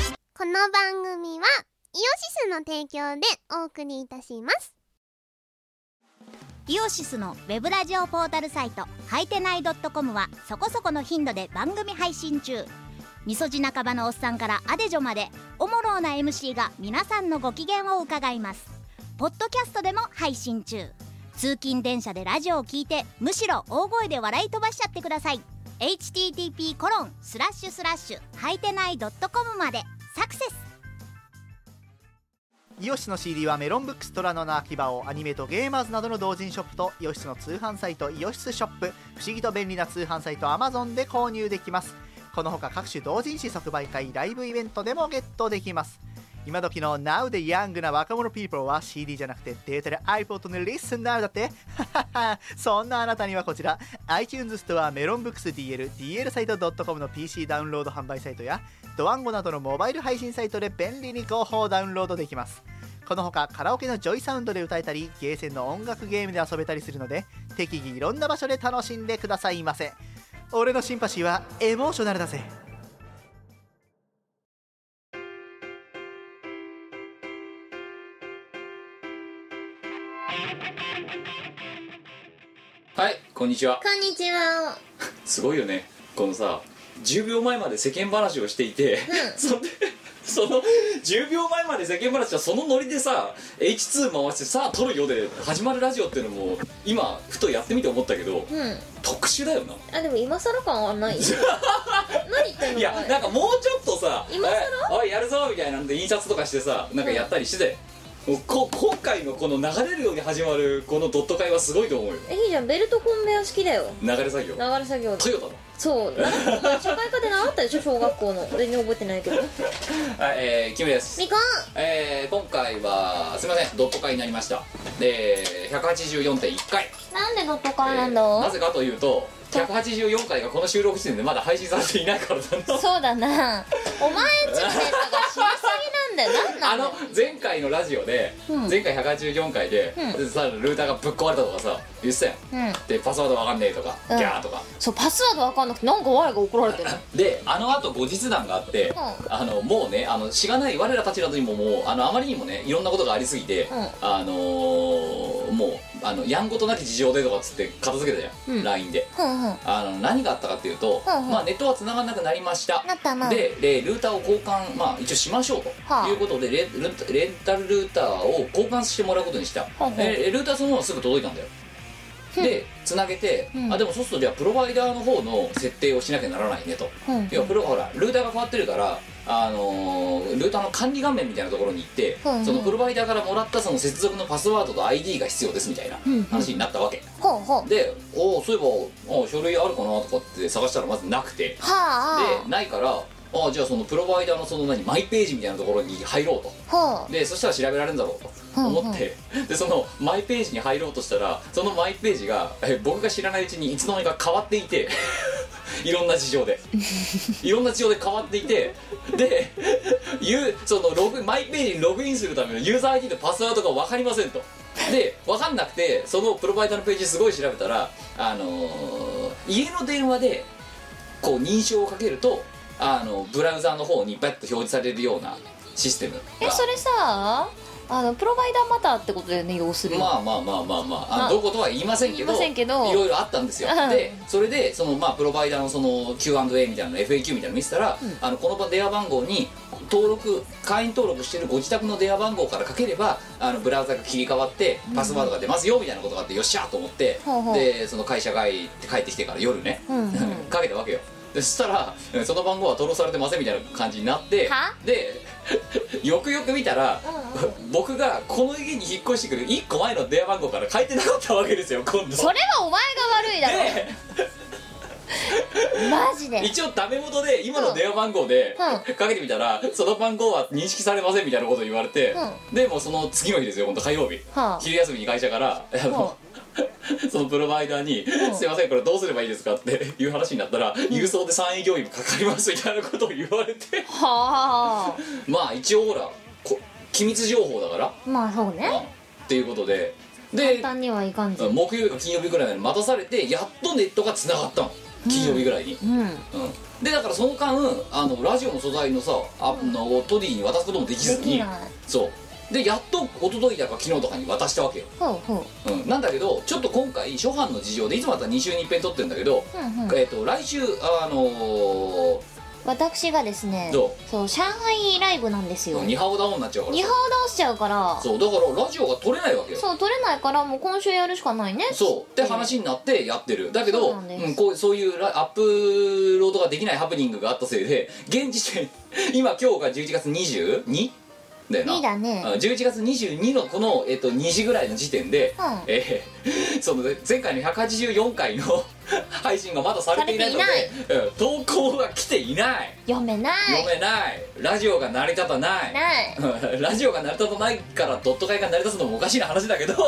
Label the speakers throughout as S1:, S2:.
S1: の番組はイオシスの提供でお送りいたします
S2: イオシスのウェブラジオポータルサイトはいてない .com はそこそこの頻度で番組配信中みそじ半ばのおっさんからアデジョまでおもろうな MC が皆さんのご機嫌を伺いますポッドキャストでも配信中通勤電車でラジオを聞いてむしろ大声で笑い飛ばしちゃってください http コロンスラッシュスラッシュはいてない .com までサクセス
S3: イオシスの CD はメロンブックストラノの秋葉をアニメとゲーマーズなどの同人ショップとイオシスの通販サイトイオシスショップ不思議と便利な通販サイト Amazon で購入できますこのほか各種同人誌即売会ライブイベントでもゲットできます今時の Now でヤングな若者 people は CD じゃなくてデータで iPod の Listen Now だって そんなあなたにはこちら iTunes ストアメロンブックス DL DL サイト .com の PC ダウンロード販売サイトやドワンゴなどのモバイル配信サイトで便利に広報ダウンロードできますこのほかカラオケのジョイサウンドで歌えたりゲーセンの音楽ゲームで遊べたりするので適宜いろんな場所で楽しんでくださいませ俺のシンパシーはエモーショナルだぜ
S4: はいこんにちは
S1: こんにちは
S4: すごいよねこのさ10秒前まで世間話をしていて、そんでその10秒前まで世間話はそのノリでさ H2 回してさあ撮るよで始まるラジオっていうのも今ふとやってみて思ったけど
S5: うん
S4: 特殊だよな
S5: あでも今更感は ない何言ってんの
S4: いやなんかもうちょっとさ
S5: 今更
S4: おいおいやるぞみたいなんで印刷とかしてさなんかやったりして、こ今回のこの流れるように始まるこのドット会はすごいと思うよ
S5: えいいじゃんベルトコンベヤ式だよ
S4: 流れ作業
S5: 流れ作業で
S4: トヨタの
S5: そうな社会科で習ったでしょ小学校の全然覚えてないけど
S4: はいえー、キムです
S1: みこん
S4: えー、今回はすいませんドット会になりましたで184.1回、
S1: なんでどこ
S4: え
S1: か
S4: ー
S1: ら
S4: なぜかというと184回がこの収録時点でまだ配信されていないからなんだ
S5: そうだなお前んちのネタが知りすぎなんだよ何な
S4: あ
S5: んだよ
S4: の前回のラジオで、
S5: うん
S4: 前回184回で、
S5: う
S4: さルーターがぶっ壊れたとかさ言ってたやん
S5: うん
S4: でパスワードわかんねえとか、
S5: うん
S4: ギャーとか
S5: そうパスワードわかんなくてなんか我が怒られてる
S4: であのあと後日談があって、
S5: う
S4: あのもうねあのしがない我らたちなどにももうあのあまりにもねいろんなことがありすぎて、
S5: ん
S4: あのーもうあのやんごとなき事情でとかっつって片付けたじゃん、
S5: うん
S4: LINE で
S5: ふんふんな
S4: あの何があったかっていうと、
S5: うんうん
S4: まあ、ネットは繋がんなくなりました
S5: ったな
S4: ででルーターを交換、まあ、一応しましょうと、
S5: はあ
S4: いうことでレレンタレンタルルーターを交換してもらうことにした、
S5: ほうほう
S4: でルーターそのまますぐ届いたんだよで繋げて、
S5: うん
S4: あでもそうするとじゃあプロバイダーの方の設定をしなきゃならないねと、
S5: うんうん
S4: いやプロほらルーターが変わってるからあのールーターの管理画面みたいなところに行って、
S5: うんうん
S4: そのプロバイダーからもらったその接続のパスワードと ID が必要ですみたいな
S5: うんうん
S4: 話になったわけ、
S5: ほうほうは
S4: でおおそういえばあ書類あるかなとかって探したらまずなくて
S5: あ
S4: でないからあじゃあそのプロバイダーのその何マイページみたいなところに入ろうと
S5: ほう
S4: でそしたら調べられるんだろうと思って、でそのマイページに入ろうとしたらそのマイページがえ僕が知らないうちにいつの間にか変わっていて いろんな事情でいろんな事情で変わっていてでゆそのログマイページにログインするためのユーザー ID とパスワードが分かりませんとで分かんなくてそのプロバイダーのページすごい調べたらあのー家の電話でこう認証をかけるとあのブラウザーの方にバッと表示されるようなシステムが
S5: えそれさあのプロバイダーマターってことだよね要するに
S4: まあまあまあまあまああの
S5: まあ
S4: どことは言いませんけど
S5: 言いませんけど
S4: いろいろあったんですよ、
S5: うん
S4: でそれでその、まあ、プロバイダーのその Q&A みたいなの FAQ みたいなの見せたら、あのこの電話番号に登録会員登録してるご自宅の電話番号からかければあのブラウザが切り替わってパスワードが出ますよみたいなことがあって、よっしゃーと思って、
S5: ほうほう
S4: でその会社帰って帰ってきてから夜ね、
S5: うんうん
S4: かけたわけよでそしたらその番号は登録されてませんみたいな感じになって
S5: は
S4: で よくよく見たら、僕がこの家に引っ越してくる1個前の電話番号から変えてなかったわけですよ今度
S5: それはお前が悪いだろ
S4: で
S5: マジで
S4: 一応ダメ元で今の電話番号で
S5: う
S4: かけてみたら、その番号は認識されませんみたいなこと言われて、でもうその次の日ですよ本当火曜日、
S5: はあ
S4: 昼休みに会社からあの、そのプロバイダーに「すいませんこれどうすればいいですか?」っていう話になったら「郵送で3営業員かかります」みたいなことを言われて
S5: はあ
S4: まあ一応ほらこ機密情報だから、
S5: まあそう
S4: うん
S5: ね
S4: っていうことでで
S5: 簡単にはいかんじゃん
S4: 木曜日か金曜日ぐらいまで待たされてやっとネットが繋がったの金曜日ぐらいに、
S5: うん
S4: うん、でだからその間あのラジオの素材のさあのトディに渡すこともできず
S5: でき
S4: に
S5: ない
S4: そうでやっと一昨日だか昨日とかに渡したわけよ、
S5: ほうほ
S4: うん、なんだけどちょっと今回初版の事情でいつもだったら2週に一遍撮ってるんだけど、
S5: う、うんうん、
S4: えっ、と来週あの
S5: 私がですね
S4: ど
S5: そう上海ライブなんですよ
S4: ー、ニハオダオになっちゃうから
S5: リハを直しちゃうから
S4: そうだからラジオが撮れないわけよ
S5: そう取れないからもう今週やるしかないね
S4: そうって話になってやってるだけど
S5: そうなんです
S4: んこうそういうラアップロードができないハプニングがあったせいで 現時点今今日が11月 22? だよな
S5: 2だね
S4: うん11月22のこの、えっと2時ぐらいの時点で、
S5: うん
S4: えーその前回の184回の 配信がまだされていないので
S5: され
S4: うん投稿が来ていない
S5: 読めない
S4: 読めないラジオが成り立たない
S5: ない
S4: うんラジオが成り立たないからドット会が成り立つのもおかしな話だけど
S5: で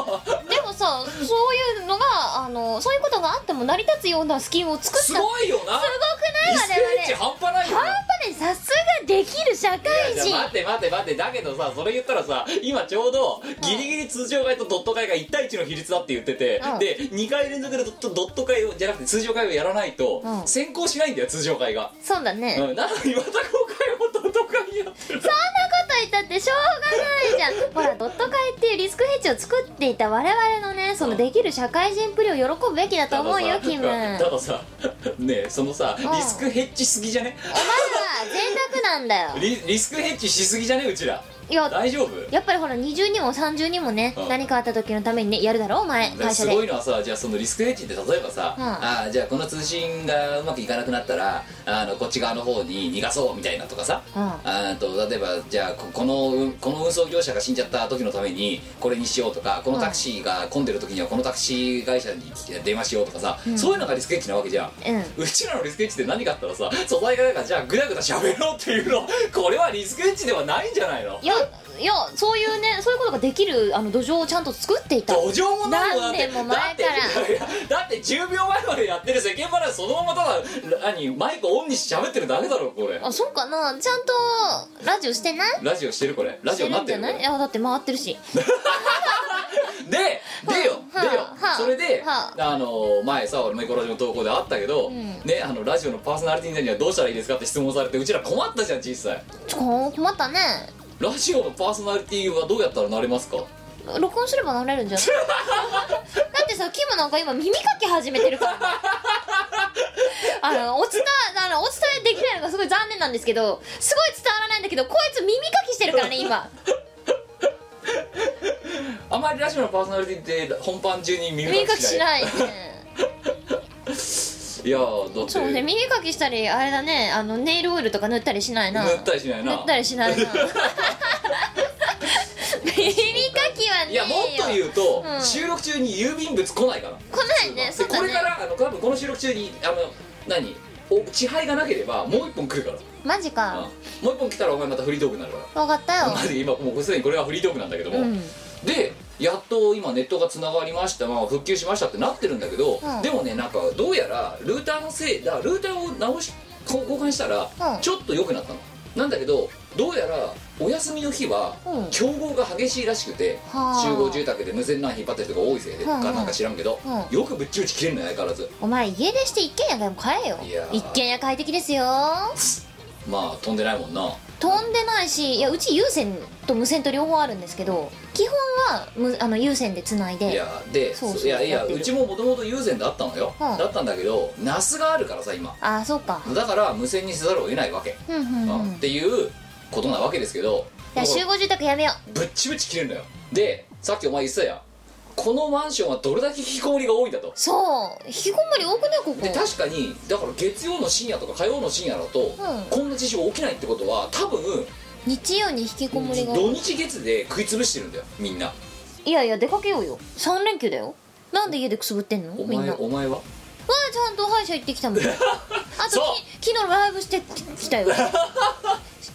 S5: もさそういうのがあのそういうことがあっても成り立つようなスキンを作った
S4: すごいよな
S5: すごくないわ
S4: 1センチ
S5: ね
S4: 半端ないよな
S5: 半端ねさすができる社会
S4: いや
S5: 人
S4: じゃあ待って待って待ってだけどさそれ言ったらさ今ちょうどギリギリ通常会とドット会が1対1の比率だって言ってて、
S5: うん
S4: で2回連続でドットドット会をじゃなくて通常会をやらないと、
S5: うん
S4: 先行しないんだよ通常会が、
S5: そうだね、
S4: うん、なのにまた今回もドット会やってる
S5: そんなこと言ったってしょうがないじゃんほらドット会っていうリスクヘッジを作っていた我々のねそのできる社会人プリを喜ぶべきだと思うよ
S4: たださ
S5: キムお前
S4: た
S5: は
S4: ださねえそのさ
S5: ん
S4: リスクヘッジしすぎじゃね
S5: 贅沢なんだよ
S4: リリスクヘッジしすぎじゃねうちら
S5: いや
S4: 大丈夫
S5: やっぱりほら20人も30人もね
S4: うん
S5: 何かあった時のためにねやるだろお前会社
S4: す
S5: で
S4: ごいのはさじゃあそのリスクヘッジって例えばさ、
S5: うん
S4: ああじゃあこの通信がうまくいかなくなったらあのこっち側の方に逃がそうみたいなとかさ、
S5: うん
S4: あーと例えばじゃあここのうんこの運送業者が死んじゃった時のためにこれにしようとかこのタクシーが混んでる時にはこのタクシー会社に電話しようとかさ、そういうのがリスクヘッジなわけじゃん、
S5: うん
S4: うちらのリスクエッジって何かあったらさ素材がなんかじゃあグダグダ喋ろうっていうのこれはリスクエッジではないんじゃないの
S5: いやいやそういうねそういうことができるあの土壌をちゃんと作っていた
S4: 土壌もないもんだっ
S5: なん
S4: て
S5: でも前から
S4: だっていやだって10秒前までやってる世間話そのままただ何マイクオンにして喋ってるだけだろこれ
S5: あそうかなちゃんとラジオしてない
S4: ラジオしてるこれラジオになってるこ
S5: しんじゃないい
S4: れ
S5: やだって回ってるし
S4: ででよ
S5: はあ
S4: でよ
S5: はあ
S4: それで
S5: は
S4: あの前さ俺もイコラジの投稿であったけど
S5: ん
S4: ねあのラジオのパーソナリティにはどうしたらいいですかって質問されてうちら困ったじゃん小さい
S5: ちょ困ったね
S4: ラジオのパーソナリティはどうやったらなれますか
S5: 録音すればなれるんじゃない だってさキムなんか今耳かき始め てるからねあのお伝あのお伝えできないのがすごい残念なんですけどすごい伝わらないんだけどこいつ耳かきしてるからね今
S4: あんまりラジオのパーソナリティって本番中に耳
S5: 耳
S4: か
S5: か
S4: き
S5: き
S4: し
S5: し
S4: ない
S5: ないね
S4: いやーだって
S5: そうね耳かきしたりあれだねあのネイルオイルとか塗ったりしないな
S4: 塗ったりしないな
S5: 塗ったり しないな耳かきはね
S4: いやもっと
S5: う
S4: 言うと、
S5: うん
S4: 収録中に郵便物来ないから、
S5: 来ないね
S4: で
S5: そうだ
S4: これ
S5: ね
S4: からあの多分この収録中にあの何お置き配がなければもう一本来るから、
S5: マジ
S4: うん
S5: か
S4: もう一本来たらお前またフリートークになるか
S5: 分かったよ
S4: らマジで今もうすでにこれはフリートークなんだけども、
S5: うん
S4: でやっと今ネットがつながりました、まあ、復旧しましたってなってるんだけど、
S5: うん
S4: でもねなんかどうやらルーターのせいだルーターを直し交換したら
S5: うん
S4: ちょっと良くなったの、なんだけどどうやらお休みの日は
S5: うん
S4: 競合が激しいらしくて、
S5: はあ
S4: 集合住宅で無線 LAN 引っ張ってる人が多いせいで、
S5: うんうん
S4: かなんか知らんけど、
S5: う
S4: よくぶっち打ち切れるのよ相変わらず
S5: お前家出して一軒家でも買えよ
S4: いやー
S5: 一軒家快適ですよ
S4: まあ飛んでないもんな
S5: 飛んでないしいやうち有線と無線と両方あるんですけど基本はむあの有線でつない
S4: い
S5: で
S4: やで
S5: そうそう
S4: いやい
S5: や
S4: や
S5: って
S4: う
S5: る
S4: ちももともと友禅だったのよ、
S5: うん
S4: だったんだけどナスがあるからさ今
S5: ああそうか
S4: だから無線にせざるを得ないわけ、
S5: うんうん
S4: う
S5: うんん
S4: っていうことなわけですけど
S5: じゃあ集合住宅やめよ
S4: ぶっちぶち切れるのよでさっきお前言ってたやんこのマンションはどれだけ引きこもりが多いんだと
S5: うそう引きこもり多くないここ
S4: で確かにだから月曜の深夜とか火曜の深夜だと、こんな事象起きないってことは多分
S5: 日曜に引きこもりが
S4: 土日月で食い潰してるんだよみんない
S5: やいや出かけようよ3連休だよなんで家でくすぶってんの
S4: お
S5: みん
S4: 前
S5: なわ
S4: お前は
S5: あちゃんと歯医者行ってきたも んあとき
S4: そう
S5: 昨日ライブしてききたよ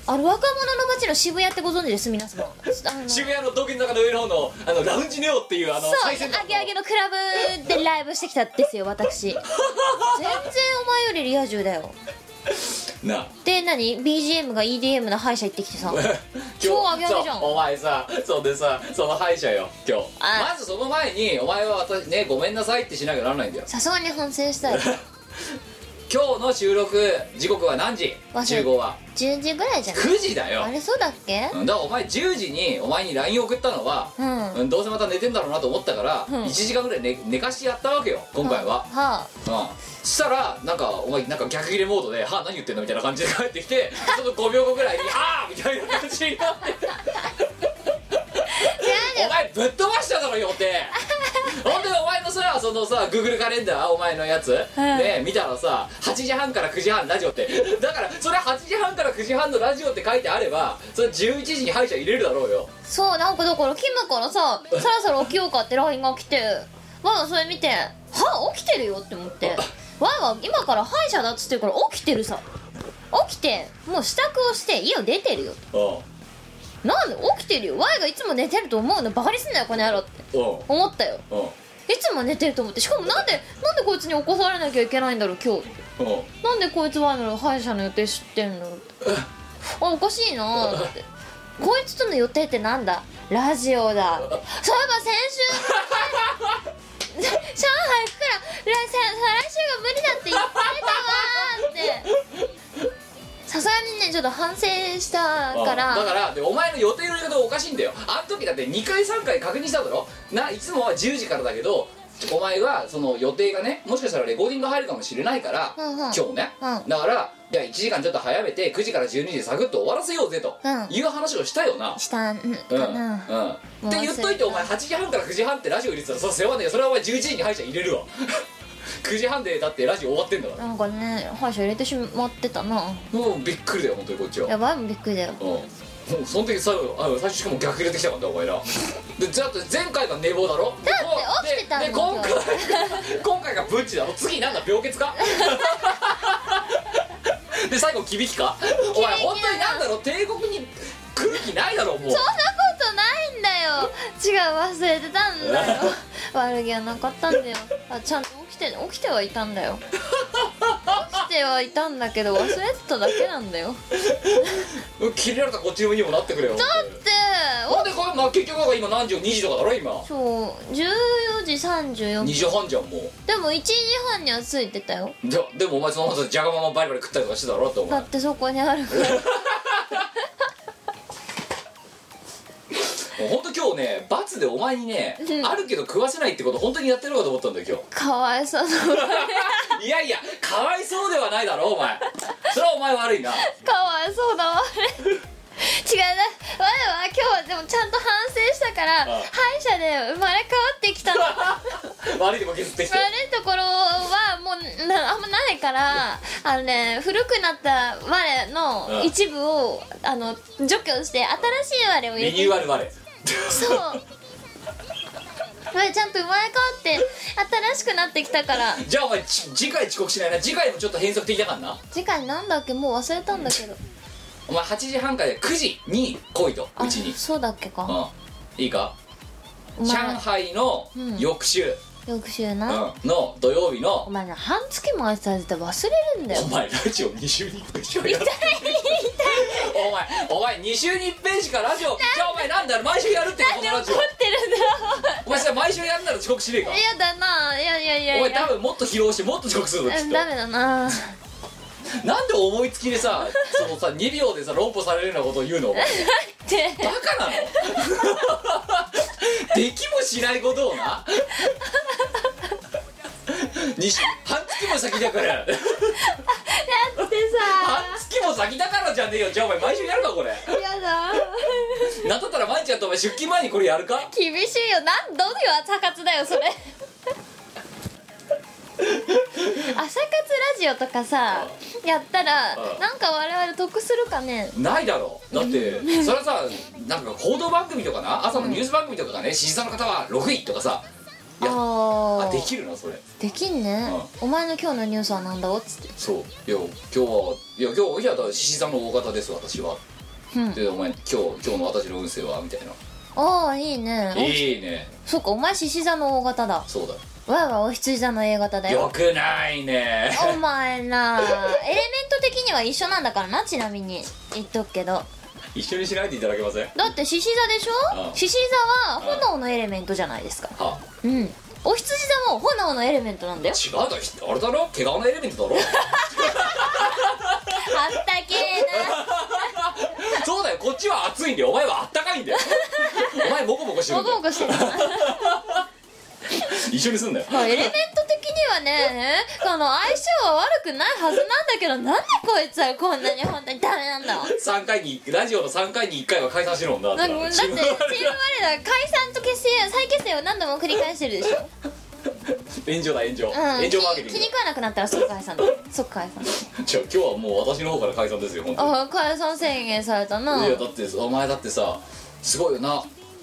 S5: あの若者の街の渋谷ってご存知です皆様あの
S4: 渋谷の道玄坂の上の方のあのラウンジネオっていうあの最
S5: そ
S4: 先端
S5: う
S4: の
S5: アゲアゲのクラブでライブしてきたんですよ私全然お前よりリア充だよ
S4: なあ
S5: で何 BGM が EDM の歯医者行ってきて さ超アゲアゲじゃん
S4: そうお前さそんでさその歯医者よ今日
S5: あ
S4: まずその前にお前は私ねごめんなさいってしなきゃならないんだよ
S5: さすがに反省したよ
S4: 今日の収録時刻は何時
S5: 忘れ
S4: 集合は
S5: 10時ぐらいじゃない
S4: 9時だよ
S5: あれそうだっけ
S4: うんだからお前10時にお前に LINE 送ったのは、
S5: うん
S4: うんどうせまた寝てんだろうなと思ったから、
S5: うん
S4: 1時間ぐらい寝寝かしてやったわけよ今回は、
S5: は
S4: うんしたらなんかお前なんか逆切れモードで「はあ何言ってんだ」みたいな感じで帰ってき てちょっと5秒後ぐらいに「ああ!」みたいな感じになって お前ぶっ飛ばしただろ予定ほんでお前のさそのさ Google カレンダーお前のやつ、ね見たらさ8時半から9時半ラジオってだからそれ8時半から9時半のラジオって書いてあればそれ11時に歯医者入れるだろうよ
S5: あそうなんかだからキムからさ「そろそろ起きようか」って LINE が来てわあそれ見て「はあ起きてるよ」って思ってわあは今から歯医者だっつってるから起きてるさ起きてもう支度をして家を出てるよ
S4: う
S5: なんで起きてるよワイがいつも寝てると思うのバカにすんなよこの野郎って
S4: んうん
S5: 思ったよ
S4: うん
S5: いつも寝てると思ってしかもなんでなんでこいつに起こされなきゃいけないんだろう今日
S4: うん
S5: なんでこいつワイの歯医者の予定知ってんだろうってあおかしいなーってこいつとの予定ってなんだラジオだそういえば先週 上海行くから来再来週が無理だって言ってたわーってさすがにねちょっと反省したから
S4: だからでお前の予定の入れ方おかしいんだよあの時だって2回3回確認したんだろないつもは10時からだけどお前はその予定がねもしかしたらレコーディング入るかもしれないから、
S5: うんう
S4: 今
S5: ん
S4: 日ね、
S5: う
S4: だからじゃあ1時間ちょっと早めて9時から12時でサクッと終わらせようぜと、
S5: うん
S4: いう話をしたよな
S5: したんか
S4: うん、うん
S5: な、
S4: って言っといてお前8時半から9時半ってラジオ入れてたらそれ世話ねえよそれはお前11時に歯医者入れるわ9時半でだってラジオ終わってんだから
S5: なんかね歯医者入れてしまってたな
S4: もうびっくりだよ本当にこっちは
S5: やばいもんびっくりだよ
S4: うんもうその時最後あ最初しかも逆入れてきたもんだお前ら でだって前回が寝坊だろだ
S5: って起きてたんだ
S4: で
S5: よ
S4: で 今回が今回がブッチだろ次なんだ病欠 かで最後響きかお前本当になんだろう帝国に来る気ないだろもう
S5: そんなことないんだよ違う忘れてたんだよ悪気はなかったんだよあちゃんと起きて起きてはいたんだよ起きてはいたんだけど忘れてただけなんだよ
S4: うん切れられたこっちの身にもなってくれよだ
S5: で
S4: なんでこれ、まあ、結局は今何時よ2時とかだろ今
S5: そう14時34
S4: 2
S5: 分
S4: 時半じゃんもう
S5: でも1時半には着いてたよ
S4: ででもお前そのままじゃがままバリバリ食ったりとかしてたろってお
S5: だ
S4: 前
S5: ってそこにあるから
S4: もう本当今日ね罰でお前にね、
S5: うん
S4: あるけど食わせないってこと本当にやってるのかと思ったんだよ
S5: かわいそうだ
S4: 今 日いやいやかわいそうではないだろお前それはお前悪いな
S5: かわいそうだわあれ違うな我は今日はでもちゃんと反省したから
S4: あ
S5: 歯医者で生まれ変わってきたの
S4: 悪いとこ削ってきて
S5: 悪いところはもうなあんまないからあのね古くなった我の一部をあの除去して新しい我を入れ
S4: リ
S5: て
S4: ニューアル我
S5: そう我ちゃんと生まれ変わって新しくなってきたから
S4: じゃあお前ち次回遅刻しないな次回もちょっと変則的だからな
S5: 次回なんだっけもう忘れたんだけど
S4: お前8時半から9時に来いと
S5: あ
S4: うちに
S5: そうだっけか
S4: うんいいか
S5: お
S4: 上
S5: 前
S4: 海の
S5: うん
S4: 翌週、
S5: 翌週
S4: うん
S5: な
S4: の土曜日
S5: お
S4: の
S5: 前な半月も挨拶って忘れるんだよ
S4: お前ラジオ2週に1遍しかやるお前お前2週に1遍しかラジオじゃあお前なんだ毎週やるってこのラジオ
S5: 怒ってるんだよ
S4: お前さ毎週やんなら遅刻しねえか
S5: 嫌だないやいやいやいや
S4: お前多分もっと疲労してもっと遅刻するぞきっ
S5: う
S4: と
S5: んダメだな
S4: なんで思いつきでさそのさ2秒でさ論破されるようなことを言うのお前
S5: って
S4: バカな のできもしないことをなにし半月も先だ から
S5: だってさ
S4: 半月も先だからじゃねえよじゃあお前毎週やるかこれ
S5: やだ
S4: なんだったら毎日やってお前出勤前にこれやるか
S5: 厳しいよなんどういう朝活だ よそれ朝活ラジオとかさやったら
S4: うん
S5: なんか我々得するかね
S4: ないだろうだってそれはさなんか報道番組とかな朝のニュース番組とかがね支持者の方は6位とかさいや
S5: あ
S4: あ
S5: ー
S4: できるなそれ
S5: できんねお前の今日のニュースはなんだおっつって
S4: そう「いや今日はいや今日いやだから獅子座の大方です私は」
S5: うん
S4: で「お前今日今日の私の運勢は?」みたいな
S5: ああいい
S4: 「
S5: ね
S4: いいね
S5: そっかお前獅子座の O 型だ
S4: そうだ
S5: わいはお羊座の A 型だ
S4: よ
S5: よ
S4: くないね
S5: お前なエレメント的には一緒なんだからなちなみに言っとくけど」
S4: 一緒にしないでいただけませんは
S5: だって獅子座でし
S4: う
S5: ょ
S4: ん
S5: 獅子座は炎のエレメントじゃないですか
S4: あ
S5: うんお羊座も炎のエレメントなんだよ
S4: 違うだろあれだろ毛皮のエレメントだろ
S5: あったけえな
S4: そうだよこっちは暑いんでお前はあったかいんだよお前モコモコしてる
S5: も
S4: んだ
S5: こも
S4: よ
S5: こしてる
S4: 一緒にすんだよ
S5: まあエレメント的にはねこの相性は悪くないはずなんだけどなんでこいつはこんなに本当にダメなんだ
S4: 3回にラジオの3回に1回は解散しろんだ
S5: なんかだってチーム我ら解散と結成再結成を何度も繰り返してるでしょ、
S4: 炎上だ炎上、
S5: うん、
S4: 炎上マーケティ
S5: 気
S4: ング
S5: に食わなくなったら即解散だ即解散
S4: だじゃあ今日はもう私の方から解散ですよ本当に
S5: ああ解散宣言されたない
S4: やだってお前だってさすごいよな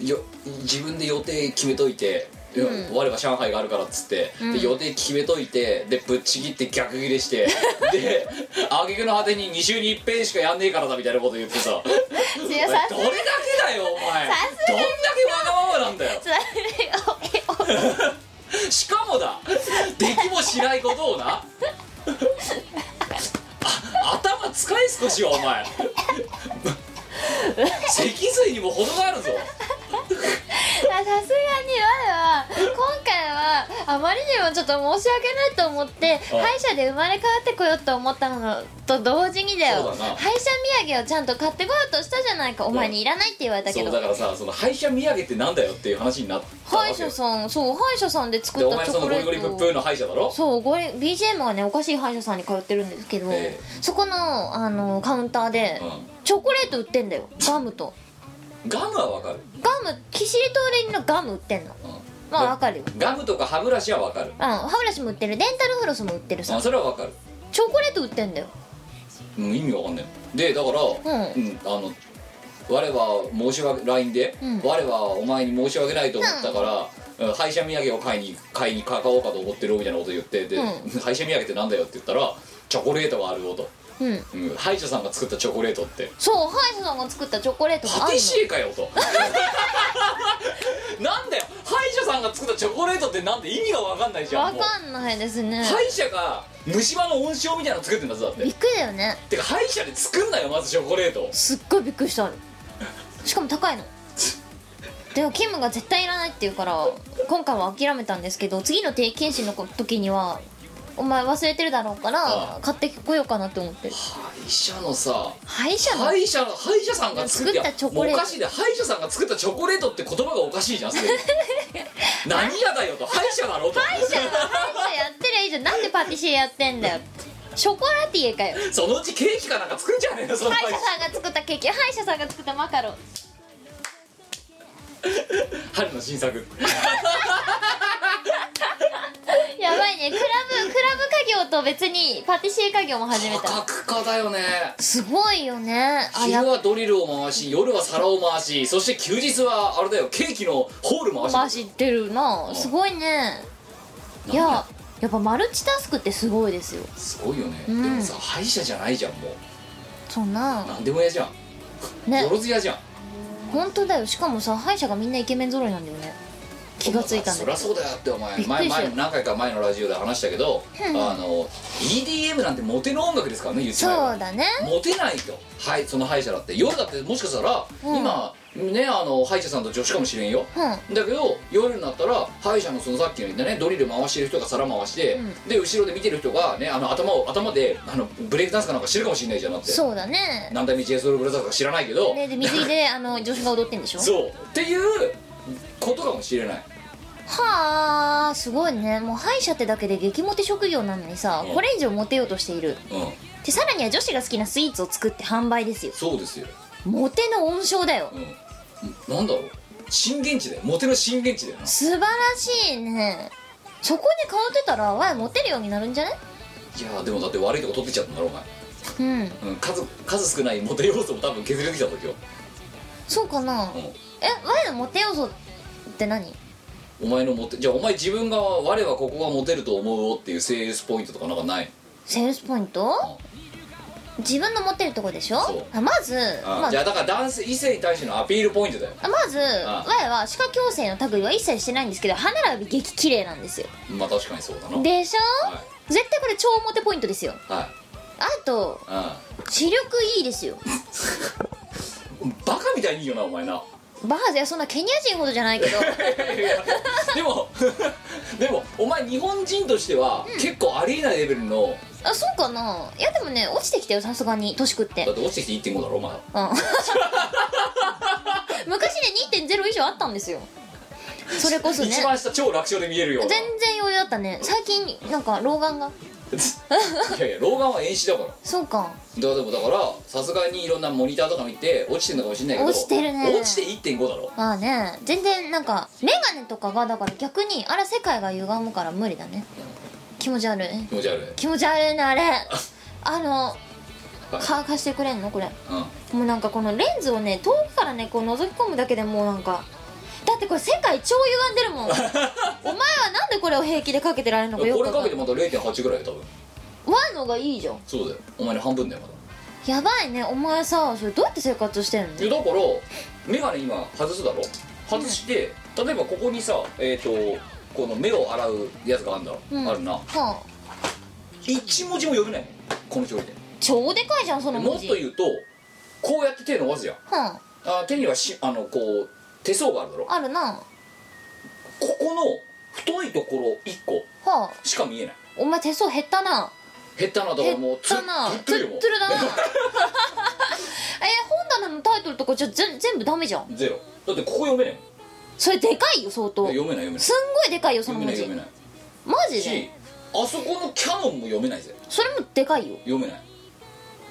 S4: よ自分で予定決めといて、いや我は上海があるからっつって、で予定決めといてでぶっちぎって逆ギレして で挙句の果てに2週に一遍しかやんねえからだみたいなこと言ってさ
S5: い
S4: お
S5: や
S4: 前
S5: さす
S4: どれ
S5: が
S4: だけだよお前
S5: さす
S4: ど
S5: が
S4: んだけわがままなんだよ
S5: つらいおえ
S4: しかもだできもしないことをなあ頭使え少しはお前脊髄にも程があるぞ
S5: おあさすがに我は今回はあまりにもちょっと申し訳ないと思って
S4: あ
S5: 歯医者で生まれ変わってこようと思ったのと同時にだ
S4: そ
S5: よ
S4: うだな
S5: 歯医者土産をちゃんと買ってこようとしたじゃないかお前にいらないって言われたけ
S4: そう
S5: ど
S4: だからさその歯医者土産ってなんだよっていう話になったわ
S5: 歯
S4: け
S5: 医
S4: よ
S5: 者さんそう歯医者さんで作
S4: で
S5: っ
S4: お
S5: た
S4: 前
S5: チ
S4: そ
S5: ョコ
S4: のゴ
S5: レ
S4: リゴリプ
S5: ー
S4: ップー
S5: トを
S4: の歯医者だろ
S5: そうゴリ BGM がねおかしい歯医者さんに通ってるんですけど、
S4: ええ
S5: そこのあのカウンターで、
S4: う
S5: チョコレート売ってんだよガムと
S4: んガムはわかる、
S5: ガムキシリトーレ入りのガム売ってんの
S4: うん
S5: まあわかるようん
S4: ガムとか歯ブラシはわかる
S5: 歯ブラシも売ってるデンタルフロスも売ってる
S4: あ
S5: さ
S4: それはわかる、
S5: チョコレート売ってんだよ
S4: うん、意味わかんないでだから、
S5: うん
S4: あの我は申し訳 LINE で、
S5: うん
S4: 我はお前に申し訳ないと思ったから、うん歯医者土産を買いに買いにかかおうかと思ってるみたいなこと言ってで、
S5: う
S4: 歯医者土産ってなんだよって言ったらチョコレートがあるよと、
S5: うん
S4: うん、歯医者さんが作ったチョコレートって
S5: そう歯医者さんが作ったチョコレートがあ
S4: パテ
S5: る
S4: ィ
S5: の
S4: シエかよとなんだ よ歯医者さんが作ったチョコレートってなんで意味がわかんないじゃん
S5: わ
S4: もう
S5: かんないですね
S4: 歯医者が虫歯の温床みたいなの作ってんだぞだっ
S5: び
S4: て
S5: っくりだよね
S4: てか歯医者で作んなよまずチョコレートを
S5: すっごいびっくりしたあれしかも高いのでもキムが絶対いらないって言うから今回は諦めたんですけど次の定期検診の時にはお前忘れてるだろうか
S4: あ
S5: ら
S4: あ
S5: 買ってこようかなって思ってる
S4: 歯医者のさ
S5: 歯医者の
S4: 歯医者の歯医者さんが作っ
S5: 作
S4: て
S5: ったチョコレート
S4: もうおかしいで歯医者さんが作ったチョコレートって言葉がおかしいじゃん すでに何やだよと歯医者だろと
S5: 歯医者は歯医者やってりゃいいじゃんなんでパティシエやってんだよ ショコラティエかよ
S4: そのうちケーキかなんか作んじゃねえのその
S5: 歯医
S4: 歯医
S5: 者
S4: 者
S5: さんが作ったケーキ歯医者さんが作ったマカロン
S4: 春の新作
S5: やばいねクラブクラブ家業と別にパティシエ家業も始め
S4: 価
S5: た
S4: 格化だよね
S5: すごいよねあ
S4: 昼
S5: や
S4: はドリルを回し夜は皿を回しそして休日はあれだよケーキのホール回し
S5: 回してるなすごいねいややっぱマルチタスクってすごいですよ
S4: すごいよね、
S5: ん
S4: でもさ歯医者じゃないじゃんもう
S5: そんな
S4: 何でも屋じゃん
S5: ね
S4: よろず屋じゃん
S5: 本当だよしかもさ歯医者がみんなイケメン揃いなんだよね気がついたん
S4: そ
S5: だ
S4: り
S5: け
S4: ゃ
S5: ど
S4: そうだよってお前
S5: びっく
S4: 前
S5: りした
S4: 前の何回か前のラジオで話したけど、あの EDM なんてモテの音楽ですからね言ってない
S5: そうだね
S4: モテないとはいその歯医者だって夜だってもしかしたら、
S5: うん
S4: 今ねあの歯医者さんと女子かもしれんよ、
S5: う
S4: だけど夜になったら歯医者のそのさっきの言ったねドリル回してる人が皿回して、
S5: うん
S4: で後ろで見てる人がねあの頭を頭であのブレイクダンスかなんかしてるかもしれないじゃんだって
S5: そうだね
S4: 何代目 j s o u l b r o t h e r か知らないけど、
S5: ねで水着であの女子が踊ってんでし ょ
S4: そうっていうことかもしれない
S5: はあすごいねもう歯医者ってだけで激モテ職業なのにさ
S4: うん
S5: これ以上モテようとしている
S4: うん
S5: でさらには女子が好きなスイーツを作って販売ですよ
S4: そうですよ
S5: モテの温床だよ
S4: うん、なんだろう震源地だよモテの震源地だよな
S5: 素晴らしいねそこに顔出たらわいモテるようになるんじゃない
S4: いやーでもだって悪いとこ取ってきちゃったんだろお前、
S5: うん
S4: うん、数数少ないモテ要素も多分削れてきた時よ、
S5: そうかな
S4: う
S5: えわいのモテ要素って何
S4: ん、お前のモテじゃあお前自分が我はここがモテると思うよっていうセールスポイントとかなんかない
S5: セールスポイント自分の持ってるとこでし
S4: そう
S5: ょあまず
S4: あー
S5: ま
S4: じゃ
S5: あ
S4: あだから男性異性に対してのアピールポイントだよ
S5: あまず
S4: あ
S5: わいは歯科矯正の類は一切してないんですけど歯並び激綺麗なんですよ
S4: まあ確かにそうだな
S5: でしょ、
S4: は
S5: 絶対これ超モテポイントですよ
S4: いはい
S5: あと視力いいですよ
S4: うん、バカみたいにいいよなお前な
S5: バーズいやそんなケニア人ほどじ ゃないけど
S4: でも でもお前日本人としては結構ありえないレベルの
S5: あそうかないやでもね落ちてきたよさすがに年食って
S4: だって落ちてきて1.5だろお前
S5: うん 昔ね2.0以上あったんですよそれこそね
S4: 一番下超楽勝で見えるよう
S5: 全
S4: な
S5: 然余裕だったね最近なんか老眼が
S4: いやいや老眼は遠視だから
S5: そうか
S4: だでもだからさすがにいろんなモニターとか見て落ちてるのかもしれないけど
S5: 落ちてるね
S4: 落ちて1.5だろ
S5: まあね全然なんか眼鏡とかがだから逆にあれ世界が歪むから無理だね気持ち悪い
S4: 気持ち悪い
S5: 気持ち悪いねあれあの乾かしてくれんのこれ
S4: うん
S5: もうなんかこのレンズをね遠くからねこう覗き込むだけでもうなんかだってこれ世界超歪んで るもんお前はなんでこれを平気でかけてられるのかよ
S4: こ
S5: くわ
S4: れ
S5: か
S4: か
S5: ん
S4: け
S5: ない
S4: てまた0.8ぐらいよ多分
S5: ワンのがいいじゃん
S4: そうだよお前の半分だよまだ
S5: やばいねお前さそれどうやって生活してんの
S4: いやだから眼鏡今外すだろ外して、例えばここにさえっ、とこの目を洗うやつがあるんだ、
S5: うん
S4: あるな
S5: はあ
S4: 一文字も読めないこの距離で
S5: 超でかいじゃんその
S4: も
S5: 文
S4: っ
S5: 字
S4: と言うとこうやって手伸ばすじゃん
S5: は
S4: あ手にはしあのこう手相があるだろ
S5: ああるなは
S4: ここの太いところ1個
S5: あ
S4: しか見えない
S5: お前手相減ったな
S4: 減ったなだからもう
S5: 減ったな
S4: つるっとよも
S5: つ るだなえ本棚のタイトルとかじゃ全全部ダメじゃん
S4: うゼロだってここ読めないもん
S5: それでかいよ相当すん
S4: 読めない読めない
S5: ごいでかいよその
S4: 読めない
S5: 文字
S4: 読めない
S5: マジで
S4: しあそこのキャノンも読めないぜ
S5: それもでかいよ
S4: 読めない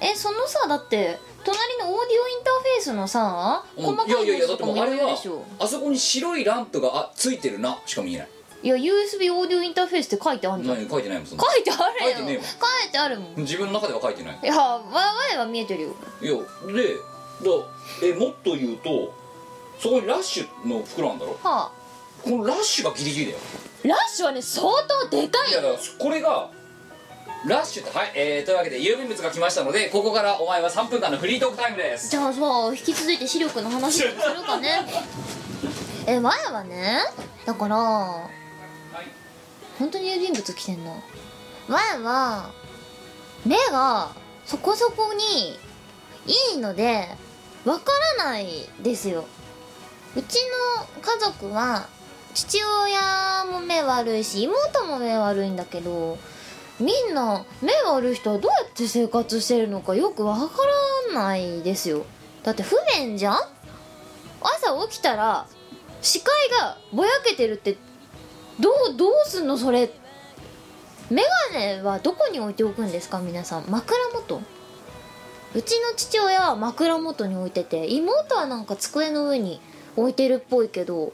S5: えそのさだって隣のオーディオインターフェースのさ細かい
S4: いやいやいやだ
S5: 文字
S4: って
S5: と
S4: も
S5: か
S4: う
S5: も
S4: あ
S5: い
S4: れ
S5: ろいろで
S4: は
S5: しょ
S4: あそこに白いランプがあついてるなしか見えない
S5: いや USB オーディオインターフェースって書いてあるじゃん書
S4: 何書いてないもんそんない
S5: てあるよ
S4: 書いてねえもん
S5: 書いてあるもんい
S4: 自分の中では書いてない
S5: やわ前は見えてるよ
S4: いやでだえもっと言うとそこにラッシュの服なんだろ
S5: はあ
S4: このラッシュがギリギリだよ
S5: ラッシュはね相当でか
S4: い
S5: い
S4: や
S5: よ
S4: だからこれがラッシュってはい、えー、というわけで郵便物が来ましたのでここからお前は3分間のフリートークタイムです
S5: じゃあさ引き続いて視力の話をするかね え前はねだから、本当に郵便物来てんな前は目がそこそこにいいのでわからないですようちの家族は父親も目悪いし妹も目悪いんだけどみんな目悪い人はどうやって生活してるのかよくわからないですよだって不便じゃん朝起きたら視界がぼやけてるってどうどうすんのそれメガネはどこに置いておくんですか皆さん枕元うちの父親は枕元に置いてて妹はなんか机の上に置いてるっぽいけど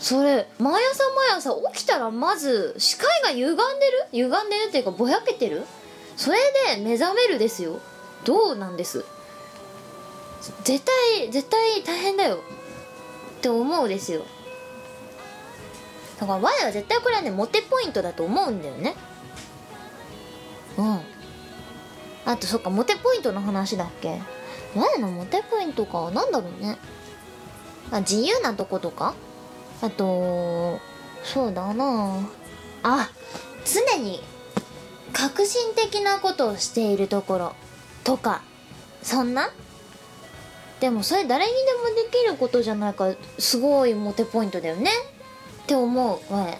S5: それ毎朝毎朝起きたらまず視界が歪んでる歪んでるっていうかぼやけてるそれで目覚めるですよどうなんです絶対絶対大変だよって思うですよだから我は絶対これはねモテポイントだと思うんだよねうんあとそっかモテポイントの話だっけ我のモテポイントかなんだろうねあ自由なとことかあとそうだなあ常に革新的なことをしているところとかそんなでもそれ誰にでもできることじゃないからすごいモテポイントだよねって思う我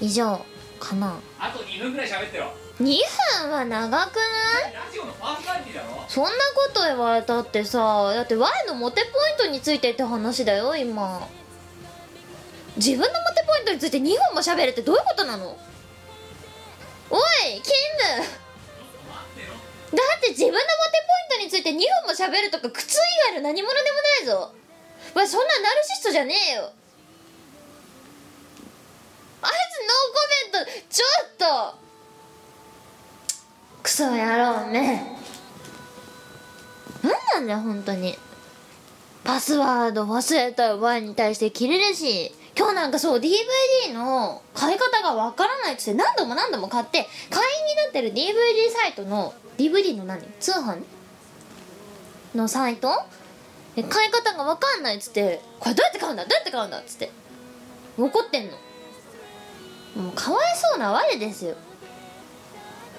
S5: 以上かな
S4: あと2分ぐらい喋ってろ
S5: 2分は長くない
S4: ラジオのパーソナリティだろ
S5: そんなこと言われたってさだって Y のモテポイントについてって話だよ今自分のモテポイントについて2本も喋るってどういうことなのおいキムだって自分のモテポイントについて2本も喋るとか苦痛以外の何者でもないぞわそんなナルシストじゃねえよあいつノーコメントちょっとクソ野郎めなんなんだよ本当にパスワード忘れたよ Y に対してキレるし今日なんかそう DVD の買い方がわからないっつって何度も何度も買って会員になってる DVD サイトの DVD の何通販のサイトえ買い方がわかんないっつってこれどうやって買うんだどうやって買うんだっつって怒ってんのもうかわいそうな我ですよ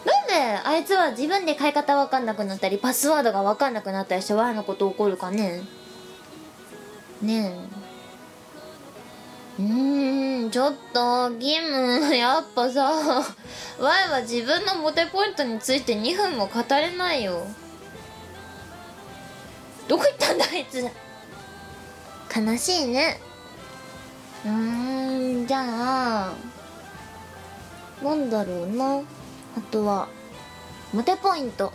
S5: なんでであいつは自分で買い方わかんなくなったりパスワードがわかんなくなったりしてわらのこと起こるかねねえうーんちょっと義務やっぱさわいは自分のモテポイントについて2分も語れないよどこ行ったんだあいつ悲しいねうーんじゃあなんだろうなあとはモテポイント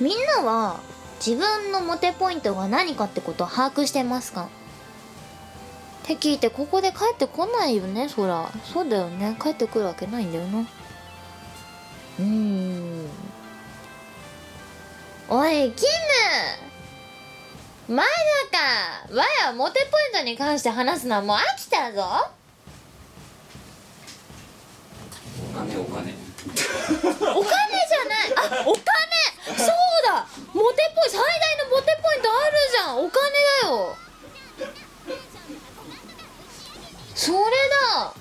S5: みんなは自分のモテポイントが何かってことを把握してますかって聞いてここで帰ってこないよねそらそうだよね帰ってくるわけないんだよなうーんおいキム前だかわやはモテポイントに関して話すのはもう飽きたぞ
S4: お金お金
S5: お金じゃないあお金そうだモテポイ最大のモテポイントあるじゃんお金だよそれだ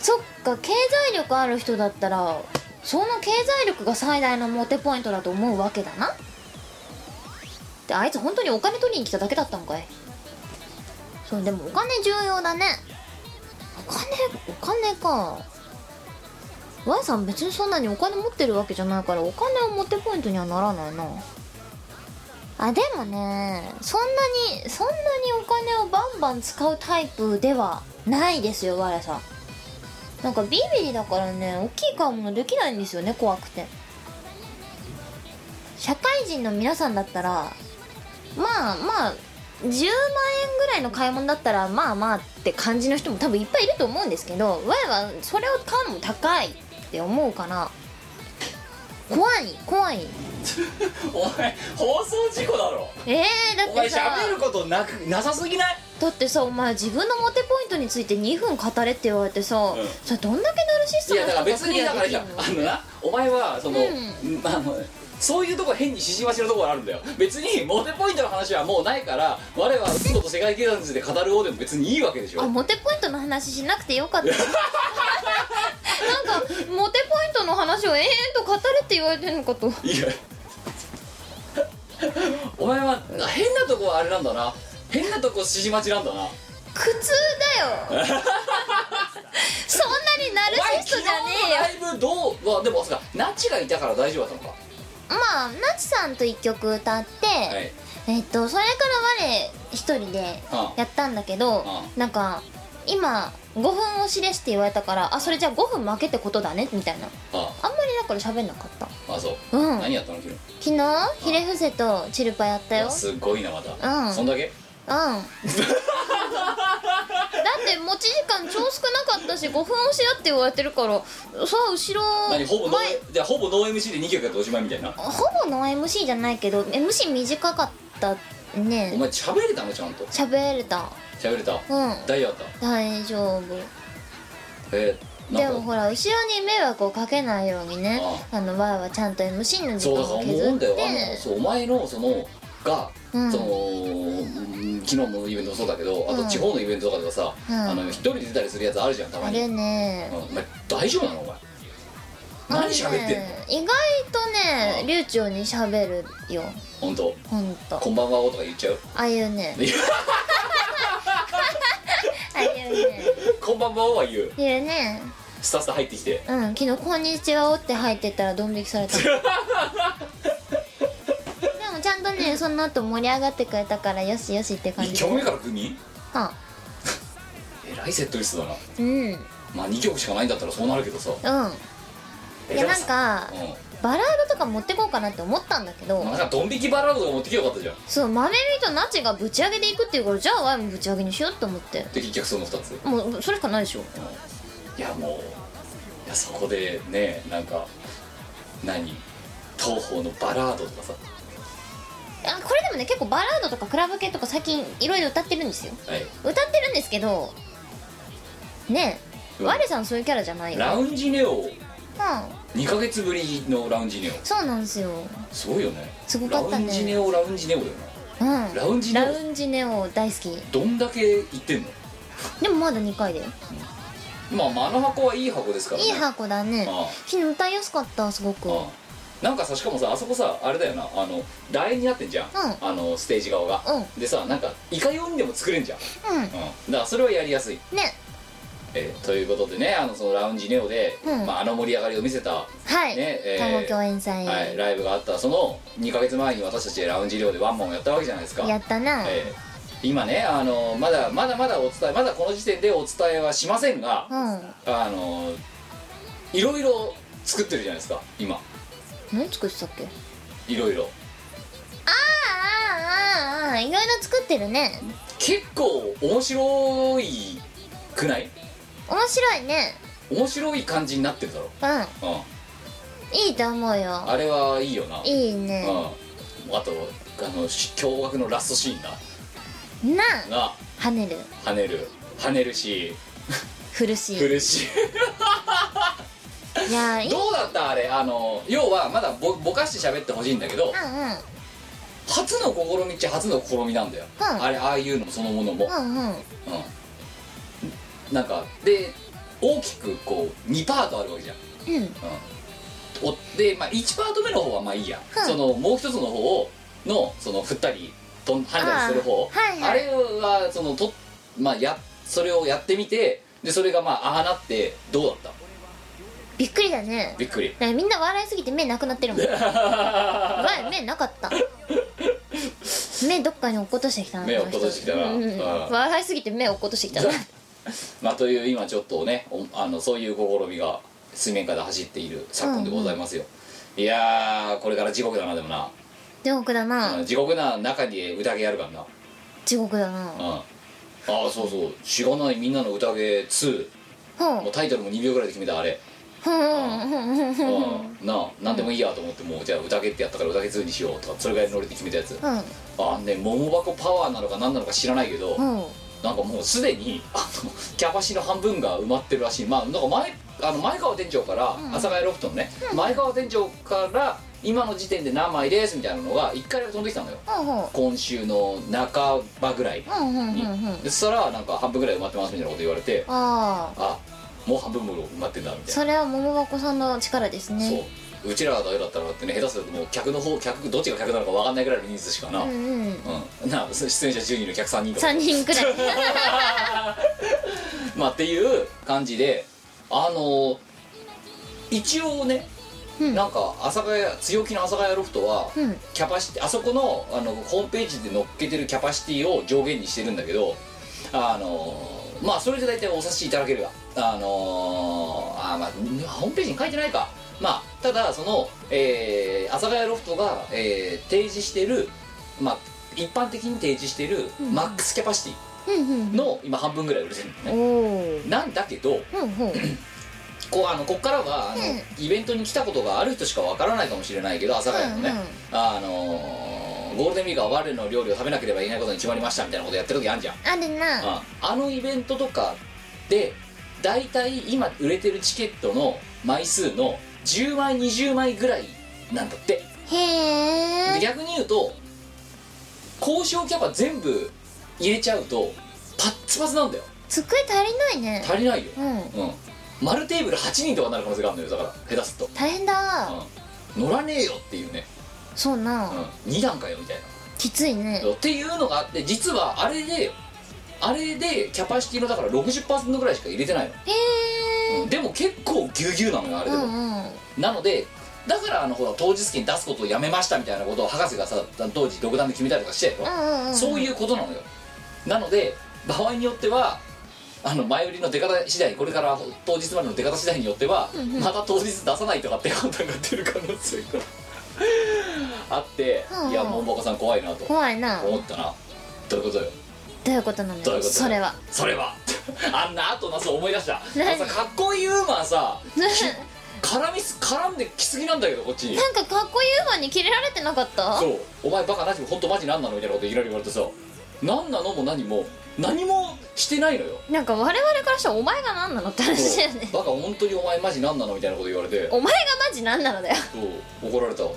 S5: そっか経済力ある人だったらその経済力が最大のモテポイントだと思うわけだなであいつ本当にお金取りに来ただけだったんかいそうでもお金重要だねお金お金か Y さん別にそんなにお金持ってるわけじゃないからお金を持ってポイントにはならないなあでもねそんなにそんなにお金をバンバン使うタイプではないですよ我さんなんかビビリだからね大きい買い物できないんですよね怖くて社会人の皆さんだったらまあまあ10万円ぐらいの買い物だったらまあまあって感じの人も多分いっぱいいると思うんですけどわいはそれを買うのも高いって思うから怖い怖い
S4: お前放送事故だろ
S5: え
S4: お
S5: ー、だっ
S4: 前
S5: てさ
S4: 喋ることなくなさすぎない
S5: だってさお前自分のモテポイントについて2分語れって言われてさ、
S4: ん
S5: それどんだけナルシス
S4: い
S5: ト
S4: やだから
S5: な人
S4: 別
S5: がク
S4: に
S5: リ
S4: だ
S5: ア
S4: からい
S5: できる
S4: やあの
S5: の
S4: なお前はその、まああのそういうとこ変にししましのとこあるんだよ別にモテポイントの話はもうないから我は嘘と世界経済について語る方でも別にいいわけでしょ
S5: あモテポイントの話しなくて よかったなんかモテポイントの話を延々と語れって言われてるのかと
S4: いやお前は変なとこはあれなんだな変なとこししまちなんだな
S5: 苦痛 だよそんなにナルシストじゃね
S4: え
S5: えよ
S4: よライブどうわでもそうかナチがいたから大丈夫だったのか
S5: まあナチさんと一曲歌って、
S4: はい
S5: えっとそれから我一人でやったんだけど、
S4: う
S5: なんか今5分押しですって言われたからあそれじゃあ5分負けってことだねみたいな
S4: あ
S5: あんまりだから喋んなかった
S4: あそう、
S5: うん
S4: 何やったの昨日
S5: 昨日ヒレフセとチルパやったよ
S4: いやすごいなまた、
S5: うん
S4: そんだけ
S5: うん だって持ち時間超少なかったし5分押しだって言われてるからさあ後
S4: 何
S5: ろ
S4: ほぼノ
S5: 前
S4: ーじゃあほぼノー MC で2曲やっておしまいみたいな
S5: ほぼの MC じゃないけど MC 短かった
S4: お
S5: ね
S4: 前喋れたのちゃんと
S5: 喋れた
S4: 喋れた
S5: うん
S4: 大丈夫だっ
S5: 大丈夫
S4: たえー、
S5: で
S4: なんか
S5: もほら後ろに迷惑をかけないようにねあのわいはちゃんと MC の時
S4: そうだから
S5: 間を
S4: 思
S5: 削
S4: うんだ
S5: って
S4: よあのそうお前のそのが、
S5: うん
S4: そのうん昨日のイベントもそうだけどあ
S5: う
S4: と
S5: ん
S4: 地方のイベントとかではさ、
S5: うん
S4: あの一人で出たりするやつあるじゃんたま
S5: あ
S4: に、う
S5: れ
S4: ん、
S5: ね
S4: お前大丈夫なのお前何喋ってんの、
S5: あのね意外とね流暢に喋るよ
S4: 本当
S5: ほんと
S4: こんばんはとか言っちゃう
S5: ああいうね
S4: いや
S5: ああいうね
S4: こんばんはは言う
S5: 言うね
S4: スタスタ入ってきて
S5: うん昨日「こんにちは」おって入ってったらドン引きされたでもちゃんとねその後盛り上がってくれたからよしよしって感
S4: 2
S5: じ
S4: 曲目
S5: で
S4: から組
S5: あ
S4: えらいセットリストだな
S5: うんうん
S4: まあ2曲しかないんだったらそうなるけどさ
S5: いやなんか
S4: う
S5: バラードとか持ってこうかなって思ったんだけど
S4: ん、なんかドン引きバラードとか持ってきゃよかったじゃん
S5: そう豆みとナチがぶち上げていくっていうからじゃあワイもぶち上げにしようと思って
S4: で結局その2つ
S5: もうそれしかないでしょ
S4: いやもういやそこでねなんか何東宝のバラードとかさ
S5: あこれでもね結構バラードとかクラブ系とか最近いろいろ歌ってるんですよ
S4: はい
S5: 歌ってるんですけどねえ
S4: うん
S5: 我さんそういうキャラじゃないよ
S4: ラウンジネオ
S5: う
S4: 2ヶ月ぶりのラウンジネオ
S5: んそうなんですよ
S4: すごいよね
S5: すごかったね
S4: ラウンジネオラウンジネオだよ
S5: うん
S4: なラウンジネ
S5: ラウ
S4: オ
S5: ンジネオ大好き
S4: どんだけ行ってんの
S5: でもまだ2回だよ
S4: まあ間の箱はいい箱ですからね
S5: いい箱だね
S4: あ
S5: ひの歌いやすかったすごく
S4: あああなんかさしかもさあそこさあれだよなあの楕円になってんじゃん、
S5: う
S4: あのステージ側が、
S5: う
S4: でさなんかいかようにでも作れんじゃん、
S5: うん
S4: うん、だからそれはやりやすい、
S5: ね
S4: えーということでねあのそのラウンジネオで、
S5: うん
S4: まあ、あの盛り上がりを見せた、
S5: はい
S4: ねえー
S5: 東京演祭
S4: はい、ライブがあったその2ヶ月前に私たちラウンジネオでワンマンをやったわけじゃないですか
S5: やったな
S4: えー今ねあのまだまだまだお伝えまだこの時点でお伝えはしませんが、
S5: うん
S4: あのいろいろ作ってるじゃないですか今
S5: 何作ってたっけ
S4: いろいろ
S5: ああああああいろいろ作ってるね
S4: 結構面白いくない
S5: 面白いね
S4: 面白い感じになってるだろ、
S5: う
S4: うん、
S5: んいいと思うよ
S4: あれはいいよない
S5: い
S4: うん、
S5: ね
S4: あとあのし驚愕のラストシーンが
S5: な
S4: が
S5: 跳ねる
S4: 跳ねる跳ねるし
S5: 振るし
S4: 振るし
S5: いやいいうん
S4: どうだったあれあの要はまだぼぼかして喋ってほしいんだけど、
S5: うん
S4: 初の試みっちゃ初の試みなんだよ、
S5: うん
S4: あれああいうのもそのものも、
S5: うんうん
S4: うんなんかで大きくこう2パートあるわけじゃん、
S5: うん
S4: うんおで、まあ、1パート目の方はまあいいや、
S5: うん
S4: そのもう一つの方のその振ったりとん跳ねたりする方
S5: あーはいはい
S4: あれはそのと、まあ、やそれをやってみてでそれがまあああなってどうだった
S5: びっくりだね
S4: びっくり
S5: なんかみんな笑いすぎて目なくなっ てるもん前目なかった目どっかに落っことしてきたな
S4: 目
S5: この人
S4: 落っことしてきたな
S5: うんうん
S4: ああ
S5: 笑いすぎて目落っことしてきたな
S4: まあという今ちょっとねおあのそういう試みが水面下で走っている昨今でございますよ、いやーこれから地獄だなでもな、
S5: 地獄だな、
S4: うん地獄な中に宴やるからな、
S5: 地獄だな
S4: うん、ああそうそう「しがないみんなの宴2」
S5: ほう
S4: もうタイトルも2秒ぐらいで決めたあれ、
S5: ほうほう
S4: う、
S5: ほうん
S4: なあ何でもいいやと思ってもうじゃあ宴ってやったから宴2にしようとかそれぐらいのノリで決めたやつ
S5: うん
S4: あね桃箱パワーなのか何なのか知らないけど、
S5: ほう
S4: なんかもうすでにあのキャパシの半分が埋まってるらしいまあなんか前あの前川店長から阿佐ヶ谷ロフトのね、前川店長から今の時点で何枚ですみたいなのが1回だけ飛んできたのよ
S5: ほうほ
S4: 今週の半ばぐらいう
S5: ほうほう
S4: に、
S5: ほうほう
S4: でそしたらなんか半分ぐらい埋まってますみたいなこと言われて
S5: ああ
S4: あもう半分も埋まってんだみたいな
S5: それは桃箱さんの力ですね
S4: そううちらがダメだったらってね下手するともう客の方客どっちが客なのか分かんないぐらいの人数しかな、
S5: うんうん
S4: うん、な出演者10人の客3人とか
S5: 3 人くらい
S4: まあっていう感じであの一応ね、
S5: うん
S4: なんか阿佐ヶ谷強気の阿佐ヶ谷ロフトは、
S5: うん
S4: キャパシティあそこのあのホームページで載っけてるキャパシティを上限にしてるんだけどあのまあそれで大体お察しいただければあのあまあホームページに書いてないかまあただその、えー、阿佐ヶ谷ロフトが、えー提示してるまあ一般的に提示してるマックスキャパシティ
S5: うんうん
S4: の今半分ぐらい売れてるの
S5: お
S4: ね、
S5: お
S4: なんだけど
S5: ほうほう
S4: こうあのこっからはあの、イベントに来たことがある人しかわからないかもしれないけど阿佐ヶ谷のね、
S5: うんうん
S4: あのーゴールデンウィークは我の料理を食べなければいけないことに決まりましたみたいなことやってる時あんじゃん、
S5: あるな
S4: ああのイベントとかで大体今売れてるチケットの枚数の10枚20枚ぐらいなんだって
S5: へ
S4: で
S5: え
S4: 逆に言うと交渉キャパ全部入れちゃうとパッツパツなんだよ
S5: 机足りないね
S4: 足りないよ
S5: うん
S4: うん丸テーブル8人とかになる可能性があるのよだから下手する
S5: 大変だ
S4: と、うん、乗らねえよっていうね、
S5: そう
S4: う、
S5: なん
S4: 2段かよみたいな
S5: きついね
S4: っていうのがあって実はあれであれでキャパシティのだから60%ぐらいしか入れてないの、
S5: へ
S4: う
S5: え
S4: んでも結構ギュウギュウなのよあれ
S5: う
S4: でも、
S5: んうん
S4: なのでだからあのほら当日券出すことをやめましたみたいなことを博士がさ当時独断で決めたりとかしてたでしょ
S5: うんうん
S4: そう
S5: う
S4: いうことなのよなので場合によってはあの前売りの出方次第これから当日までの出方次第によっては、
S5: んうん
S4: また当日出さないとかって判断が出る可能性が あって、
S5: うんうん
S4: いやもんばこさん怖いなと
S5: 怖いな
S4: 思ったなどういうことよ
S5: どういうことなの
S4: どうい
S5: よ
S4: うこと
S5: それは
S4: それは あんなあとなそう思い出したあ
S5: 何
S4: のさかっこいいウーマンさ
S5: な
S4: 絡みす絡んできすぎなんだけどこっちに
S5: んかかっこいいファンにキレられてなかった
S4: そうお前バカなしも本当マジなんなのみたいなこといろいろ言われてさ何なのも何も何もしてないのよ
S5: なんか我々からしたらお前が何なのって話だよね
S4: そうバカ本当にお前マジなんなのみたいなこと言われて
S5: お前がマジ何なのだよ
S4: そう怒られたわと思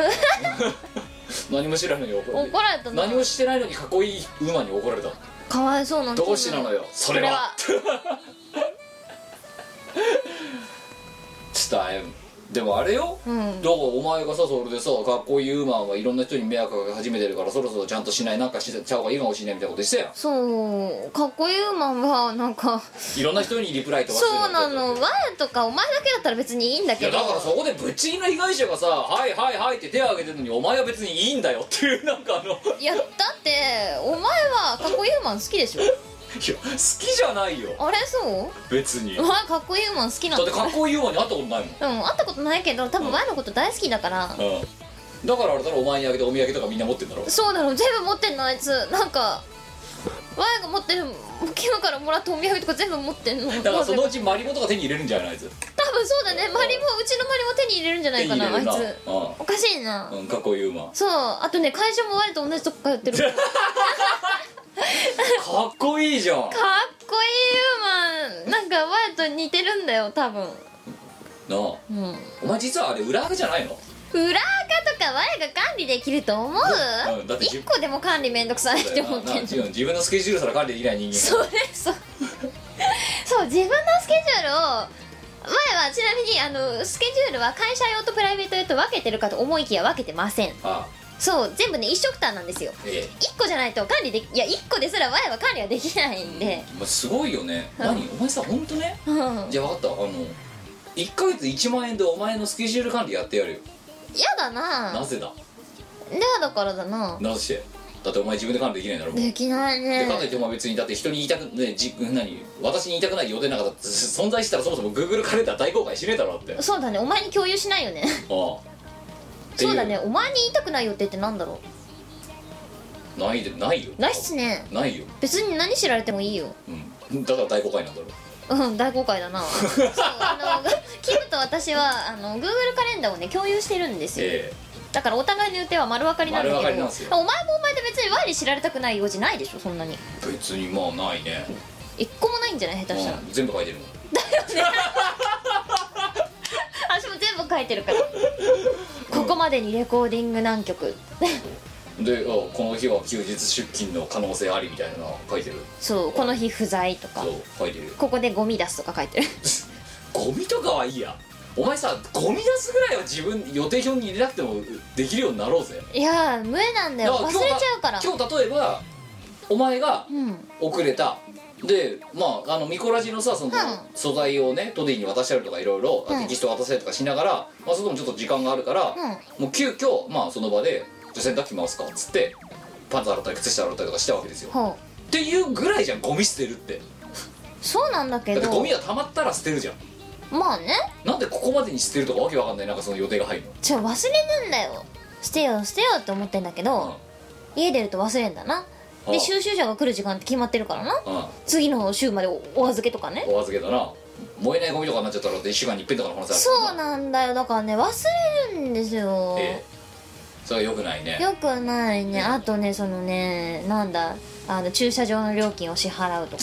S4: って 何も知らないのに怒られて
S5: 怒られたな
S4: 何もしてないのにかっこいいウーマンに怒られた
S5: かわいそうな
S4: どうしてなのよそれは伝えんでもあれよ、
S5: うん
S4: だからお前がさそれでさかっこいいユーマンはいろんな人に迷惑かけ始めてるからそろそろちゃんとしないなんかしちゃう方がいいかもしれないみたいなことしてたよ
S5: そうかっこいいウーマンはなんか
S4: いろんな人にリプライとかする
S5: そうなの
S4: い
S5: わやとかお前だけだったら別にいいんだけ
S4: や
S5: ど
S4: だからそこでぶっちぎりの被害者がさ「はいはいはい」って手を挙げてるのに お前は別にいいんだよっていうなんかあのい
S5: いやだってお前はかっこいいウーマン好きでしょ
S4: や好きじゃないよ
S5: あれそう
S4: 別 に
S5: お
S4: だ
S5: 前かっこいいウーマン好きなん
S4: ってかっこいいユーマンに会ったことないもん
S5: うん会ったことないけど多分前のこと大好きだから、
S4: うんだからあれだろお前にあげてお土産とかみんな持ってんだろ
S5: そうなの全部持ってんのあいつなんかわやが持ってるキムからもらったお土産とか全部持ってんの
S4: だからその
S5: 多
S4: うちマリモとか手に入れるんじゃないあいつ
S5: 分そうだねマリもうちのマリも手に入れるんじゃな
S4: 手
S5: い
S4: に
S5: か
S4: 入れ
S5: なあ
S4: る
S5: い
S4: な
S5: つおかしいな、
S4: うんうんかっこいいユーマン
S5: そうあとね会社もわやと同じとこ通 ってるかっこ
S4: かっこいいじゃんな
S5: いいウーマンなんかわやと似てるんだよ多分
S4: あ
S5: うん
S4: お前実はあれ裏垢じゃないの
S5: 裏垢とかわやが管理できると思う
S4: うんだってじ
S5: 一個 でも管理めんどくさいって思ってん
S4: なあ
S5: の
S4: 自分自分のスケジュールすら管理できない人間
S5: それそう そう自分のスケジュールを前はちなみにあのスケジュールは会社用とプライベート用と分けてるかと思いきや分けてません
S4: あ
S5: そう全部ね一緒くたなんですよ
S4: ええ
S5: 1個じゃないと管理できいや1個ですら前は管理はできないんで
S4: お前すごいよね
S5: うん
S4: 何お前さ本当ね
S5: うん
S4: じゃあ分かったあの1ヶ月1万円でお前のスケジュール管理やってやるよ
S5: 嫌だな
S4: なぜだ
S5: ではだからだな
S4: なぜだってお前自分で管理できないんだろもう
S5: できない
S4: でかといっ
S5: ね
S4: てお前別にだって人に言いたくねじ何私に言いたくない予定なんかだって存在したらそもそも Google カレンダー大公開しねえだろだってあ
S5: そうだねお前に共有しないよね
S4: あってい
S5: そうだねお前に言いたくない予定ってなんだろ
S4: ないでないよ
S5: うないっすね
S4: ないよ、
S5: 別に何知られてもいいよ
S4: うん、だから大公開なんだろ
S5: うん大公開だ なそうあのキムと私はあの Google カレンダーをね共有してるんですよ、
S4: え
S5: だからお互いの予定は丸分かりなんだ
S4: 丸分か
S5: け
S4: り
S5: ど
S4: なんですよ
S5: お前もお前で別に Y に知られたくない用事ないでしょそんなに
S4: え別にまあないね、
S5: 一個もないんじゃない下手した ら、
S4: うん、全部書いてるもん
S5: 私も全部書いてるからここまでにレコーディング何曲
S4: であこの日は休日出勤の可能性ありみたいなの書いてる
S5: そうこの日不在とか
S4: そう書いてるよ
S5: ここでゴミ出すとか書いてる
S4: ゴミとかはいいやお前さゴミ出すぐらいは自分予定表に入れなくてもできるようになろうぜ
S5: いやー無理なんだよ忘
S4: だ
S5: れ
S4: ら
S5: ちゃうから
S4: 今日例えばお前が
S5: うん
S4: 遅れたでまああのミコラジのさその、
S5: ん
S4: 素材をねトディに渡したりとかいろいろ
S5: うん
S4: テキスト渡せとかしながら、まあ、それともちょっと時間があるから、もう急遽まあその場で「じゃあ洗濯機回すか」っつってパンツ洗ったり靴下洗ったりとかしたわけですよ
S5: ほ
S4: っていうぐらいじゃんゴミ捨てるって
S5: うそうなんだけ
S4: だってゴ
S5: ど
S4: ミが溜まったら捨てるじゃん
S5: まあね
S4: なんでここまでに捨てるとかわけわかんないなんかその予定が入るの
S5: ちょ忘れるんだよ捨てよう捨てようって思ってんだけど、家出ると忘れんだな
S4: ああ
S5: で収集車が来る時間って決まってるからな
S4: うん、うん
S5: 次の週までおお預けとかね
S4: お預けだな燃えないゴミとかになっちゃったらだって1週間に一遍とかの話ある
S5: そ
S4: から
S5: うなんだよだからね忘れるんですよ、
S4: ええそれはよくないね
S5: よくないねあとねそのねなんだあの駐車場の料金を支払う とか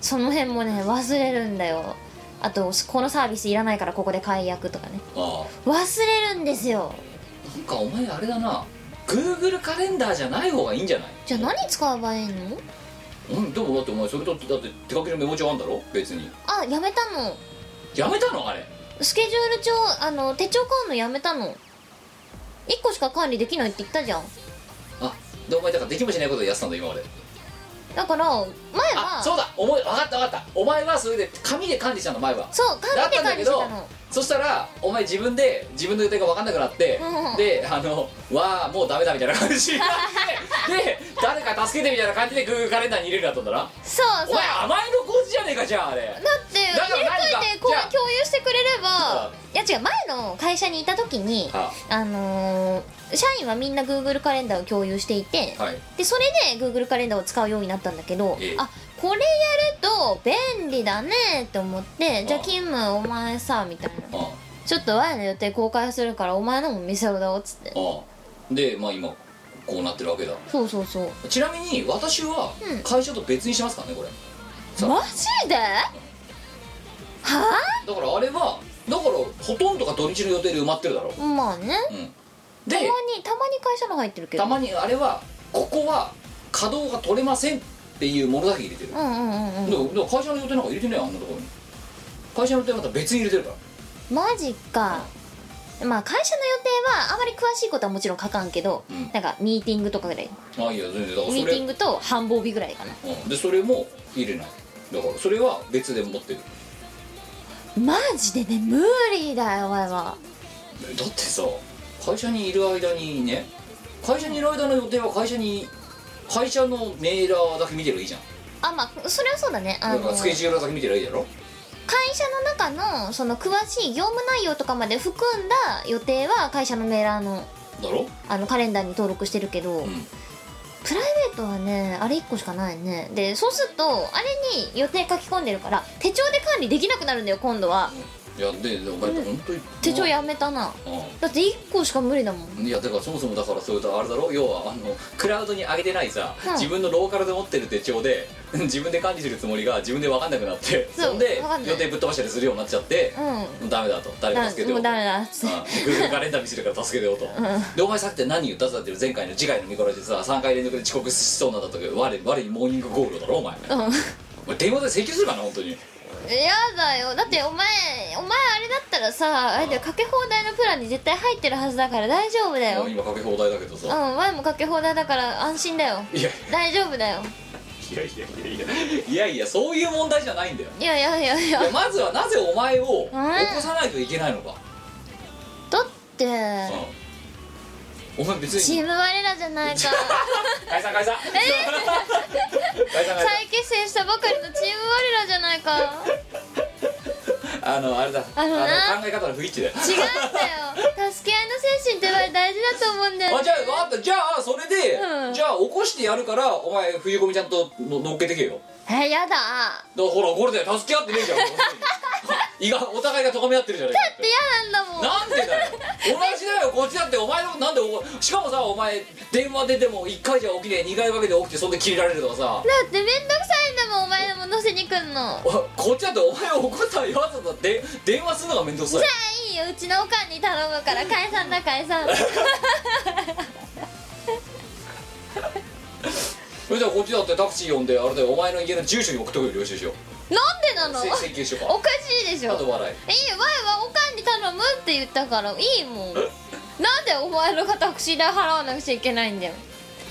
S5: その辺もね忘れるんだよあとこのサービスいらないからここで解約とかね
S4: あ
S5: 忘れるんですよ
S4: あなんかお前あれだな Google カレンダーじゃない方がいいんじゃない
S5: じゃあ何使えばいいの
S4: うんでもだってお前それだってだって手書きのメモ帳あんだろ別に
S5: あやめたの
S4: やめたのあれ
S5: スケジュール帳あの手帳買うのやめたの1個しか管理できないって言ったじゃん
S4: あでお前だからできもしないことでやってたんだ今まで
S5: だから前
S4: あ
S5: は
S4: そうだお前分かった分かったお前はそれで紙で管理したの前は
S5: そう管理で管理してた
S4: だっ
S5: の
S4: そしたらお前自分で自分の予定が分かんなくなって、
S5: うん
S4: であのわあもうダメだみたいな感じになってで誰か助けてみたいな感じで Google カレンダーに入れるようになったんだな
S5: そう
S4: お
S5: そう
S4: 前甘えの工事じゃねえかじゃああれ
S5: だって
S4: だ
S5: 入
S4: から何
S5: れとい
S4: か
S5: てこ
S4: じゃあ
S5: う共有してくれれば
S4: あ
S5: いや違う前の会社にいた時に
S4: あ
S5: あのー社員はみんな Google カレンダーを共有していて
S4: はい
S5: でそれで Google カレンダーを使うようになったんだけど
S4: ええ
S5: あこれやると便利だねって思ってじゃあ
S4: あ
S5: キムお前さみたいな
S4: ああ
S5: ちょっとワイの予定公開するからお前のも見せろだっつって
S4: ああでまあ今こうなってるわけだ
S5: そうそうそう
S4: ちなみに私は
S5: うん
S4: 会社と別にしますからねこれさ
S5: マジではあ
S4: だからあれはだからほとんどが土日の予定で埋まってるだろ
S5: まあね
S4: う、ん、
S5: た
S4: で
S5: まにたまに会社の入ってるけど
S4: たまにあれはここは稼働が取れませんっていうものだけ入れてる、
S5: うんうんうんうん
S4: でもでも会社の予定なんか入れてないあんなところに会社の予定また別に入れてるから
S5: マジかまあ会社の予定はあまり詳しいことはもちろん書かんけど、
S4: うん
S5: なんかミーティングとかぐらいミ
S4: あいや全然だから
S5: ー
S4: そ
S5: テ
S4: れ
S5: ィングと繁忙日ぐらいかな
S4: うん、でそれも入れないだからそれは別で持ってる
S5: マジでね無理だよお前は
S4: だってさ会社にいる間にね会社にいる間の予定は会社に会社のメーラーだけ見てればいいじゃん
S5: あまあそれはそうだねあ
S4: だ
S5: の
S4: から
S5: 会
S4: スケジュールだけ見てればいいだろ
S5: 社の中のその詳しい業務内容とかまで含んだ予定は会社のメーラーの
S4: だろ
S5: あのカレンダーに登録してるけど、
S4: うん
S5: プライベートはねあれ1個しかないねでそうするとあれに予定書き込んでるから手帳で管理できなくなるんだよ今度は
S4: うんいやででお前本当に
S5: 手帳やめたなだって1個しか無理だもん
S4: うんいやだからそもそもだからそういうとあれだろ要はあのクラウドに上げてないさ、
S5: うん
S4: 自分のローカルで持ってる手帳で 自分で管理するつもりが自分で分かんなくなって
S5: そう
S4: そんで
S5: 分かんない
S4: 予定ぶっ飛ばしたりするようになっちゃって、
S5: う
S4: もうダメだと誰
S5: ん
S4: か
S5: だ
S4: 助けて
S5: も
S4: よと
S5: うダメだっつって
S4: グーグルカレンダー見せるから助けてよと、でお前さっき何言っただって前回の次回の見殺しでさ3回連続で遅刻しそうなんだったけど我我にモーニングゴールドだろお前
S5: うん
S4: お前電話で請求するかな本当に
S5: やだよだってお前お前あれだったらさあれだよかけ放題のプランに絶対入ってるはずだから大丈夫だよ
S4: もう今かけ放題だけど
S5: う
S4: さ、
S5: ん前もかけ放題だから安心だよ
S4: いやい
S5: 大丈夫だよ
S4: やいやいやいやいやいやそういう問題じゃないんだよ
S5: いやいやいやいや
S4: いやまずはなぜお前を起こさないといけないのか、
S5: だって
S4: うんお前別
S5: チー
S4: に
S5: ム我らじゃな いか
S4: 解散解散、解散解散
S5: 再結成したばかりのチーム我らじゃないか
S4: あのあれだ
S5: あのな
S4: 考え方の不一致だよ
S5: 違うんだよ助け合いの精神ってのは大事だと思うんだよ、
S4: あ
S5: ね、
S4: じゃあわかったじゃあそれで、
S5: うん
S4: じゃあ起こしてやるからお前冬ゴミちゃんとの乗っけてけよだか
S5: えやだだ
S4: らほらこれで助け合ってねえじゃん いがお互いが咎め合ってるじゃねえか
S5: って嫌なんだもん
S4: なんでだよ同じだよこっちだってお前のなんでおしかもさお前電話ででも1回じゃ起きて2回分けて起きてそんで切れられるとかさ
S5: だってめんどくさいんだもんお前も乗せに来んの
S4: おこっちだってお前を起こさないわざわざで電話するのが面倒くさい
S5: いいようちのおかんに頼むから解散だ 解散
S4: それじゃあこっちだってタクシー呼んであれだよお前の家の住所に送っとくよ領収書
S5: なんでなの
S4: せ請求書
S5: お
S4: か
S5: かしいでしょいい
S4: 後
S5: よ
S4: 払い
S5: 前はおかんに頼むって言ったからいいもんなんでお前のタクシー代払わなくちゃいけないんだよ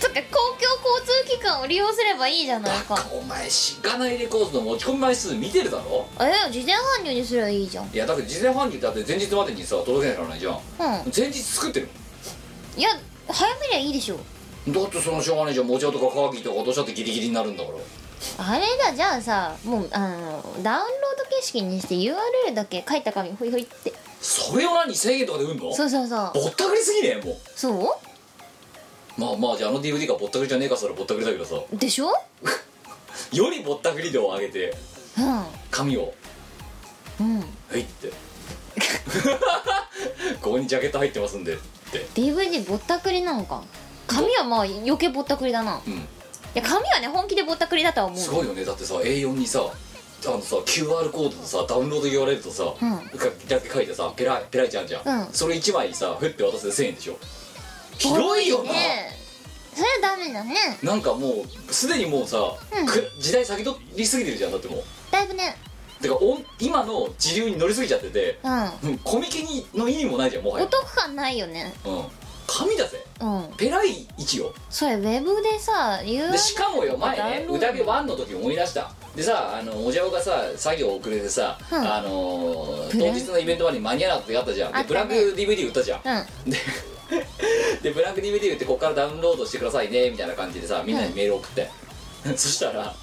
S5: つうか公共交通機関を利用すればいいじゃない
S4: バ
S5: か
S4: カお前しがないレコードの持ち込み枚数見てるだろ
S5: え事前搬入にすればいいじゃんうん
S4: いやだって事前搬入だって前日までにさ届けなきゃならないじゃん前日作ってる
S5: いや早めりゃいいでしょ
S4: だってそのしょうがないじゃんもちろんとか乾きとかどうしたってギリギリになるんだから
S5: あれだじゃあさもうあのダウンロード形式にして URL だけ書いた紙ほいほいって
S4: それを何1000円とかで売んの
S5: そうそうそう
S4: ぼったくりすぎねも
S5: そう
S4: まあまあじゃああの DVD がぼったくりじゃねえかそれぼったくりだけどさ
S5: うでしょ
S4: よりぼったくり度を上げて
S5: う
S4: 髪を
S5: んうん
S4: はいって ここにジャケット入ってますんでって
S5: DVD ぼったくりなのか紙はまあ余計ぼったくりだな
S4: うん
S5: いや紙はね本気でぼったくりだとは思う
S4: すごいよねだってさ A4 にさあのさ QR コードとさダウンロード言われるとさ、
S5: うん
S4: かだけ書いてさペラペライちゃんじゃん、
S5: うん
S4: それ1枚さふって渡すで1000円でしょ広いよな、
S5: ねそれはダメだね
S4: なんかもうすでにもうさ、
S5: うん
S4: く時代先取りすぎてるじゃんだってもう
S5: だいぶね
S4: てかおん今の時流に乗りすぎちゃってて、
S5: うん
S4: うんコミケにの意味もないじゃんもは
S5: お
S4: や、
S5: 得感ないよね
S4: うん、紙だぜ
S5: うん
S4: ペライ1よ
S5: それウェブでさ URL
S4: でしかもよ前ね
S5: ダウンロード
S4: 宴1の時思い出したでさあのおじゃおがさ作業遅れてさ、
S5: うん
S4: あのー
S5: ブラ
S4: 当日のイベントまでに間に合わなくてやったじゃん
S5: あ
S4: で
S5: ったね
S4: ブラック DVD 売ったじゃん
S5: うん
S4: で でブラック DVD 売ってここからダウンロードしてくださいねみたいな感じでさみんなにメール送って、 そしたら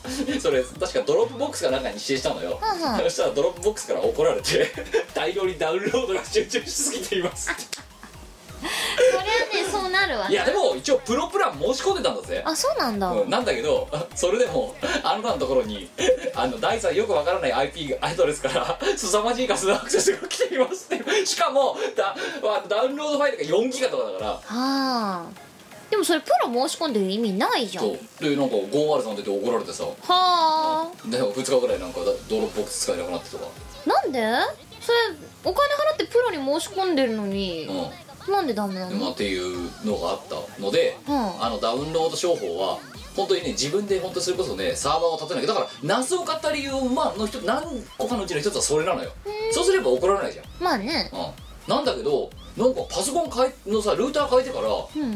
S4: それ確かドロップボックスかなんかに指定したのよ、
S5: うんうん
S4: そしたらドロップボックスから怒られて 大量にダウンロードが集中しすぎていますって
S5: それはねそうなるわ
S4: いやでも一応プロプラン申し込んでたんだぜ
S5: あそうなんだ、
S4: うんなんだけど それでもあなたのところに あの第三よくわからない IP アドレスから 凄まじい数のアクセスが来ていますってしかもダわダウンロードファイルが4ギガとかだから
S5: はあでもそれプロ申し込んでる意味ないじゃん
S4: そうでなんか503出て怒られてさ
S5: はあ
S4: で2日ぐらいなんかだドロップボックス使えなくなってとか
S5: なんでそれお金払ってプロに申し込んでるのに、
S4: う、
S5: なんでダメなんの
S4: まあ、っていうのがあったので、
S5: うん
S4: あのダウンロード商法は本当にね自分で本当それこそねサーバーを立てなきゃだから謎を買った理由まあの一つ何個かのうちの一つはそれなのよそうすれば怒られないじゃん
S5: まあね
S4: うん、なんだけどなんかパソコン変えのさルーター変えてから、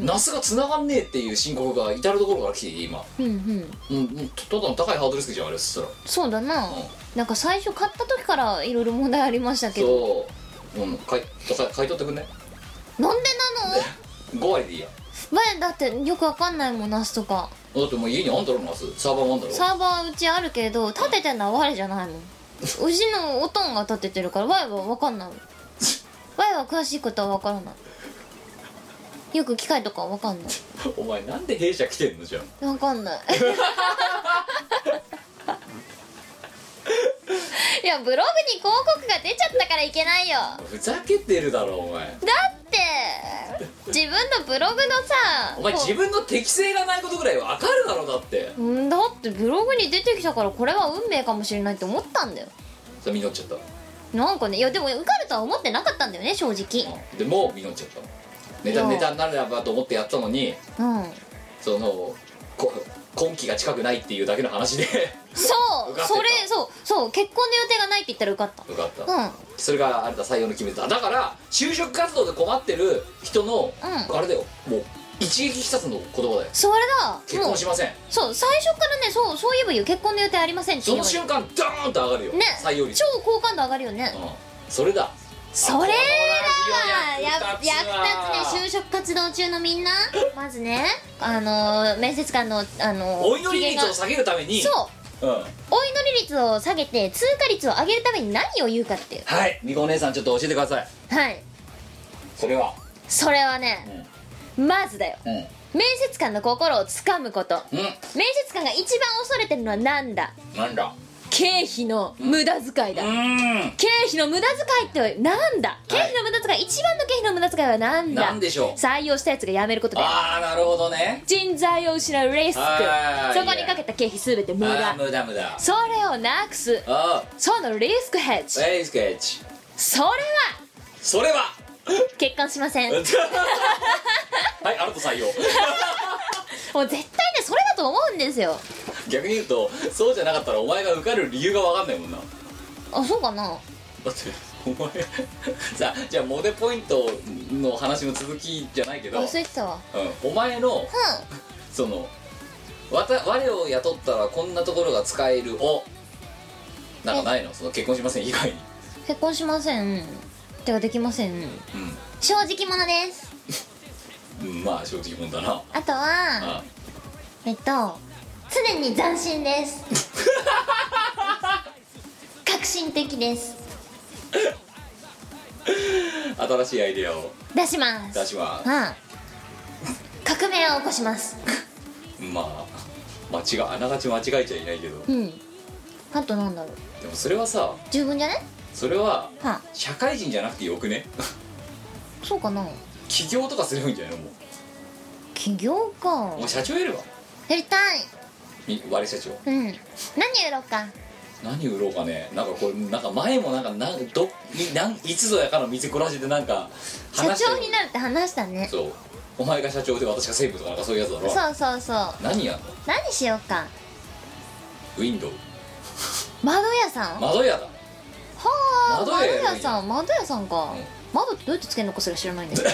S4: ナスが繋がんねえっていう申告が至る所から来て今、
S5: うんうん
S4: うんうん、たただの高いハードルスクじゃんあれそした
S5: そうだな、
S4: ら、うん、
S5: なんか最初買った時からいろいろ問題ありましたけど
S4: そう、うん、買い買い買い取ってくんね
S5: なんでなの
S4: 5割でいいや
S5: 前だってよくわかんないもんナスとか
S4: だってもう家にあんだろナスサーバーもあんだろ
S5: サーバーうちあるけど立ててんのは我じゃないもんうちのおとんが立ててるから我はわかんない我は詳しいことはわからないよく機械とかはわかんない
S4: お前なんで弊社来てんのじゃん
S5: わ かんないいやブログに広告が出ちゃったからいけないよ
S4: ふざけてるだろお前
S5: だって自分のブログのさ
S4: お前
S5: こう
S4: 自分の適性がないことぐらいわかるだろだって
S5: うんだってブログに出てきたからこれは運命かもしれないって思ったんだよ
S4: さ実っちゃった
S5: なんかねいやでも受かるとは思ってなかったんだよね正直
S4: うんでも実っちゃったネタ
S5: いや
S4: ネタになればと思ってやったのに
S5: うん
S4: そのこ今期が近くないっていうだけの話 で
S5: そう
S4: 受かってた
S5: それそうそう結婚の予定がないって言ったら受かった
S4: 受かった、
S5: うん
S4: それがあれだ採用の決め手だだから就職活動で困ってる人の、
S5: うん
S4: あれだよもう一撃必殺の言葉だよ
S5: それだ
S4: 結
S5: もう
S4: 婚しません
S5: そう最初からねそうそう言えばいいよ結婚の予定ありませんって
S4: そ
S5: 言え
S4: の
S5: ばいい
S4: 瞬間ドーンと上がるよ、
S5: ね
S4: 採用率、
S5: 超好感度上がるよね
S4: うん、それだ
S5: それだわや
S4: あ
S5: 役
S4: このラジ
S5: 立
S4: オ役立つわ
S5: つね就職活動中のみんなまずねあのー面接官のあのー
S4: お祈り率を下げるために
S5: 機嫌がそう
S4: う、ん、
S5: お祈り率を下げて通過率を上げるために何を言うかっていう
S4: はいみこお姉さんちょっと教えてください
S5: はい
S4: それは
S5: それはね、まずだよ
S4: うん
S5: 面接官の心をつかむこと
S4: う
S5: 面接官が一番恐れてるのは何だ
S4: んなんだ
S5: 経費の無駄遣いうだ、
S4: ーん
S5: 経費の無駄遣いってなんだ経費の無駄遣い、一番の経費の無駄遣いは何だ
S4: なんでしょう
S5: 採用したやつが辞めることで
S4: ああなるほどね
S5: 人材を失うリスク
S4: あー
S5: そこにかけた経費すべて無
S4: あ
S5: 駄
S4: ー無駄無駄
S5: それをなくす
S4: あ
S5: そのリスクヘッ
S4: あ
S5: ジ
S4: エイスケッチ
S5: それは
S4: それは
S5: 結婚しませんもう絶
S4: はいあなた採用
S5: 対ねそれだと思うんですよ
S4: 逆に言うとそうじゃなかったらお前が受かる理由が分かんないもんなだ
S5: あそうか
S4: っ
S5: な
S4: てお前さあじゃあモデポイントの話の続きじゃないけど、
S5: 忘れてたわ
S4: うん、お前の
S5: う
S4: そのわた我を雇ったらこんなところが使えるをなんかないのその結婚しません以外に
S5: ん結婚しませんてかできません正直者です
S4: うん、うん、まあ正直もんだな
S5: あとは
S4: あ
S5: えっと常に斬新です 革新的です
S4: 新しいアイデアを
S5: 出します
S4: 出します
S5: うん革命を起こします
S4: まあ間違いあながち間違えちゃいないけど
S5: うんあとなんだろう
S4: でもそれはさ
S5: 十分じゃね
S4: それは
S5: はあ
S4: 社会人じゃなくてよくね
S5: そうかな
S4: 起業とかすればいいんじゃないのもう
S5: 起業か
S4: お前社長やれば
S5: やりたい
S4: み我社長
S5: うん何売ろうか
S4: 何売ろうかねなんかこれなんか前もなんかなんどいなんいつぞやかの水こらしでなんか
S5: 社
S4: 話して
S5: 長になるって話したね
S4: そうお前が社長で私が西武とかなんかそういうやつだろ
S5: そうそうそう
S4: 何やんの
S5: 何しようか
S4: ウィンドウ
S5: 窓屋さんは
S4: 窓屋だ
S5: あ
S4: 窓
S5: 窓
S4: 屋
S5: 屋さん窓屋さんか、
S4: うん
S5: 窓ってどうやってつけるのかすら知らないん だけど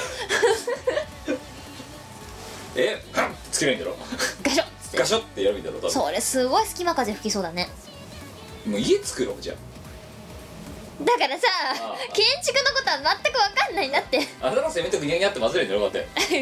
S4: えつけないいんだ ろ
S5: ガショッつって
S4: ガシャってやるんだろ多分
S5: それすごい隙間風吹きそうだね
S4: もう家作ろうじゃあ
S5: だからさ
S4: ああ
S5: 建築のことは全く分かんないんだって
S4: あなたのせめてグニャグニャって混ぜるんだろだって
S5: で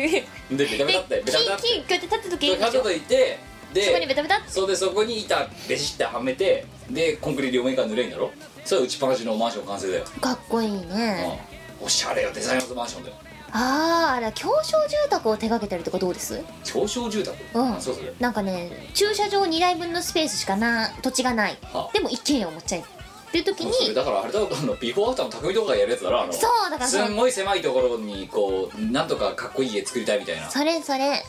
S4: でベタベタってベタベタっ
S5: 木木こうやって立った時
S4: て
S5: いいんでし
S4: 角
S5: ょ
S4: といて
S5: そこにベ
S4: で
S5: タベタって
S4: そうでそこに板ベシってはめてでコンクリ両面から塗れんやろそれは打ちっぱなしのマンション完成だよ、
S5: かっこいいね
S4: うん、おしゃれよデザイナーズマンションだよ
S5: あああれは狭小住宅を手掛けたりとかどうです
S4: 長小住宅、
S5: うん
S4: そうそれ
S5: なんかね駐車場2台分のスペースしかな土地がない
S4: はあ
S5: でも一軒家を持っちゃえっていう時
S4: もうそれ
S5: に
S4: だからあれだろあのビフォーアフターの匠とかがやるやつだろあの
S5: そうだから
S4: す
S5: そ
S4: ん
S5: れ
S4: ごい狭いところにこうなんとかかっこいい家作りたいみたいな
S5: それそれ
S4: で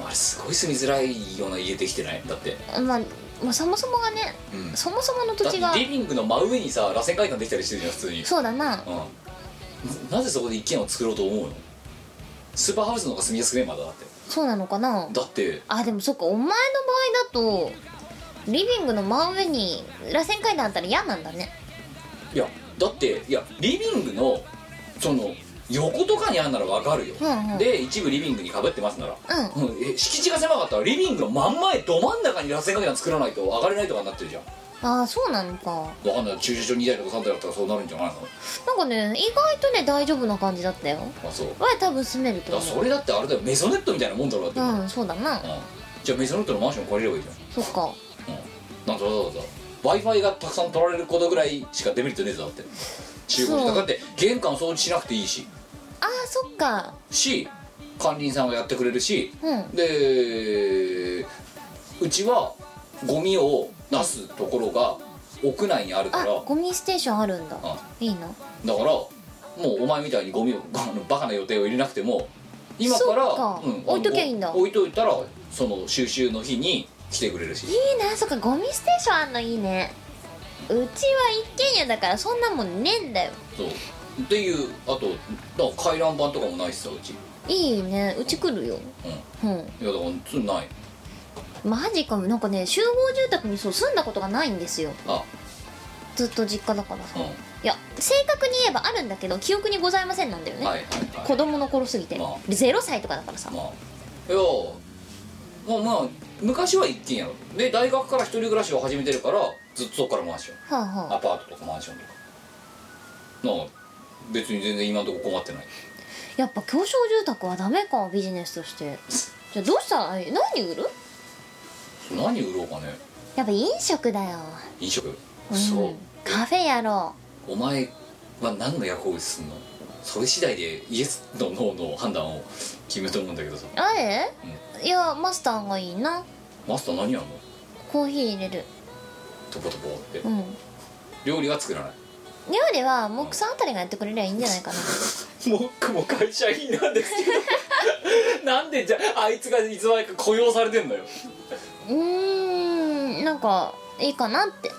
S4: もあれすごい住みづらいような家できてないだって、
S5: まあまあそもそもがね
S4: うん、
S5: そもそもの土地
S4: だっ
S5: が
S4: てリビングの真上にさ螺旋階段できたりしてるじゃん普通に
S5: そうだな
S4: うんなぜそこで一軒を作ろうと思うのスーパーハウスの方が住みやすくねまだだって
S5: そうなのかな
S4: だって
S5: あでもそっかお前の場合だとリビングの真上に螺旋階段あったら嫌なんだね
S4: いやだっていやリビングのその横とかにあんならわかるよ、
S5: うんうん
S4: で一部リビングにかぶってますなら、
S5: うん
S4: うんえ敷地が狭かったらリビングの真ん前ど真ん中に螺旋階段作らないと上がれないとかになってるじゃん
S5: ああそうなのか
S4: わかんない駐車場2台とか3台だったらそうなるんじゃないの
S5: なんかね意外とね大丈夫な感じだったよ
S4: あそうだ
S5: は多分住めると
S4: から
S5: 思
S4: そうれだってあれだよメゾネットみたいなもんだろだって、
S5: うんそうだな
S4: うんじゃあメゾネットのマンション借りればいいじゃん
S5: そっか
S4: なんとわざわざ w i f i がたくさん取られることぐらいしかデメリットねえぞだって中古
S5: そ
S4: 車
S5: う
S4: だって玄関掃除しなくていいし
S5: ああそっか
S4: し管理人さんがやってくれるし
S5: うん
S4: でうちはゴミを出すところが屋内にあるから
S5: あ
S4: だか
S5: ゴミステーションあるんだ
S4: あ
S5: いいな
S4: らもうお前みたいにゴミを あのバカな予定を入れなくても今から
S5: そっか
S4: うん
S5: 置いときゃいいんだ
S4: あの置いといたらその収集の日に来てくれるし
S5: いいなそっかゴミステーションあんのいいねうちは一軒家だからそんなもんねえんだよ
S4: そうっていうあとだから回覧板とかもないしさうちう
S5: いいねうち来るよ
S4: ん
S5: うん
S4: いやだからつない
S5: マジかもなんかね集合住宅にそう住んだことがないんですよ
S4: あ
S5: ずっと実家だから
S4: う
S5: さ、
S4: ん
S5: いや正確に言えばあるんだけど記憶にございませんなんだよね、
S4: はいはいはい
S5: 子供の頃すぎて、
S4: まあ
S5: で0歳とかだからさ、
S4: まあいやまあまあ昔は一軒やろで大学から一人暮らしを始めてるからずっとそっからマンション
S5: はあはあ
S4: アパートとかマンションとかなあ別に全然今のとこ困ってない
S5: やっぱ狭小住宅はダメかビジネスとしてじゃあどうしたらえ何売る
S4: 何売ろうかね
S5: やっぱ飲食だよ、
S4: 飲食
S5: うん
S4: そう
S5: カフェやろ
S4: お前は何の役をすんのそれ次第でイエスとノーの判断を決めると思うんだけどさ
S5: うあれ、いやマスターがいいな
S4: マスター何やんの
S5: コーヒー入れる
S4: トポトポって
S5: うん
S4: 料理は作らない
S5: 料理はモックさんあたりがやってくれりゃいいんじゃないかな
S4: モックも会社員なんですけ どなんでじゃああいつがいつまでか雇用されてんのよ
S5: うーんなんかいいかなって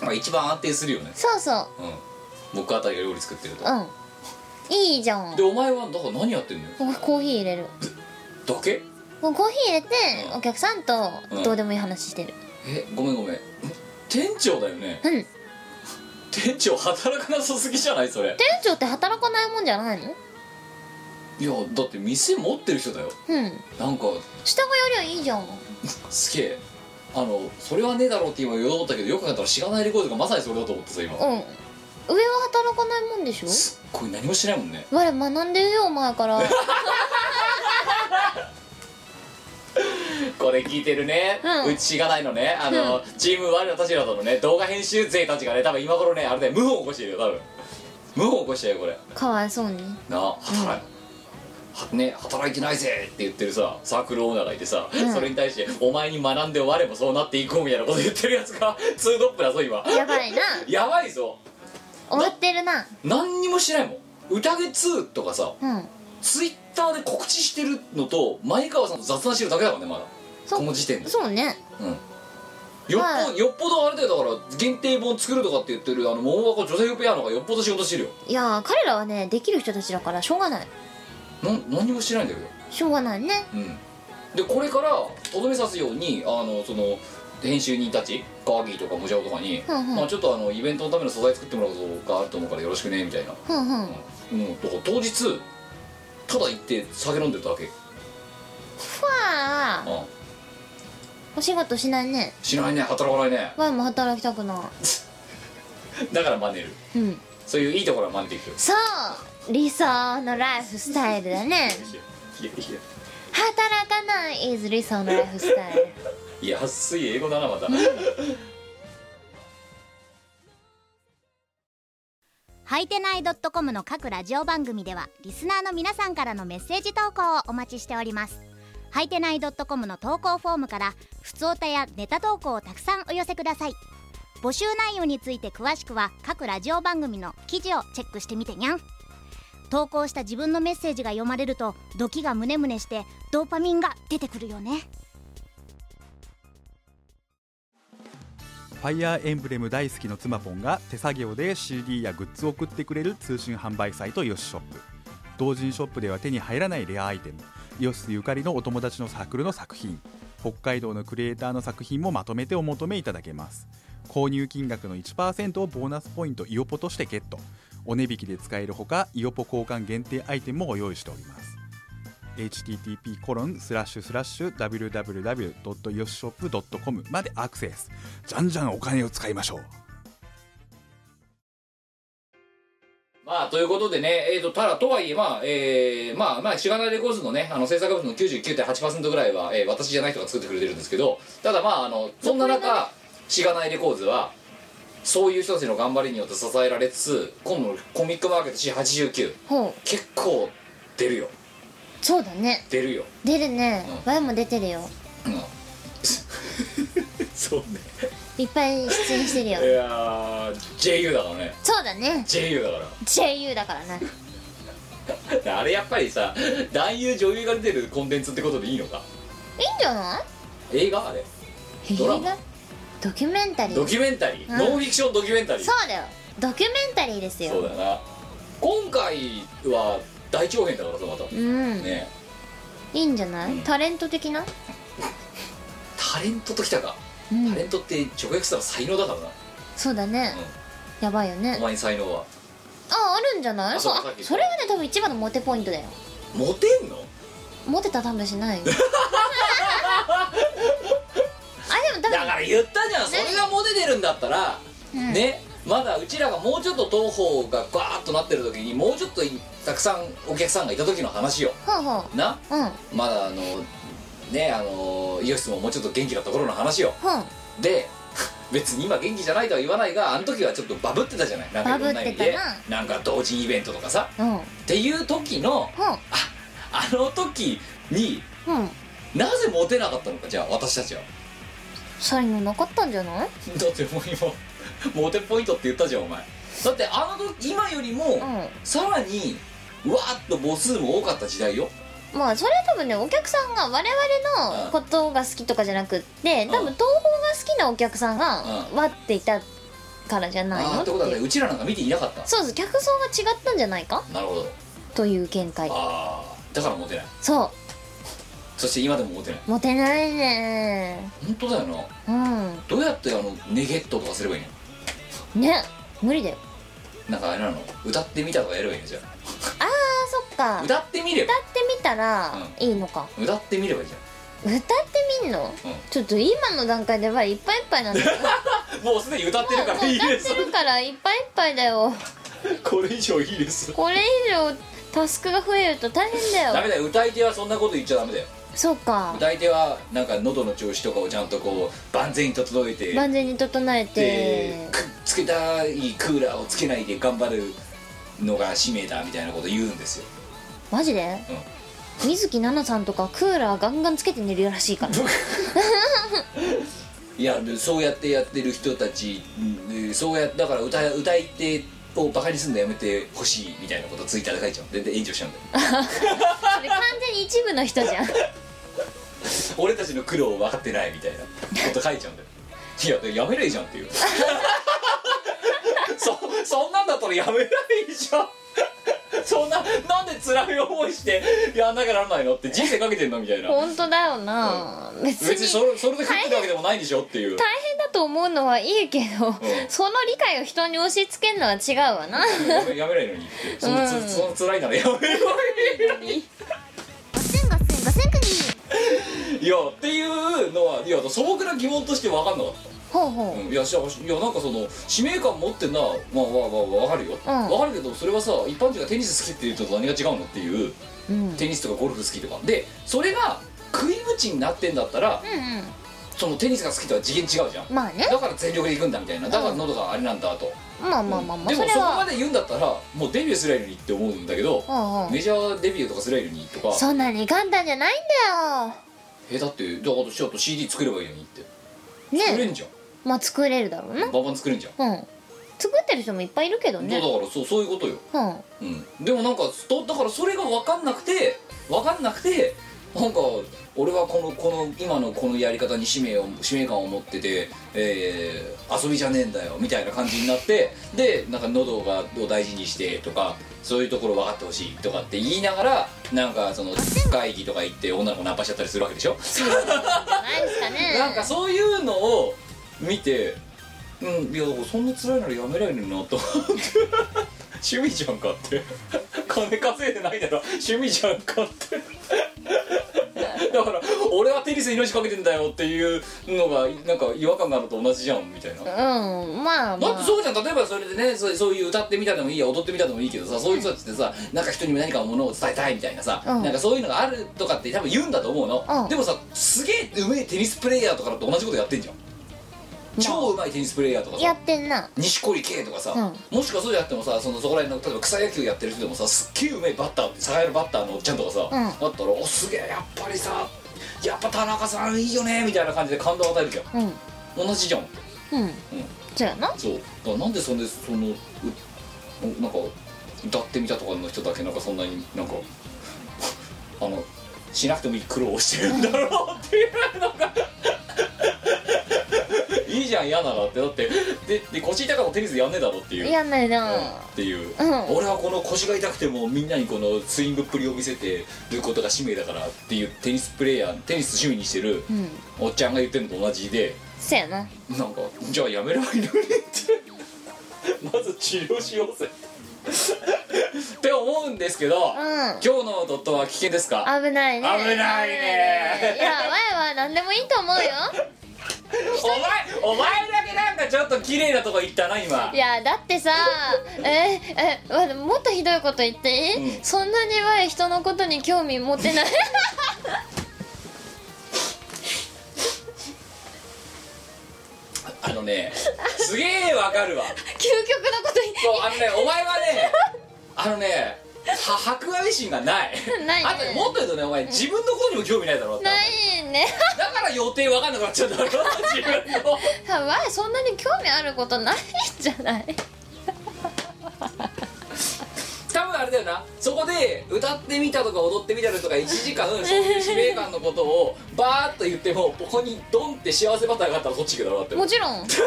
S4: まあ一番安定するよね
S5: そうそ
S4: うんモックあたりが料理作ってると
S5: ううんいいじゃん
S4: でお前はだから何やってんのよ
S5: 僕コーヒー入れる
S4: だけ
S5: もうコーヒー入れて
S4: うん
S5: お客さんと
S4: うん
S5: どうでもいい話してる
S4: えごめんごめん店長だよね
S5: うん店
S4: 店長働かなさすぎじゃないそれ
S5: 長って働かないもんじゃないの
S4: いやだって店持ってる人だよ
S5: うん
S4: なんか
S5: 下がやりゃいいじゃん
S4: すげえあのそれはねえだろうって今言おうと思ったけどよく考えたらしがないレコードがまさにそれだと思ってさ今
S5: うん上は働かないもんでしょ
S4: すっごい何もしないもんね
S5: 我学んでるよ前から
S4: これ聞いてるね、
S5: う
S4: うんちしがないのねあの、チーム我らたちなどのね動画編集勢たちがね多分今頃ねあれね謀反を起こしてるよ多分謀反を起こしてるよこれ
S5: かわいそうに
S4: なあ働い、はね働いてないぜって言ってるさサークルオーナーがいてさ、
S5: ん
S4: それに対して「お前に学んで我もそうなっていこう」みたいなこと言ってるやつが ツードップだぞ今
S5: やばいな
S4: やばいぞ
S5: 終わってるな
S4: 何にもしないもん「宴2」とかさ
S5: うん
S4: ツイッターで告知してるのと前川さんと雑談してるだけだからねまだ
S5: そう
S4: この時点で
S5: そうね
S4: うんよっぽ,、
S5: はい
S4: よっぽどあれだよだから限定本作るとかって言ってるあの桃箱女性ペアの方がよっぽど仕事してるよ
S5: いやー彼らはねできる人たちだからしょうがない
S4: なん何にもしてないんだけど
S5: しょうがないね
S4: うんでこれからとどめ刺すようにあのその編集人たちガーギーとかモジャオとかに、
S5: うんうん
S4: まあ、ちょっとあのイベントのための素材作ってもらうことがあると思うからよろしくねみたいな、
S5: ふんふん
S4: うん、だから当日ただ行って酒飲んでるだけ、
S5: ふわー
S4: うん、
S5: お仕事しないね
S4: しないね働かないね
S5: ワイも働きたくない
S4: だから真似る
S5: うん
S4: そういういいところは真似ていくよ
S5: そう理想のライフスタイルだね
S4: いやいや
S5: 働かない is 理想のライフスタイル
S4: 安い英語だなまた
S2: はいてない .com の各ラジオ番組ではリスナーの皆さんからのメッセージ投稿をお待ちしておりますはいてない .com の投稿フォームからふつおたやネタ投稿をたくさんお寄せください募集内容について詳しくは各ラジオ番組の記事をチェックしてみてにゃん投稿した自分のメッセージが読まれるとドキがムネムネしてドーパミンが出てくるよね
S6: ファイアーエンブレム大好きの妻ポンが手作業で CD やグッズを送ってくれる通信販売サイトヨシショップ同人ショップでは手に入らないレアアイテムイオシスゆかりのお友達のサークルの作品北海道のクリエイターの作品もまとめてお求めいただけます購入金額の1%をボーナスポイントイオポとしてゲットお値引きで使えるほかイオポ交換限定アイテムもご用意しております http コロンスラッシュスラッシュ www.yoshop.com までアクセスじゃんじゃんお金を使いましょう
S4: まあということでねえー、とただとはいえまあえー、まあまあしがないレコーズのねあの制作物の99.8%ぐらいは、えー私じゃない人が作ってくれてるんですけどただまああのそんな中しがないレコーズはそういう人たちの頑張りによって支えられつつ今度のコミックマーケット C89
S5: ほう
S4: 結構出るよ
S5: そうだね
S4: 出るよ
S5: 出るね
S4: うん
S5: ワイも出てるよ
S4: うんそうね
S5: いっぱい出演してるよ
S4: いやー JU だからね
S5: そうだね
S4: JU だから
S5: JU だからね
S4: あれやっぱりさ男優女優が出てるコンテンツってことでいいのか
S5: いいんじゃない
S4: 映画あれ
S5: 映
S4: ドラマ
S5: 画ドキュメンタリー
S4: ドキュメンタリー、
S5: うん
S4: ノンフィクションドキュメンタリー
S5: そうだよドキュメンタリーですよ
S4: そうだよな今回は大長編だからさまた、
S5: うん、
S4: ね
S5: いいんじゃない、
S4: うん
S5: タレント的な
S4: タレントときたか、
S5: うん
S4: タレントって直訳したら才能だからな、
S5: そうだね、やばいよね
S4: お前に才能は
S5: ああるんじゃない
S4: あ
S5: そう
S4: そう
S5: あ
S4: さっき言った
S5: それがね多分一番のモテポイントだよ
S4: モテんの
S5: モテたら多分し ないよあでも多
S4: だから言ったじゃん、それがモテてるんだったら、
S5: 分、うん、
S4: ねまだうちらがもうちょっと東方がガーッとなってる時にもうちょっといたくさんお客さんがいた時の話よ
S5: ほうほう
S4: な
S5: うんほ
S4: まだあのねあのイオシスももうちょっと元気だった頃の話よ
S5: う
S4: で 別に今元気じゃないとは言わないがあの時はちょっとバブってたじゃないなんかいろんな意味で
S5: バブって
S4: なんか同人イベントとかさ
S5: うんほ
S4: っていう時の
S5: う
S4: あの時に
S5: うん
S4: なぜモテなかったのかじゃあ私たちは
S5: 才能なかったんじゃない
S4: だってもう今モテポイントって言ったじゃんお前だってあの時今よりも
S5: う
S4: さらにわーっと母数も多かった時代よ
S5: んまあそれは多分ねお客さんが我々
S4: うん
S5: のことが好きとかじゃなくって多
S4: うん
S5: 分東宝が好きなお客さんが
S4: う
S5: わっていたからじゃない
S4: あ
S5: の
S4: あってことは
S5: って
S4: ね
S5: いう
S4: うちらなんか見ていなかった
S5: そうそう客層が違ったんじゃないか
S4: なるほど
S5: という見解
S4: ああだからモテない
S5: そ
S4: そして今でもモテないう
S5: モテないね
S4: 本当だよな
S5: うん
S4: どうやってあのネゲットとかすればいいの
S5: ね無理だよ
S4: なんかあれなの歌ってみたとかやればいいのじゃあ
S5: あそっか歌
S4: 歌ってみれば
S5: ってみたら
S4: う
S5: いいのか、
S4: 歌ってみればいいじゃ
S5: 歌ってみんの、
S4: うん
S5: ちょっと今の段階でまだいっぱいいっぱいなんだよ
S4: んもうすでに歌ってる
S5: もう歌ってるからいっぱいいっぱいだよ
S4: これ以上いいです
S5: これ以上タスクが増えると大変だ
S4: ダ
S5: よ
S4: メだよ歌い手はそんなこと言っちゃダメだよ
S5: そうか
S4: 歌い手はなんか喉の調子とかをちゃんとこう万全に整えて
S5: 万全に整えて
S4: でくっつけたいクーラーをつけないで頑張るのが使命だみたいなこと言うんですよ
S5: マジで、水木奈々さんとかクーラーガンガンつけて寝るらし いから
S4: いやでそうやってやってる人たちうんそうやだから歌い歌い手をバカにするのやめてほしいみたいなことツイッターで書いちゃうでで炎上しちゃうんだよ
S5: それ完全に一部の人じ ゃん
S4: 俺たちの苦労を分かってないみたいなこと書いちゃうんだよいやでやめればいいじゃんっていう そそんなんだったらやめればいいじゃんそんななんで辛い思いしてやんなきゃならないのって人生かけてんのみたいな
S5: 本当だよな、別に
S4: 別にそれそれで食ってるわけでもないんでしょっていう
S5: 大変だと思うのはいいけど、その理解を人に押し付けるのは違うわな
S4: やめやめないのにってそのつ、
S5: うん
S4: その辛いならやめればいいのに
S1: ガセンガセンガセンクニ
S4: いやっていうのはいや素朴な疑問として分かんなかっ
S5: ほうほ
S4: た、
S5: う
S4: うんいやしいやなんかその使命感持ってんなまあまあまあ分かるよ、
S5: うん
S4: 分かるけどそれはさ一般人がテニス好きって言うと何が違うのっていう
S5: うん
S4: テニスとかゴルフ好きとかでそれが食い口になってんだったら
S5: うん
S4: そのテニスが好きとは次元違うじゃん
S5: うんまあね
S4: だから全力で行くんだみたいなだから喉があれなんだと、
S5: まあまあまあまあ
S4: で
S5: そ
S4: も
S5: れ
S4: そこま
S5: は
S4: で言うんだったらもうデビューすりゃいいのにって思うんだけど、
S5: うんうん
S4: メジャーデビューとかすりゃいいのにとか
S5: そんなに簡単じゃないんだよ
S4: えだってだからちょっと CD 作ればいいのにって作れ
S5: ね
S4: んじゃん
S5: まあ作れるだろうな
S4: バンバン作れんじゃん
S5: うん作ってる人もいっぱいいるけどね
S4: そうだからそうそういうことよ、
S5: うん
S4: うん、でもなんかとだからそれが分かんなくて分かんなくてあなんか俺はこのこの今のこのやり方に使命を使命感を持ってて、えー遊びじゃねえんだよみたいな感じになってでなんか喉がを大事にしてとかそういうところ分かってほしいとかって言いながらなんかその会議とか行って女の子ナンパしちゃったりするわけでしょ
S5: ないですかね
S4: なんかそういうのを見てうんいやだからそんな辛いならやめられるなと思って 趣味じゃんかって金稼いでないなら趣味じゃんかってだから俺はテニスに命かけてんだよっていうのがなんか違和感があるのと同じじゃんみたいな
S5: うんまあま
S4: だ
S5: あ
S4: ってそうじゃん例えばそれでねそうそういう歌ってみたでもいいや踊ってみたでもいいけどさそういう人たちってさなんか人にも何かものを伝えたいみたいなさ、
S5: うん
S4: なんかそういうのがあるとかって多分言うんだと思うの、
S5: うん
S4: でもさすげえうめえテニスプレイヤーとかだと同じことやってんじゃん、超うまいテニスプレイヤーとか
S5: や
S4: さ
S5: ってんな
S4: 錦織圭とかさ、
S5: う
S4: もしくはそうじゃなくてもさそのそこら辺の例えば草野球やってる人でもさすっげえうめえバッター栄えるバッターのおっちゃんとかさ、
S5: うん
S4: だったらおすげえやっぱりさやっぱ田中さんいいよねみたいな感じで感動を与えるじゃん
S5: うん
S4: 同じじゃん
S5: うんそうやな
S4: そうだからなんでそんでそのうなんか歌ってみたとかの人だけなんかそんなになんか あのしなくてもいい苦労をしてるんだろうっていうのが いいじゃん嫌ならってだってでで腰痛かもテニスやんねえだろっていう
S5: やんない
S4: うん
S5: な
S4: っていう、
S5: うん
S4: 俺はこの腰が痛くてもみんなにこのスイングっぷりを見せてることが使命だからっていうテニスプレーヤーテニス趣味にしてる
S5: うん
S4: おっちゃんが言ってるのと同じで
S5: そうやな
S4: なんかじゃあやめればいいのにってまず治療しようぜ って思うんですけど、
S5: うん
S4: 今日のドットは危険ですか
S5: 危ないね
S4: 危ないね
S5: いやわいは何でもいい と思うよ
S4: お前お前だけなんかちょっと綺麗なとこ行ったな今
S5: いやだってさええわもっとひどいこと言っていい、
S4: うん
S5: そんなにわい人のことに興味持て ない
S4: あのねすげえわかるわ
S5: 究極のこと言っ
S4: そうあのねお前はねあのねは博愛心がない
S5: ないね
S4: あとねもっと言うとねお前自分のことにも興味ないだろって
S5: ないね
S4: だから予定わかんなくなっちゃうんだろ自分の
S5: わいそんなに興味あることないんじゃない
S4: 多分あれだよなそこで歌ってみたとか踊ってみたとか1時 間そういう使命感のことをバーッと言ってもここにドンって幸せバターがあったらそっち行くだろうだって
S5: もちろんだって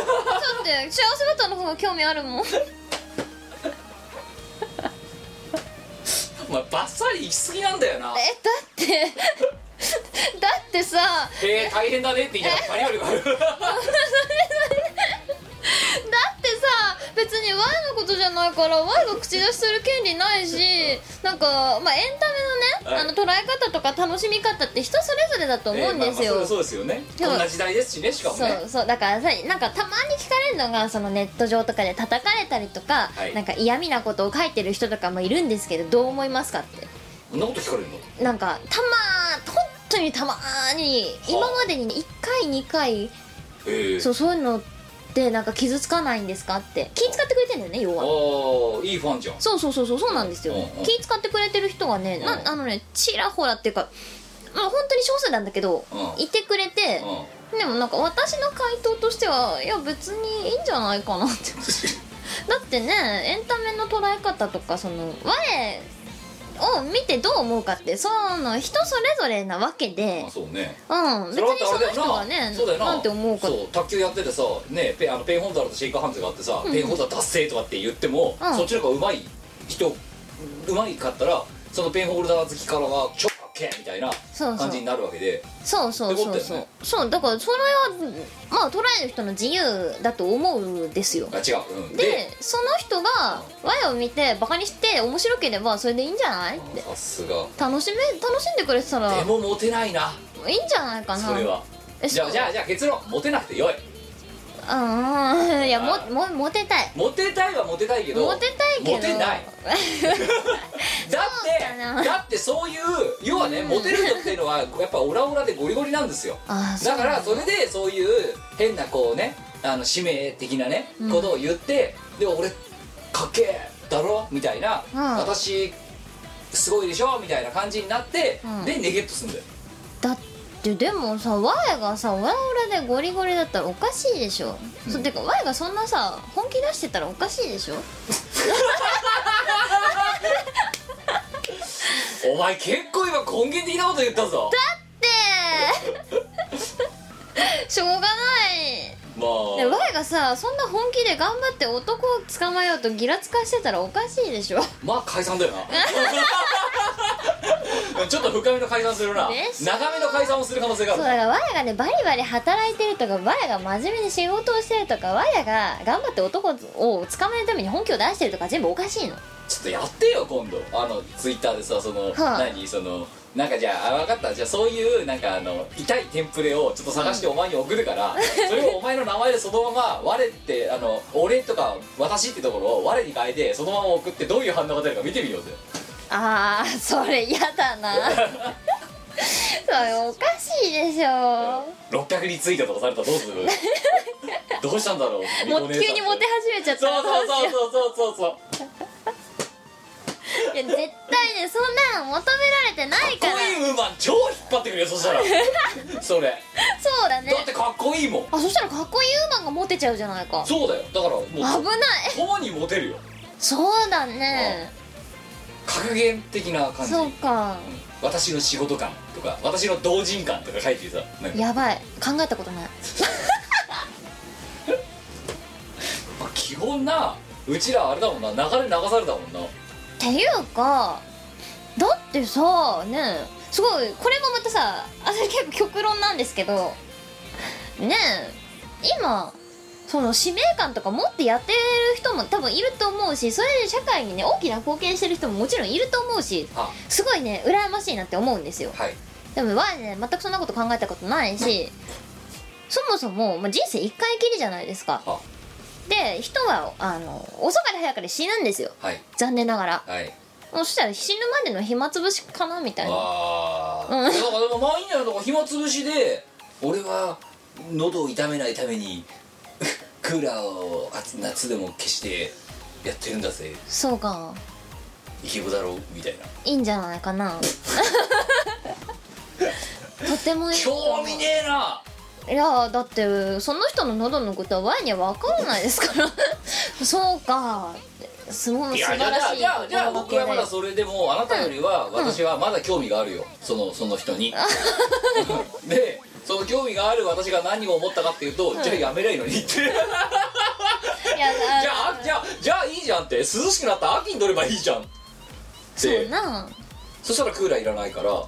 S5: 幸せバターの方が興味あ るもん
S4: お前バッサリ行き過ぎなんだよな
S5: えだってだってさ
S4: へえ大変だねって言いながらバリバリバリ
S5: だってさ別に Y のことじゃないから Y が口出しする権利ないしなんか、まあ、エンタメのね、
S4: はい
S5: あの捉え方とか楽しみ方って人 それぞれだと思うんですよ、
S4: ええまあまあそうそうですよね
S5: そう
S4: こんな時代ですしねしかも
S5: そう
S4: ね
S5: そうだからさなんかたまに聞かれるのがそのネット上とかで叩かれたりとか、
S4: はい
S5: なんか嫌味なことを書いてる人とかもいるんですけどどう思いますかって
S4: そんなこと聞かれるの
S5: なんかたまー本当にたまーに今までに1回2回
S4: ええ
S5: そうそういうのってなんか傷つかないんですかって気使ってくれてんだよね要は
S4: ああいいファンじゃん
S5: そうそうそうそうそうなんですよ、
S4: うんうん
S5: 気使ってくれてる人がね、
S4: う
S5: なんあのねちらほらっていうかまあ本当に少数なんだけど、
S4: うん
S5: いてくれて、
S4: うん
S5: でもなんか私の回答としてはいや別にいいんじゃないかなって だってねエンタメの捉え方とかその我を見てどう思うかってその人それぞれなわけで
S4: まあそうね
S5: うん別にその人がね
S4: そうだよな
S5: なんて思うか
S4: そう卓球やっててさ、ね、ペあのペンホルダーとシェイクハンズがあってさ、ペンホルダー達成とかって言っても、
S5: うん
S4: そっちの方が上手い人上手いかったらそのペンホルダー好きからは超かっけーみたいな
S5: そう
S4: 感じになるわけで
S5: そうそうそ
S4: っ
S5: う
S4: てこと
S5: そ
S4: だよ
S5: う、
S4: ね
S5: そうだからそれはまあ捉える人の自由だと思うんですよ
S4: あ違う、うん、
S5: でその人が我を見てバカにして面白ければそれでいいんじゃないって
S4: さすが
S5: 楽しめ楽しんでくれてたら
S4: で
S5: い
S4: もモテないない
S5: んじゃないかな
S4: それは
S5: え
S4: じゃあ
S5: そう
S4: じゃあじゃあ結論モテなくてよい
S5: うんうんうんいやももモテたい
S4: モテたいはモテたいけど
S5: モテたいけど
S4: モテないだ
S5: そうだな
S4: ってだってそういう要はね、モテる人っていうのはやっぱオラオラでゴリゴリなんですよ
S5: あー
S4: だからそれでそういう変なこうねあの使命的なね、
S5: うん
S4: ことを言ってでも俺かっけえだろみたいな、
S5: うん
S4: 私すごいでしょみたいな感じになって、
S5: うん
S4: でネゲットすんだよ
S5: だってでもさ我がさオラオラでゴリゴリだったらおかしいでしょ、そうてか我がそんなさ本気出してたら おかしいでしょ
S4: お前結構今根源的なこと言ったぞ
S5: でしょうがない
S4: まあ
S5: で Y がさそんな本気で頑張って男を捕まえようとギラつかしてたらおかしいでしょ
S4: まあ解散 だよなちょっと深めの解散するな
S5: でしょ
S4: 長めの解散をする可能性があ
S5: そう
S4: る
S5: だからワヤがねバリバリ働いてるとかワヤが真面目に仕事をしてるとかワヤが頑張って男を捕まえるために本気を出してるとか全部おかしいの
S4: ちょっとやってよ今度あのツイッターでさその、
S5: はあ
S4: 何そのなんかじゃああ分かったじゃあそういうなんかあの痛いテンプレをちょっと探してお前に送る から、それをお前の名前でそのまま「我」ってあの「俺」とか「私」ってところを「我」に変えてそのまま送ってどういう反応が出るか見てみようぜ
S5: あーそれ嫌だなそれおかしいでしょ
S4: 600リツイートとかされたらどうす るどうしたんだろうみこ
S5: も
S4: お
S5: う
S4: 姉さん
S5: 急にモテ始めちゃった
S4: そ
S5: ら
S4: うそうそうそうそうそうそう
S5: いや絶対ねそんなの求められてない
S4: か
S5: か
S4: っ
S5: ら
S4: こいいウーマン超引っ張ってくるよそしたら それだ
S5: そうだね
S4: ってかっこいいもん
S5: あそしたらかっこいいウーマンがモテちゃうじゃないか
S4: そうだよだからもう
S5: 危ない
S4: とうにモテるよ
S5: そうだね
S4: 格言的な感じ
S5: そうか
S4: 私の仕事感とか私の同人感とか書いてさなんか
S5: やばい考えたことない
S4: まあ基本なうちらあれだもんな流れ流されたもんな
S5: っていうかだってさねえすごいこれもまたさあそれ結構極論なんですけどねえ今その使命感とか持ってやってる人も多分いると思うしそれで社会にね大きな貢献してる人ももちろんいると思うし
S4: あ
S5: すごいね羨ましいなって思うんですよ
S4: はい
S5: でも我ね全くそんなこと考えたことないしそもそも、まあ、人生一回きりじゃないですか
S4: あ
S5: で人はあの遅かれ早かれ死ぬんですよ
S4: はい
S5: 残念ながら
S4: はい
S5: もうそしたら死ぬまでの暇つぶしかなみたいな
S4: ああ、
S5: う
S4: だ
S5: ん
S4: からでもまあいいんじゃないだから暇つぶしで俺は喉を痛めないために クーラーを夏夏でも消してやってるんだぜ
S5: そうか
S4: イケボだろうみたいない
S5: いんじゃない かなとてもいい
S4: 興味ねえない
S5: やだってその人の喉のことはワイには分からないですから そうかすごい
S4: い
S5: 素
S4: や
S5: 晴
S4: じゃあ
S5: らしい
S4: じゃあじゃあ僕はまだ
S5: そ
S4: それでもあなたよりは私はまだ興味があるよそのその人に でその興味がある私が何を思ったかっていうと、じゃあやめりゃいいのにって じゃ
S5: いや
S4: あじゃあじゃあいいじゃんって涼しくなったら秋に乗ればいいじゃんっ
S5: そう
S4: て
S5: な
S4: そしたらクーラーいらないから
S5: う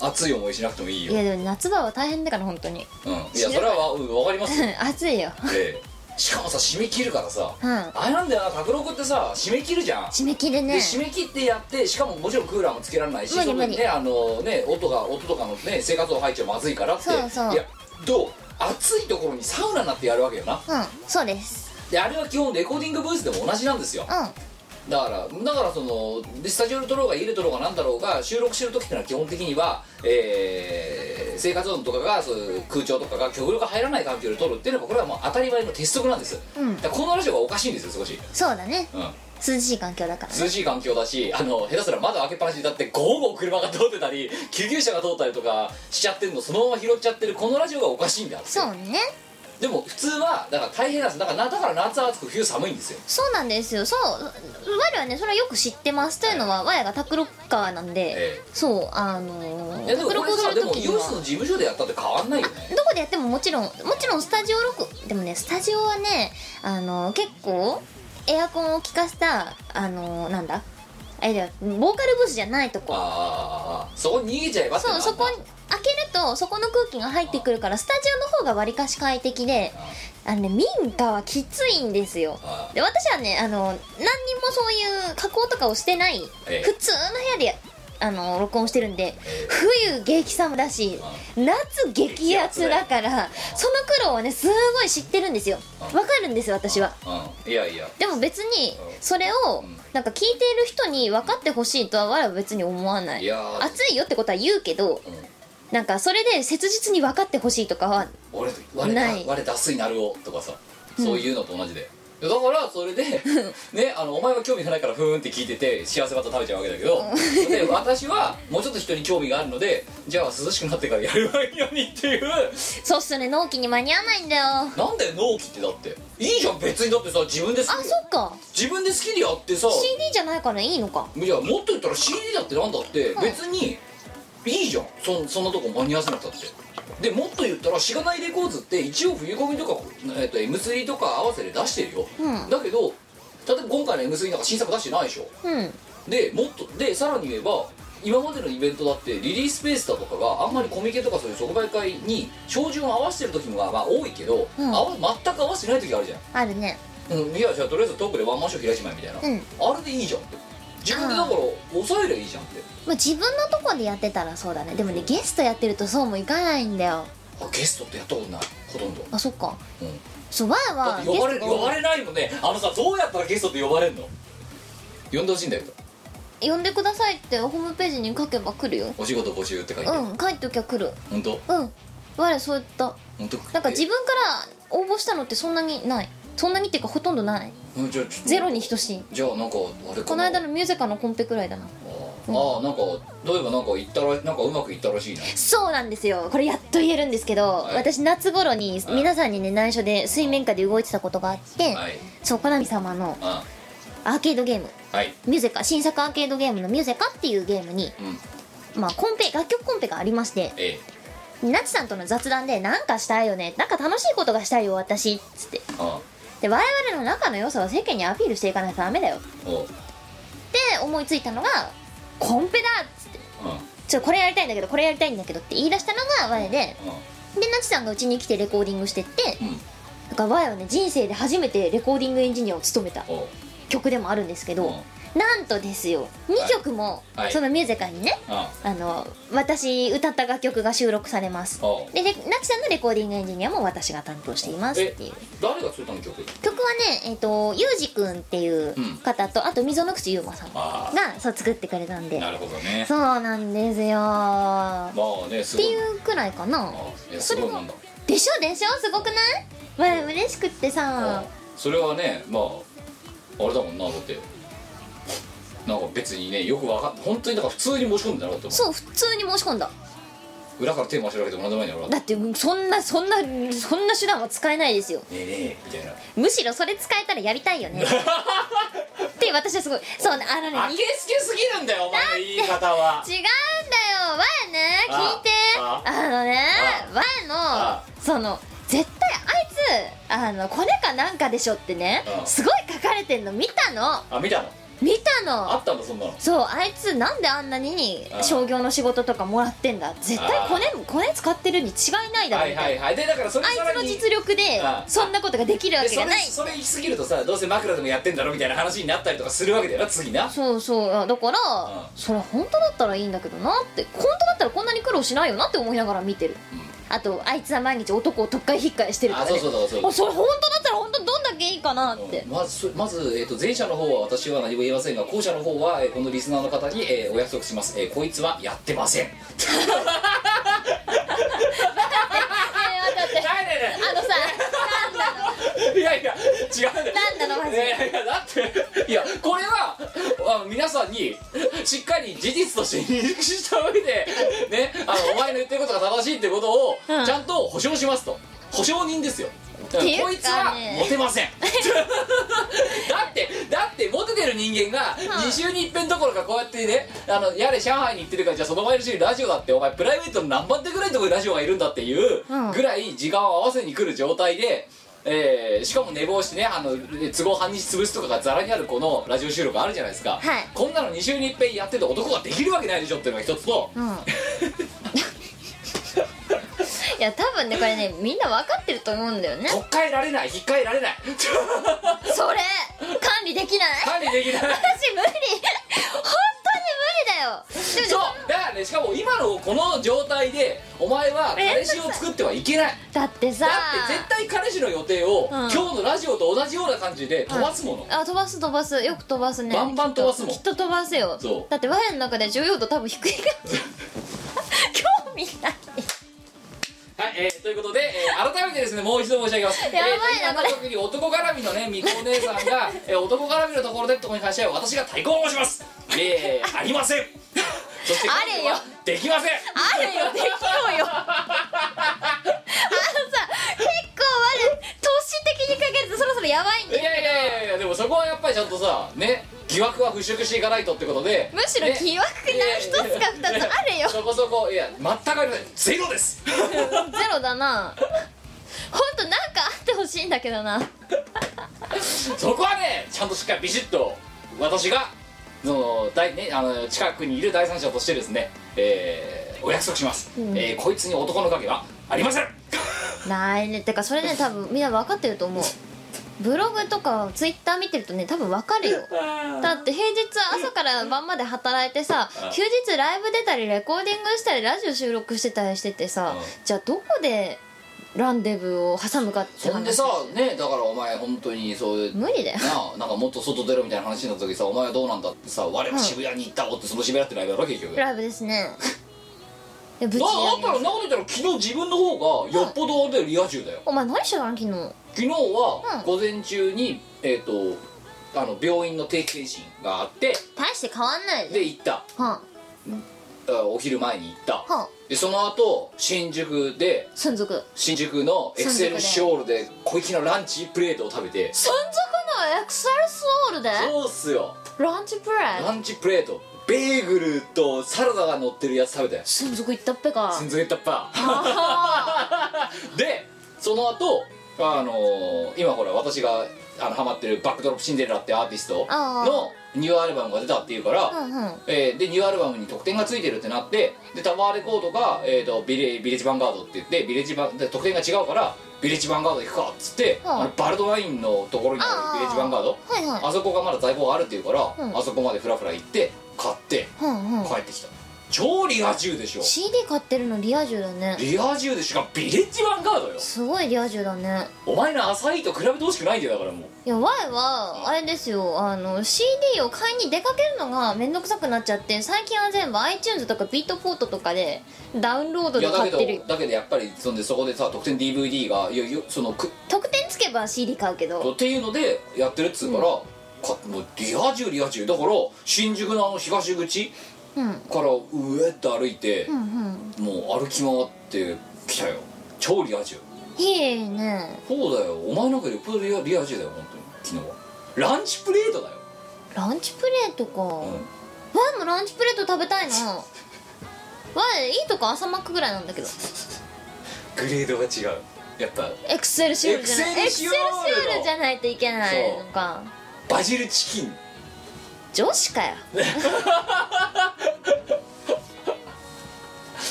S4: 熱い思いしなくてもいい
S5: んい
S4: よ
S5: やでも夏場は大変だから本当に
S4: うん、いやそれはわうんわかりますよ
S5: 暑いよ
S4: でしかもさ締め切るからさ、
S5: うん
S4: あれなんだよな拓郎君ってさ締め切るじゃん
S5: 締め切り
S4: で
S5: ね
S4: 締め切ってやってしかももちろんクーラーもつけられないし
S5: 無理無
S4: その
S5: 理
S4: ねあのね音が音とかのね生活音入っちゃまずいからって
S5: そうそう
S4: いやどう暑いところにサウナになってやるわけよな
S5: うんそうです
S4: であれは基本レコーディングブースでも同じなんですよ
S5: う
S4: だからだからそのでスタジオで撮ろうが家で撮ろうがなんだろうが収録してる時ってのは基本的には、えー生活音とかがそういう空調とかが極力入らない環境で撮るっていうのはこれはもう当たり前の鉄則なんです、
S5: うん
S4: だからこのラジオがおかしいんですよ少し、
S5: んそうだね
S4: うん、
S5: 涼しい環境だからね
S4: 涼しい環境だしあの下手すら窓開けっぱなしにだってゴーゴー車が通ってたり救急車が通ったりとかしちゃってるのそのまま拾っちゃってるこのラジオがおかしいんだって
S5: そうね
S4: でも普通はだから大変なんですだからなだから夏は暑く冬寒いんですよ
S5: そうなんですよそう我はねそれはよく知ってますというのは我がタクロッカーなんで、
S4: え
S5: そうあの
S4: い
S5: ー、
S4: やで
S5: タク
S4: も
S5: ロ
S4: これ
S5: ッカ
S4: さ
S5: ーす
S4: で
S5: る
S4: も
S5: 時に
S4: ユースの
S5: は
S4: 事務所でやったって変わんないよね
S5: どこでやってももちろんもちろんスタジオ録でもねスタジオはねあのー、結構エアコンを効かせたあのー、なんだあれだよボーカルブースじゃないとこ
S4: ああそこに逃げちゃえばって
S5: そうそこ
S4: に
S5: 開けるとそこの空気が入ってくるからスタジオの方がわりかし快適であのね民家はきついんですよ
S4: あ
S5: で私はねあの何にもそういう加工とかをしてない
S4: ええ
S5: 普通の部屋であの録音してるん
S4: え
S5: で冬激寒だし夏激アツだからその苦労はねすごい知ってるんですよわかるんですよ私は
S4: あうんいやいや
S5: でも別に
S4: うん
S5: それを
S4: うん
S5: なんか聞いている人に分かってほしいとは我は別に思わない
S4: いやー
S5: 暑いよってことは言うけど
S4: うん
S5: なんかそれで切実に分かってほしいとかは
S4: 俺我
S5: ない
S4: 我脱水なるおとかさそういうのと同じで、だからそれで、ね、あのお前は興味がないからふーんって聞いてて幸せバター食べちゃうわけだけどで私はもうちょっと人に興味があるのでじゃあ涼しくなってからやればいいのにっていう
S5: そうっすね納期に間に合わないんだよあ
S4: なんだよ納期ってだっていいじゃん別にだってさ自分で好き
S5: そっか
S4: 自分で好きでやってさ
S5: CD じゃないからいいのか
S4: いやもっと言ったら CD だってなんだって別にいいじゃんそそんなとこ間に合わせなくたってでもっと言ったらしがないレコーズって一応冬コミとか、えっと M3 とか合わせて出してるよ、
S5: うん
S4: だけど例えば今回の M3 なんか新作出してないでしょ
S5: うん
S4: でもっとでさらに言えば今までのイベントだってリリースペースだとかがあんまりコミケとかそういう即売会に照準を合わせてる時もまあまあ多いけど、
S5: うん
S4: 合わ全く合わせてない時あるじゃん
S5: あるね
S4: うん、いやじゃあとりあえずトークでワンマンショー開いちまえみたいな、
S5: う
S4: あれでいいじゃんって自分でだから抑えりゃいいじゃんって
S5: まあ、自分のとこでやってたらそうだねでもねゲストやってるとそうもいかないんだよ
S4: あゲストってやったことないほとんど、
S5: あそっか
S4: うん、
S5: そうわ
S4: だ
S5: ーわ
S4: っ
S5: ー
S4: て呼ばれ
S5: ゲストが
S4: 呼ばれないもんねあのさどうやったらゲストって呼ばれんの呼んでほしいんだよと
S5: 呼んでくださいってホームページに書けば来るよ
S4: お仕事募集って書いて、
S5: うん書いときゃ来る
S4: 本当
S5: うん我そういった
S4: 本当
S5: なんか自分から応募したのってそんなにないそんなにっていうかほとんどない
S4: 分、うんじゃあちょっと
S5: ゼロに等しい
S4: じゃあなんかあれかな
S5: この間のミュージカのコンペくらいだな
S4: あーあーなんか例えばなんか行ったらなんかうまくいったらしいな
S5: そうなんですよこれやっと言えるんですけど、
S4: い
S5: 私夏頃に
S4: はい
S5: 皆さんにね内緒で水面下で動いてたことがあって、
S4: はい
S5: そうコナミ様の
S4: あ
S5: アーケードゲーム
S4: はい
S5: ミューゼカ新作アーケードゲームのミューゼカっていうゲームに、
S4: うん
S5: まあ、コンペ楽曲コンペがありまして
S4: ええ
S5: ナチさんとの雑談で「なんかしたいよねなんか楽しいことがしたいよ私」っつって
S4: あ
S5: で我々の仲の良さを世間にアピールしていかないとダメだよっ
S4: おう
S5: て思いついたのが「コンペだ!」っつって
S4: うんうん
S5: 「ちょこれやりたいんだけどこれやりたいんだけど」って言い出したのが我ででナチさんがうちに来てレコーディングしてって
S4: うん
S5: だから我はね人生で初めてレコーディングエンジニアを務めた
S4: おう
S5: 曲でもあるんですけ
S4: うん
S5: どなんとですよ2曲も
S4: はい
S5: そのミュージカルにね
S4: あ
S5: あの私歌った楽曲が収録されます
S4: おう
S5: でレナチさんのレコーディングエンジニアも私が担当していますっていう
S4: 誰が作ったの曲
S5: 曲はねえっ、とゆうじくんっていう方と、あと溝の口ゆうまさんが
S4: あ
S5: そう作ってくれたん
S4: あ
S5: で
S4: なるほどね
S5: そうなんですよーっ
S4: まあねすご
S5: て
S4: い
S5: いうくらいかな
S4: あいやすごいもんだ
S5: でしょでしょすごくないわあ嬉しくって
S4: あ
S5: さ
S4: それはねまああれだもんなだってなんか別にねよくわかん本当にだから普通に申し込んでなかったも
S5: そう普通に申し込んだ
S4: ん裏から手回してるわけでも何でもないんだろ
S5: だってそんなそんなそんな手段は使えないですよ
S4: ねえねえみたいな
S5: むしろそれ使えたらやりたいよ ねって私はすごいそうねあのね
S4: あけすけすぎるんだよお前の言い方は
S5: 違うんだよわやね
S4: あ
S5: 聞いて
S4: あ
S5: あのねわや
S4: あ
S5: のその絶対あいつあのコネかなんかでしょってね
S4: あ
S5: すごい書かれてんの見たの
S4: あ見たの
S5: 見た
S4: あ
S5: の
S4: ったんだそんなの
S5: そうあいつなんであんなに
S4: あ
S5: 商業の仕事とかもらってんだ絶対コネコネ使ってるに違いないだ
S4: は
S5: ろみ
S4: い
S5: た
S4: はいいはいでだからそれ
S5: なあい
S4: さら
S5: つの
S4: に
S5: 実力で
S4: ああ
S5: そんなことができるわ
S4: で
S5: け
S4: そ
S5: が
S4: れ
S5: ない
S4: それ行き過ぎるとさどうせ枕でもやってんだろみたいな話になったりとかするわけだよな次な
S5: そうそうあだから
S4: あ
S5: それ本当だったらいいんだけどなって本当だったらこんなに苦労しないよなって思いながら見てる、あとあいつは毎日男をとっかえひっかえしてるか
S4: あ
S5: ら、ね、
S4: そうそうそうそう
S5: あそれ本当だったら本当どんだけいいかなって、
S4: まずまず、えー、と前者の方は私は何も言えませんが後者の方は、えーこのリスナーの方に、えーお約束します、えーこいつはやってません
S5: えーだって
S4: ないない
S5: あのさ
S4: ないいやいや違うんだよ
S5: なんなのマジ
S4: い
S5: で
S4: やいやだっていやこれはあの皆さんにしっかり事実として認識した上でねあのお前の言ってることが正しいってことを
S5: うん
S4: ちゃんと保証しますと保証人ですよだか
S5: っていう
S4: ら
S5: か
S4: こいつは
S5: ね
S4: モテませんだってだってモテてる人間が2週に一遍どころかこうやってねあのやれ上海に行ってるからじゃあその前の週にラジオだってお前プライベートの何番手ぐらいのところにラジオがいるんだっていう
S5: うん
S4: ぐらい時間を合わせに来る状態で、えーしかも寝坊してねあの都合半日潰すとかがざらにあるこのラジオ収録あるじゃないですか、
S5: はい
S4: こんなの2週に一遍やってて男ができるわけないでしょっていうのが一つと、
S5: うん いや多分ねこれねみんな分かってると思うんだよね
S4: とっかえられない引っかえられない
S5: それ管理できない
S4: 管理できない
S5: 私無理本当に無理だよで
S4: そう
S5: もね
S4: だからねしかも今のこの状態でお前は彼氏を作ってはいけない
S5: だってさ
S4: だって絶対彼氏の予定を、
S5: うん
S4: 今日のラジオと同じような感じで飛ばすもの、
S5: あ飛ばす飛ばすよく飛ばすね
S4: バンバン飛ばすもん
S5: きっときっと飛ばすよ
S4: そう
S5: だってワイン の中で重要度多分低いから興味ない
S4: はい、えーということで、えー改めてですねもう一度申し上げます
S5: やばいな
S4: えーと今の時に男絡みのねみこお姉さん が、えー男絡みのところでってところに関しては私が対抗をします えーありませんそして
S5: あれよ
S4: できません
S5: あるよできろよあのさ結構あれ突進的にかけるとそろそろやばいん
S4: いや
S5: だ
S4: い
S5: よ
S4: やいやいやでもそこはやっぱりちゃんとさね疑惑は払拭していかないとってことで
S5: むしろ疑惑な一つか二つあるよ
S4: そこそこいや全くありませんゼロです
S5: ゼロだなほんとなんかあってほしいんだけどな
S4: そこはねちゃんとしっかりビシッと私がその大、ね、あの近くにいる第三者としてですね、えーお約束します、えーこいつに男の影はありません
S5: ないねてかそれね多分みんな分かってると思うブログとかツイッター見てるとね多分分か るよだって平日朝から晩まで働いてさ休日ライブ出たりレコーディングしたりラジオ収録してたりしててさ
S4: うん
S5: じゃあどこでランデブーを挟むかって
S4: そんで
S5: 話
S4: さねだからお前本当にそういう
S5: 無理だよ
S4: なあなんかもっと外出ろみたいな話になった時さお前はどうなんだってさ我々渋谷に行ったおってその渋谷ってライブやろ結局
S5: ライブですねいやぶち
S4: だ
S5: 上
S4: だ
S5: げ
S4: ったらそん
S5: ます
S4: なこと言ったら昨日自分の方がよっぽどでリア充だよ
S5: お前何してたの昨日
S4: 昨日は
S5: うん
S4: 午前中にえっ、とあの病院の定期検診があって
S5: 大して変わんないで
S4: で行った
S5: は
S4: あお昼前に行った
S5: あはあ
S4: でその後新宿で
S5: 存続
S4: 新宿のエクセル
S5: 新宿で
S4: ショールで小粋なランチプレートを食べて
S5: 存続のエクセルソールで
S4: そうっすよ
S5: ランチプレー
S4: ランチプレートベーグルとサラダが乗ってるやつ食べたよ
S5: 存続行ったっぺか
S4: 全然言ったっぱ
S5: あ
S4: でその後あのー今ほら私があのハマってるバックドロップシンデレラってアーティスト
S5: あー
S4: のニューアルバムが出たっていうから、
S5: ーうんうん
S4: えーでニューアルバムに特典がついてるってなってでタワーレコードが、えー、とビレビレッジヴァンガードって言ってビレッジバンで特典が違うからビレッジヴァンガード行くかっつって、
S5: うん
S4: あのバルドワインのところにあ
S5: あ
S4: る
S5: ー
S4: ビレッジヴァンガード
S5: はいはい
S4: あそこがまだ在庫があるっていうから、
S5: うん
S4: あそこまでフラフラ行って買って
S5: うんうん
S4: 帰ってきた、超リア充でしょ
S5: CD 買ってるのリア充だね
S4: リア充でしかもビレッジヴァンガードよ
S5: すごいリア充だね
S4: お前の浅いと比べてほしくないんだよだからもう
S5: いや Y はあれですよあの CD を買いに出かけるのがめんどくさくなっちゃって最近は全部 iTunes とかビートポートとかでダウンロード
S4: い
S5: で
S4: やだ
S5: 買
S4: け
S5: ってる
S4: どだけどやっぱりそんでそこでさ特典 DVD がいやいやそのく
S5: 特典つけば CD 買うけど
S4: っていうのでやってるっつうから、かもうリア充リア充だから新宿のあの東口
S5: うん
S4: から上って歩いて、
S5: うんうん
S4: もう歩き回ってきたよ超リア充
S5: いいね
S4: そうだよお前なんかよっぽどリアリア充だよ本当に昨日はランチプレートだよ、
S5: ランチプレートか、
S4: うん
S5: Y もランチプレート食べたいな Y いいとこ朝マックぐらいなんだけど
S4: グレードが違うやっぱ
S5: エクセルシュールじゃない
S4: エ
S5: エ
S4: ク
S5: ク
S4: セルシュ
S5: セルシ
S4: ール
S5: ュールじゃないといけないのか
S4: バジルチキン
S5: 女子かよ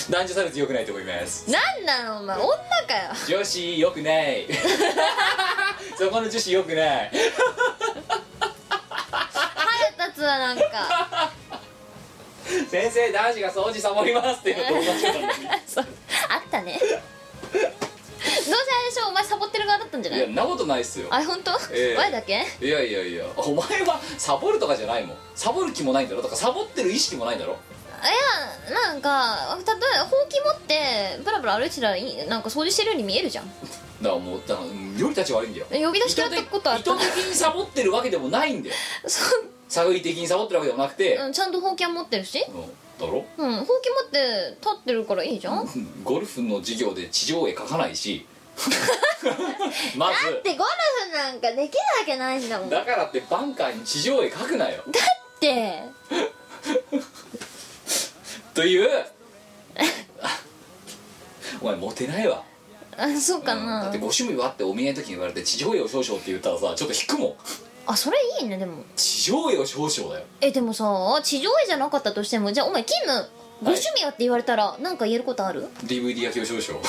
S4: 男女差別良くないと思います
S5: なんなのお前女かよ
S4: 女子良くない そこの女子良くない
S5: 腹立つわな んか
S4: 先生男子が掃除サボりますっていうのと同じことなんだよ
S5: そうあったねどうせあれでしょお前サボってる側だったんじゃない
S4: いやんなことないっすよ
S5: あれ本当、
S4: ええ
S5: 前だけ
S4: いやいやいやお前はサボるとかじゃないもんサボる気もないんだろとかサボってる意識もないんだろ
S5: いやなんか例えばほうき持ってブラブラ歩いてたらいいなんか掃除してるように見えるじゃん
S4: だからもうだからうんよりたち悪いんだよ
S5: 呼び出してやったことあ
S4: 意
S5: っ
S4: 図
S5: た
S4: 的意図的にサボってるわけでもないんだよ
S5: そう
S4: 探り的にサボってるわけでもなくて、
S5: うんちゃんとほうきは持ってるし
S4: うんだろ
S5: うんほうき持って立ってるからいいじゃん
S4: うんゴルフの授業で地上絵描かないし ま
S5: だってゴルフなんかできるわけないんだも
S4: ず
S5: んだっ
S4: だからってバンカーに地上絵描くなよ
S5: て
S4: という お前モテないわ
S5: あそうか
S4: うんだ
S5: な、
S4: ってご趣味はってお見合いの時に言われて地上絵を少々って言ったらさちょっと引くもん
S5: あそれいいねでも
S4: 地上絵を少々だよ
S5: えでもさ地上絵じゃなかったとしてもじゃあお前キムご趣味はって言われたらなんか言えることあ る、
S4: DVD 焼きを少々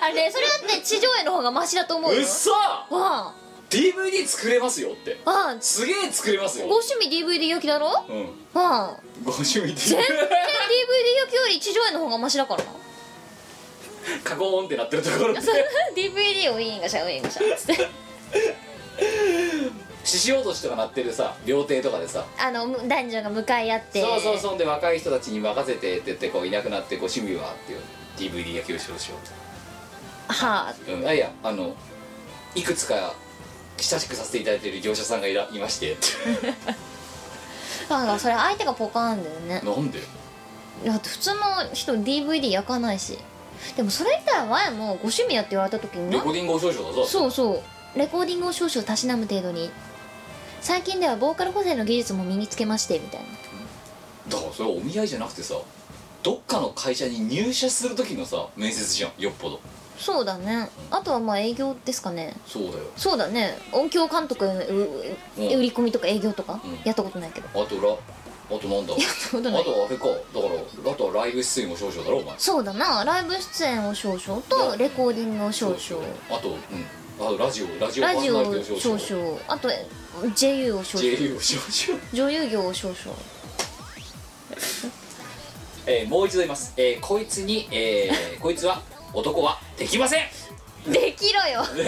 S5: あれねそれだって地上絵の方がマシだと思う
S4: う
S5: よ
S4: っそ
S5: わ
S4: DVD 作れますよって
S5: あわあ
S4: すげえ作れますよ
S5: ご趣味 DVD 焼きだろわ
S4: うん
S5: あ
S4: ご趣味って
S5: 全然 DVD 焼きより地上絵の方がマシ だからな
S4: カゴーンってなってるところで
S5: DVD をウィーンがしゃウィーンがしゃっつって
S4: 獅子落としとかなってるさ料亭とかでさ
S5: あのむ男女が向かい合って
S4: そうそうそうで若い人たちに任せてって言ってこういなくなってこう趣味はっていう DVD 焼きをしようしよ
S5: はあ
S4: うと、うん、あいやあのいくつか親しくさせていただいている業者さんがいらいまして
S5: だからそれ相手がポカーンだよね
S4: なんで
S5: だって普通の人 DVD 焼かないしでもそれ以外は前もご趣味やって言われた時に
S4: レコーディングを少々だぞ
S5: そうそうレコーディングを少々たしなむ程度に最近ではボーカル補正の技術も身につけましてみたいな
S4: だからそれはお見合いじゃなくてさどっかの会社に入社する時のさ面接じゃんよっぽど
S5: そうだねあとはまあ営業ですかね
S4: そうだよ
S5: そうだね音響監督うう
S4: うん
S5: 売り込みとか営業とか
S4: うん
S5: やったことないけど
S4: あとらあとなんだ
S5: やったこと
S4: あ
S5: ない
S4: とはあれかだからあとはライブ出演も少々だろお前
S5: そうだなライブ出演を少々とレコーディングを少々
S4: あとうんあとラジオラジオパー
S5: ラジ
S4: ソナ
S5: オ
S4: リティ
S5: を
S4: を
S5: 少
S4: 少々
S5: 々あとえ JU を少々
S4: JU を少々
S5: 女優業を少々
S4: えーもう一度言います、えーこいつに、えーこいつは男はできません
S5: できろよ
S4: 無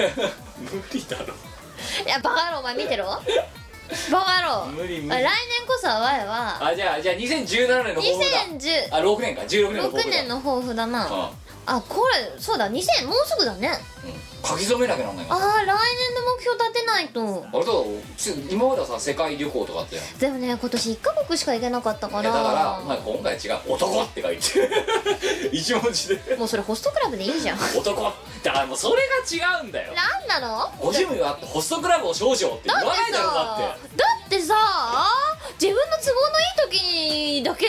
S4: 理だろ
S5: いやバカ野郎お前見てろバカ野郎
S4: 無理無
S5: 来
S4: 理
S5: 年こそはわいは
S4: あじゃあじゃあ2017年の抱負だ
S5: 2016
S4: あ6年か16年の抱負だ
S5: 年の抱負だ
S4: うん
S5: なあこれそうだ2000もうすぐだね
S4: うん書き初めなきゃなんない
S5: あ
S4: か
S5: ー
S4: ら
S5: 来年の目標立てないと
S4: あれだろつ今まではさ世界旅行とかあってい
S5: でもね今年1カ国しか行けなかったか
S4: や
S5: ら
S4: だからお前今回違う「男」って書いて 一文字で
S5: もうそれホストクラブでいいじゃん
S4: 「男」だからもうそれが違うんだよ
S5: なんなの
S4: ご趣味はあってホストクラブを少々って言
S5: だ
S4: わ
S5: っ
S4: ない
S5: て
S4: だ
S5: さ
S4: ろだって
S5: だってさ自分の都合のいい時にだけ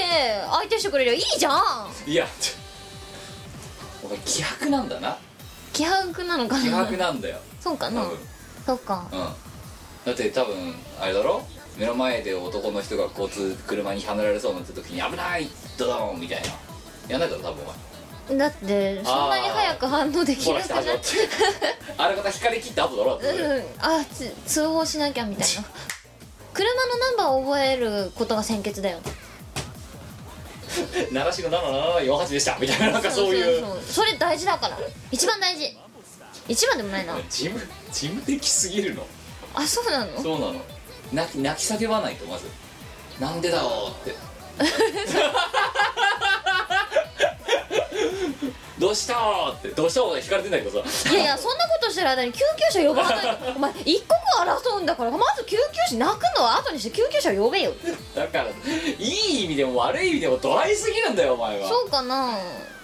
S5: 相手してくれりゃいいじゃん
S4: いやちょお前希薄なんだな
S5: 気迫なのか
S4: 希
S5: な
S4: 薄なんだよ
S5: そうか
S4: 多
S5: な
S4: 分
S5: そうか
S4: うんだって多分あれだろ目の前で男の人が交通車にはねられそうになった時に危ないドドーンみたいなやんないだろ多分お前
S5: だってそんなに早く反応でき
S4: ほ
S5: な
S4: ら
S5: く
S4: 来
S5: な
S4: た
S5: っ
S4: 始まって
S5: ち
S4: あれ方光り切った後だろだって
S5: ゃ
S4: そうれ
S5: うんあつ通報しなきゃみたいな 車のナンバーを覚えることが先決だよ
S4: 鳴らしの7748でしたみたいななんかそういう
S5: そうそれ大事だから一番大事一番でもないな
S4: 事務事務的すぎるの
S5: あそうなの
S4: そうなの泣き泣き叫ばないとまずなんでだろ うってどうしたーってどうしたーって引かれてんだけどさ
S5: いやいやそんなことしてる間に救急車呼ばない とお前一刻を争うんだからまず救急車泣くのは後にして救急車呼べよ
S4: だからいい意味でも悪い意味でもドライすぎるんだよお前は
S5: そうかな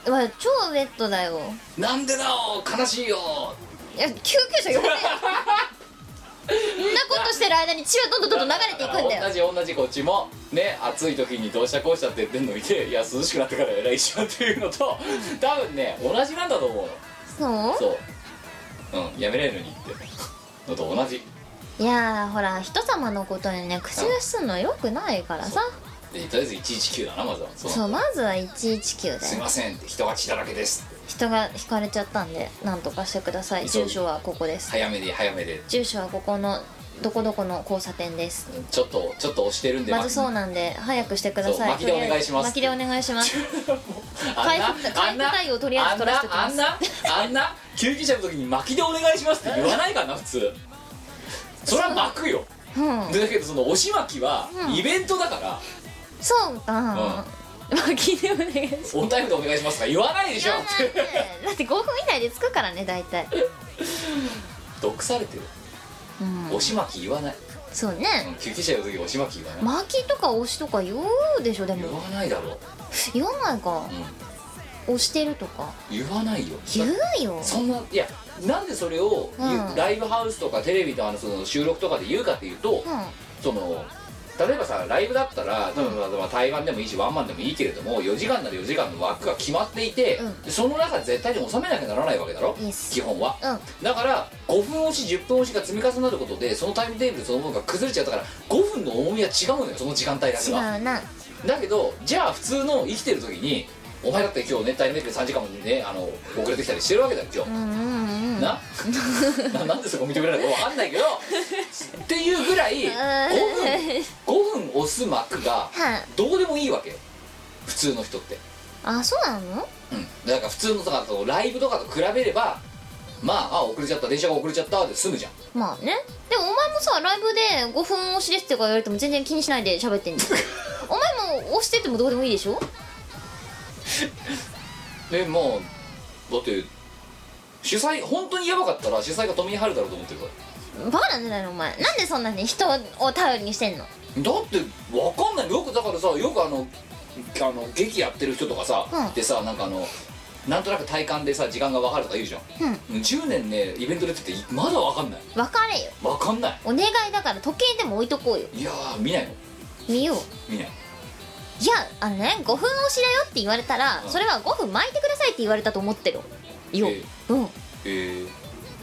S5: うわ超ウェットだよ
S4: なんでだよ悲しいよ
S5: いや救急車呼べよそんなことしてる間に血はどんどんどんどん流れていくんだよ
S4: よ同じ同じこっちもね暑い時にどうしたこうしたって言ってんの見ていや涼しくなってから偉いじゃんっていうのと多分ね同じなんだと思うの
S5: そ
S4: そううんやめれるのにってのと同じ
S5: ういやーほら人様のことにね口出しすんのはよくないからさ
S4: でとりあえず119だなまずはその
S5: そうまずは119
S4: すい
S5: で
S4: ませんって人が血だらけですって
S5: 人が引かれちゃったんでなんとかしてください
S4: 急い
S5: 住
S4: で
S5: 所はここです
S4: 早めで早めで
S5: 住所はここのどこどこの交差点です
S4: ちょっとちょっと押してるんで
S5: まずそう
S4: う
S5: なんで早くしてください
S4: そう巻きでお願いします
S5: 巻きでお願いします
S4: あんな
S5: 回復回
S4: あん
S5: 復
S4: な
S5: 対応をとりあえず取らせておきます
S4: あんなあんなあんな救急車の時に巻きでお願いしますって言わないかな普通それは巻くよ
S5: うん
S4: でだけどその押し巻きは
S5: うん
S4: イベントだから
S5: そうか、巻きでお願いしま
S4: 「
S5: す
S4: オンタイムでお願いします」とか言わないでし
S5: 言
S4: ょ
S5: わないねだって5分以内で着くからね大体
S4: 毒されてる
S5: うん
S4: 押し巻き言わない、
S5: そう
S4: う
S5: ね
S4: ん救急車の時押し巻き言わない、
S5: 巻きとか押しとか言うでしょで
S4: 言
S5: も
S4: わないだろう、
S5: 言わないか
S4: うん、
S5: 押してるとか
S4: 言わないよ
S5: 言うよ
S4: そんないやなんでそれを、
S5: うん
S4: ライブハウスとかテレビのあのその収録とかで言うかっていうと、
S5: うん
S4: その例えばさライブだったら多分まあ対バンでもいいしワンマンでもいいけれども4時間なら4時間の枠が決まっていて、
S5: うん
S4: でその中で絶対に収めなきゃならないわけだろ、
S5: Yes
S4: 基本は、
S5: うん
S4: だから5分押し10分押しが積み重なることでそのタイムテーブルそのものが崩れちゃうだから5分の重みは違うのよその時間帯だけ
S5: 違
S4: が
S5: うな
S4: だけどじゃあ普通の生きてる時にお前だって今日ねタイムテーブル3時間もねあの遅れてきたりしてるわけだよ今日
S5: う、んうんうん
S4: なななんでそこ認められるのか分かんないけどっていうぐらい5分5分押す幕が
S5: はい
S4: どうでもいいわけよ普通の人って
S5: あそうなの
S4: うんだから普通のとかとライブとかと比べればまああ遅れちゃった電車が遅れちゃったで済むじゃん
S5: まあねでもお前もさライブで5分押しですとか言われても全然気にしないで喋ってんじゃん お前も押しててもどうでもいいでしょ
S4: えまあだって主催本当にやばかったら主催が富井春だろうと思ってるから
S5: バカなんじゃないのお前なんでそんなに人を頼りにしてんの
S4: だってわかんないよくだからさよくあのあの劇やってる人とかさ、
S5: うん
S4: でさなんかあのなんとなく体感でさ時間が分かるとか言うじゃん、10年ねイベントでやっててまだ分かんない
S5: 別れよ
S4: 分かんない
S5: お願いだから時計でも置いとこうよ
S4: いやー見ないの
S5: 見よう
S4: 見ない
S5: いやあのね5分押しだよって言われたら
S4: うん
S5: それは5分巻いてくださいって言われたと思ってるよ、
S4: え
S5: うん
S4: えー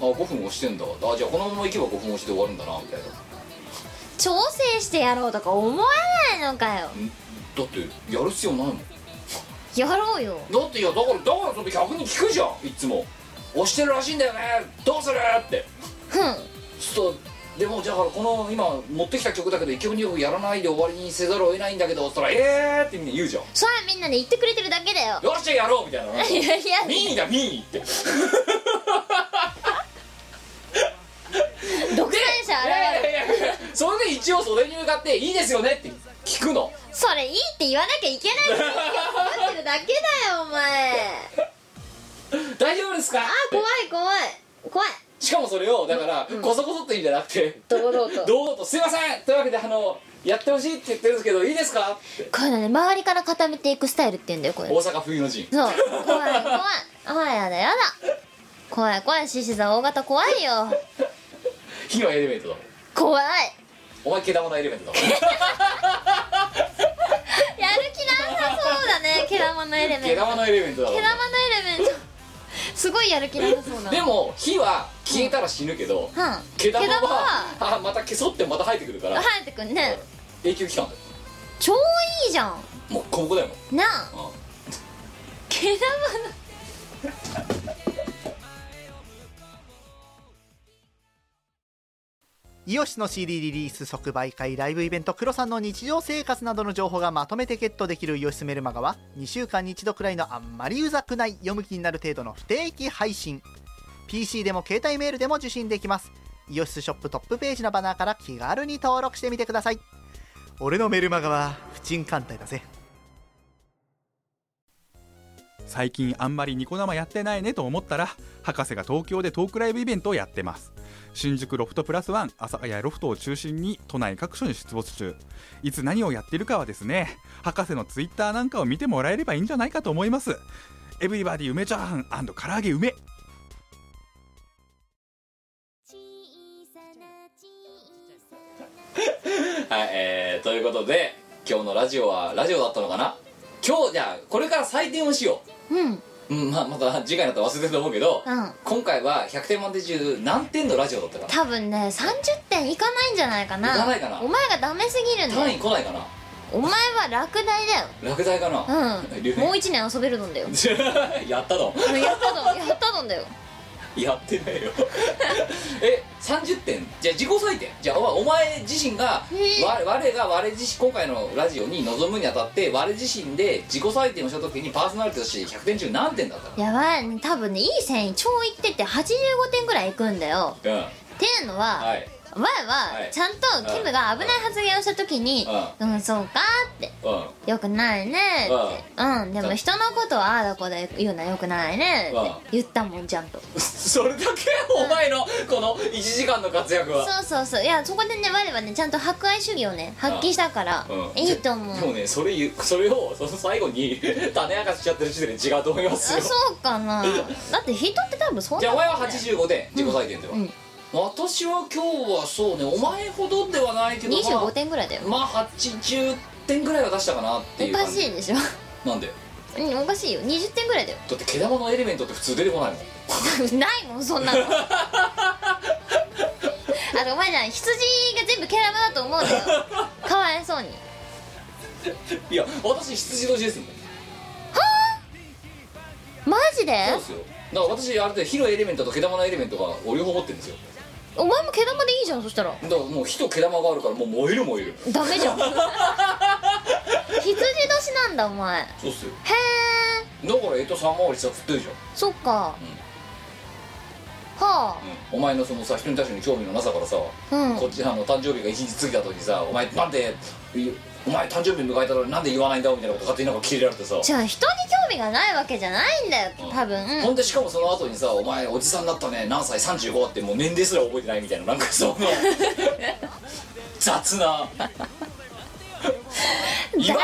S4: あ5分押してんだあじゃあこのままいけば5分押して終わるんだなみたいな
S5: 調整してやろうとか思わないのかよ
S4: んだってやる必要ないもん
S5: やろうよ
S4: だっていやだからだからそれ逆に聞くじゃんいつも押してるらしいんだよねどうするって
S5: ふん
S4: そうでもだからこの今持ってきた曲だけど一曲二曲やらないで終わりにせざるを得ないんだけどそしたら「えー!」ってみんな言うじゃん「
S5: それはみんなね言ってくれてるだけだよ
S4: よっしゃやろう!」みたいな
S5: いやいや
S4: 民意だ民意って
S5: 独裁者
S4: いや
S5: 現
S4: い
S5: れる
S4: やいやそれで一応袖に向かって「いいですよね」って聞くの
S5: それいいって言わなきゃいけないって思ってるだけだよお前
S4: 「大丈夫ですか?」
S5: あ怖い怖い 怖い
S4: しかもそれをだからこそこそって意味じゃなくて
S5: 堂々と
S4: 堂々と「すいません!」というわけであのやってほしいって言ってるんですけどいいですかって
S5: こういうのね周りから固めていくスタイルって言うんだよこれ
S4: 大阪冬の陣
S5: そう怖い怖いああやだやだ怖い怖い獅子座大型怖いよ
S4: 火のエレメントだ
S5: 怖い
S4: お前毛玉のエレメントだ
S5: やる気なさそうだね毛玉のエレメント
S4: 毛玉のエレメントだ
S5: 毛玉のエレメントすごいやる気なさそうな
S4: でも火は消えたら死ぬけど、
S5: うん
S4: 毛玉
S5: 毛玉
S4: は
S5: は
S4: あまた毛剃ってまた生えてくるから
S5: 生えてくんね
S4: 永久期間だよ
S5: 超いいじゃん
S4: もうここだよも
S5: なあ
S4: う、うん
S5: 毛玉の
S3: イオシスの CD リリース即売会ライブイベントクロさんの日常生活などの情報がまとめてゲットできるイオシスメルマガは2週間に一度くらいのあんまりうざくない読む気になる程度の不定期配信 PC でも携帯メールでも受信できますイオシスショップトップページのバナーから気軽に登録してみてください俺のメルマガは不沈艦隊だぜ
S6: 最近あんまりニコ生やってないねと思ったら博士が東京でトークライブイベントをやってます新宿ロフトプラスワン朝谷ロフトを中心に都内各所に出没中いつ何をやってるかはですね博士のツイッターなんかを見てもらえればいいんじゃないかと思いますエブリバディ梅チャーハン唐揚げ梅
S4: はいえー、ということで今日のラジオはラジオだったのかな今日じゃあこれから採点をしよ
S5: うん
S4: ううんまあまた次回だったら忘れてると思うけど、
S5: うん
S4: 今回は100点満点中何点のラジオだったか
S5: 多分ね30点いかないんじゃないかな
S4: い
S5: い
S4: かないかな
S5: お前がダメすぎるんだ
S4: 単
S5: よ
S4: 位来ないかな
S5: お前は落第だよ
S4: 落第か
S5: う
S4: な、留
S5: ん
S4: 年
S5: もう1年遊べるのだよ
S4: やったの
S5: やったのやったのだよ
S4: やってないよ え30点じゃあ自己採点じゃあおお前自身が
S5: へえ
S4: 我我が我自身今回のラジオに臨むにあたって我自身で自己採点をした時にパーソナリティとして100点中何点だったか
S5: やばいね多分ねいい線超いってって85点ぐらいいくんだよ
S4: うん
S5: っていうのは、
S4: はい
S5: 前
S4: は
S5: はいちゃんとキムが危ない発言をした時に「うんそうか」って
S4: う
S5: 「よくないね」って「うんでも人のことはああだこうだ言うのはよくないね」って言ったもんちゃんと
S4: ん それだけお前のこの1時間の活躍は
S5: そうそうそういやそこでね我はねちゃんと博愛主義をね発揮したから
S4: うん
S5: いいと
S4: でも
S5: 思う
S4: ねそれ言うそれをその最後に種明かししちゃってる時点で違うと思いま
S5: あ
S4: すよ
S5: そうかなだって人って多分そん
S4: じゃ
S5: な
S4: あお
S5: もん
S4: 前は
S5: だよ
S4: 85点自己採点では、
S5: うん
S4: 私は今日はそうねお前ほどではないけどまあ
S5: 25点ぐらいだよ
S4: まあ80点ぐらいは出したかなってい
S5: お
S4: う
S5: か
S4: 感じ
S5: しいでしょ
S4: なんで
S5: うんおかしいよ20点ぐらいだよ
S4: だって毛玉のエレメントって普通出てこないもん
S5: ないもんそんな のあとお前じゃん羊が全部毛玉だと思うんだよかわいそうに
S4: いや私羊年ですもん
S5: マジで
S4: そうですよだから私あれで火のエレメントと毛玉のエレメントがお両方持ってるんですよ
S5: お前も毛玉でいいじゃんそしたら
S4: だからもう火と毛玉があるからもう燃える燃える
S5: ダメじゃん 羊年なんだお前へ
S4: そうっすよ
S5: え
S4: だからえと三回りしたっつってるじゃん
S5: そっか、は
S4: お前のそのさ人に対しての興味のなさからさ、
S5: あうん
S4: こっちあの誕生日が一日過ぎた時にさ「お前なんでお前誕生日迎えたのになんで言わないんだ?」みたいなこと勝手になんかキレられてさ、
S5: じゃあ人に興味がないわけじゃないんだよ多分
S4: ほんでしかもその後にさ「お前おじさんになったね何歳 ?35」ってもう年齢すら覚えてないみたいななんかその雑 な今今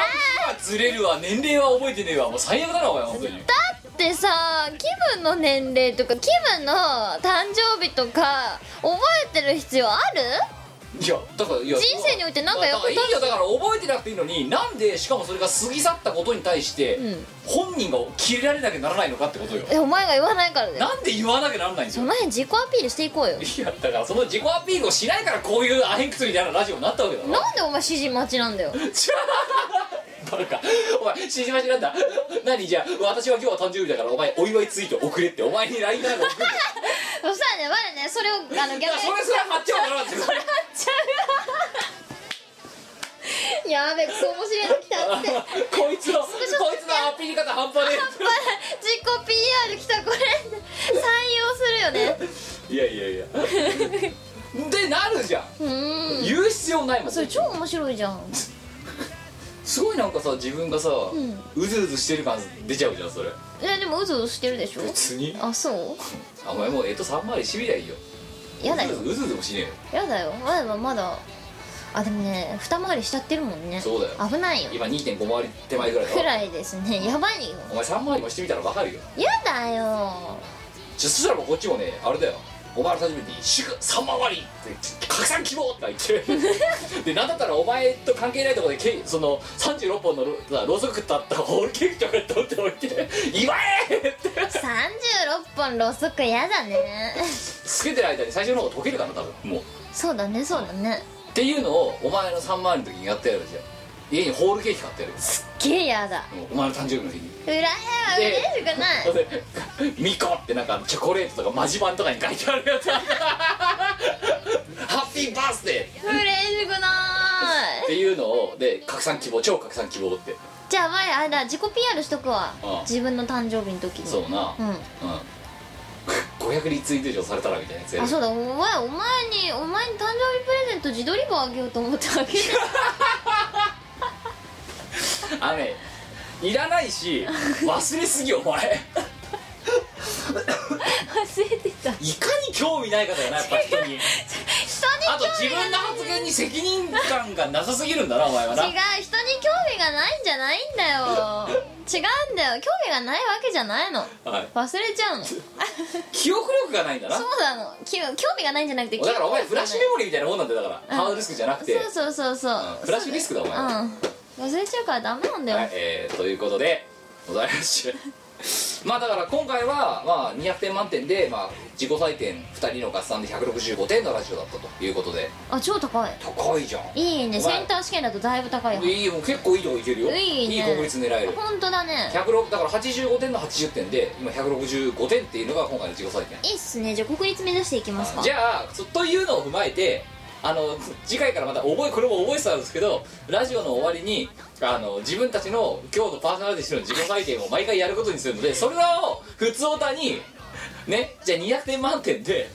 S4: ずれるわ年齢は覚えてねえわもう最悪だなお前本当に
S5: でさ気分の年齢とか気分の誕生日とか覚えてる必要ある
S4: いやだからいや
S5: 人生においてなんか役
S4: い
S5: 立つ
S4: やいいよだから覚えてなくていいのになんでしかもそれが過ぎ去ったことに対して、
S5: うん
S4: 本人がキレられなきゃならないのかってことよ
S5: えお前が言わないからだよ
S4: なんで言わなきゃならないんです
S5: そ
S4: よ
S5: の辺自己アピールしていこうよ
S4: いやだからその自己アピールをしないからこういうアヘンクスみたいなラジオに なったわけだろ
S5: なんでお前指示待ちなんだよ
S4: バカお前指示待ちなんだ何じゃあ私は今日は誕生日だからお前お祝いツイート送れってお前に LINE なんか送る
S5: そしたらね我ねそれをあの逆に
S4: いやそれすら貼っちゃうからって
S5: やべえクソ面白いの来たっつって
S4: こいつのこいつのアピール方半端ね
S5: まだ自己 PR 来たこれ採用するよね
S4: えいやいやい やでなるじゃん
S5: うーん
S4: 言う必要ないもん
S5: それ超面白いじゃん
S4: すごいなんかさ自分がさ、うんずうずしてる感出ちゃうじゃんそれ
S5: えでもうずうずしてるでしょ
S4: 別に
S5: あそ
S4: あお前もうえと3回りしびりゃいいよ
S5: うやだよ
S4: うずうずうずうずもしねえよ
S5: やだよまだまだあでもね二回りしちゃってるもんね
S4: そうだよ
S5: 危ないよ
S4: 今2.5回り手前ぐらいだ
S5: く
S4: ろ
S5: らいですねやばいよ
S4: お前3回りもしてみたらわかるよ
S5: やだ よ
S4: じゃそしたらもうこっちもねあれだよお前ら初めて「祝3回り!」って「拡散希望!」って言っ てでなんだったらお前と関係ないところでけその36本のろさろうそく立ったホールケーキとか取っておいて「祝え!」って
S5: 36本ろうそくやだね
S4: つけてる間に最初の方が溶けるから多分もう
S5: そうだねそうだね
S4: っていうのをお前の3回りの時にやってやるじゃん家にホールケーキ買ってやるよ
S5: ゲイやだ
S4: もうお前の誕生日の日に
S5: うらやは
S4: で
S5: 嬉しくない
S4: それで 「ミコ」ってなんかチョコレートとかマジパンとかに書いてあるやつハッピーバースデー
S5: 嬉しくな
S4: っ
S5: い
S4: ていうのをで拡散希望超拡散希望って
S5: じゃあ前あれだ自己 PR しとくわ
S4: ああ
S5: 自分の誕生日の時に
S4: そうな
S5: うん
S4: うん500リツイート以上されたらみたいなやつや
S5: あ
S4: る
S5: そうだお前お前にお前に誕生日プレゼント自撮り棒あげようと思ってあげる
S4: あのねいらないし忘れすぎよお前
S5: 忘れてた
S4: いかに興味ない方やなやっぱ人に
S5: 人
S4: あと自分の発言に責任感がなさすぎるんだなお前はな
S5: に違う人に興味がないんじゃないんだよ違うんだよ興味がないわけじゃないの
S4: はい
S5: 忘れちゃうのそう
S4: 記憶力がないんだな
S5: なのき興味がないんじゃなくて
S4: だからお前フラッシュメ
S5: モ
S4: モリーみたいなもんなんだよだからハードディスクじゃなくて
S5: そうそうそうそう
S4: うんフラッシュディスクだお前は
S5: うん忘れちゃうからダメなんだよ、
S4: はいえーということでございまして まあだから今回はまあ200点満点でまあ自己採点2人の合算で165点のラジオだったということで
S5: あ超高い
S4: 高いじゃん
S5: いいね
S4: お前
S5: センター試験だとだいぶ高いよ
S4: いいよ結構いいとこいけるよ
S5: いいね
S4: 確率狙える
S5: 本当だね
S4: 106だから85点の80点で今165点っていうのが今回の自己採点
S5: いいっすねじゃあ国立目指していきますか
S4: じゃあそというのを踏まえてあの次回からまた覚えこれも覚えてたんですけどラジオの終わりにあの自分たちの今日のパーソナリティの自己採点を毎回やることにするのでそれを普通おたにねじゃあ200点満点で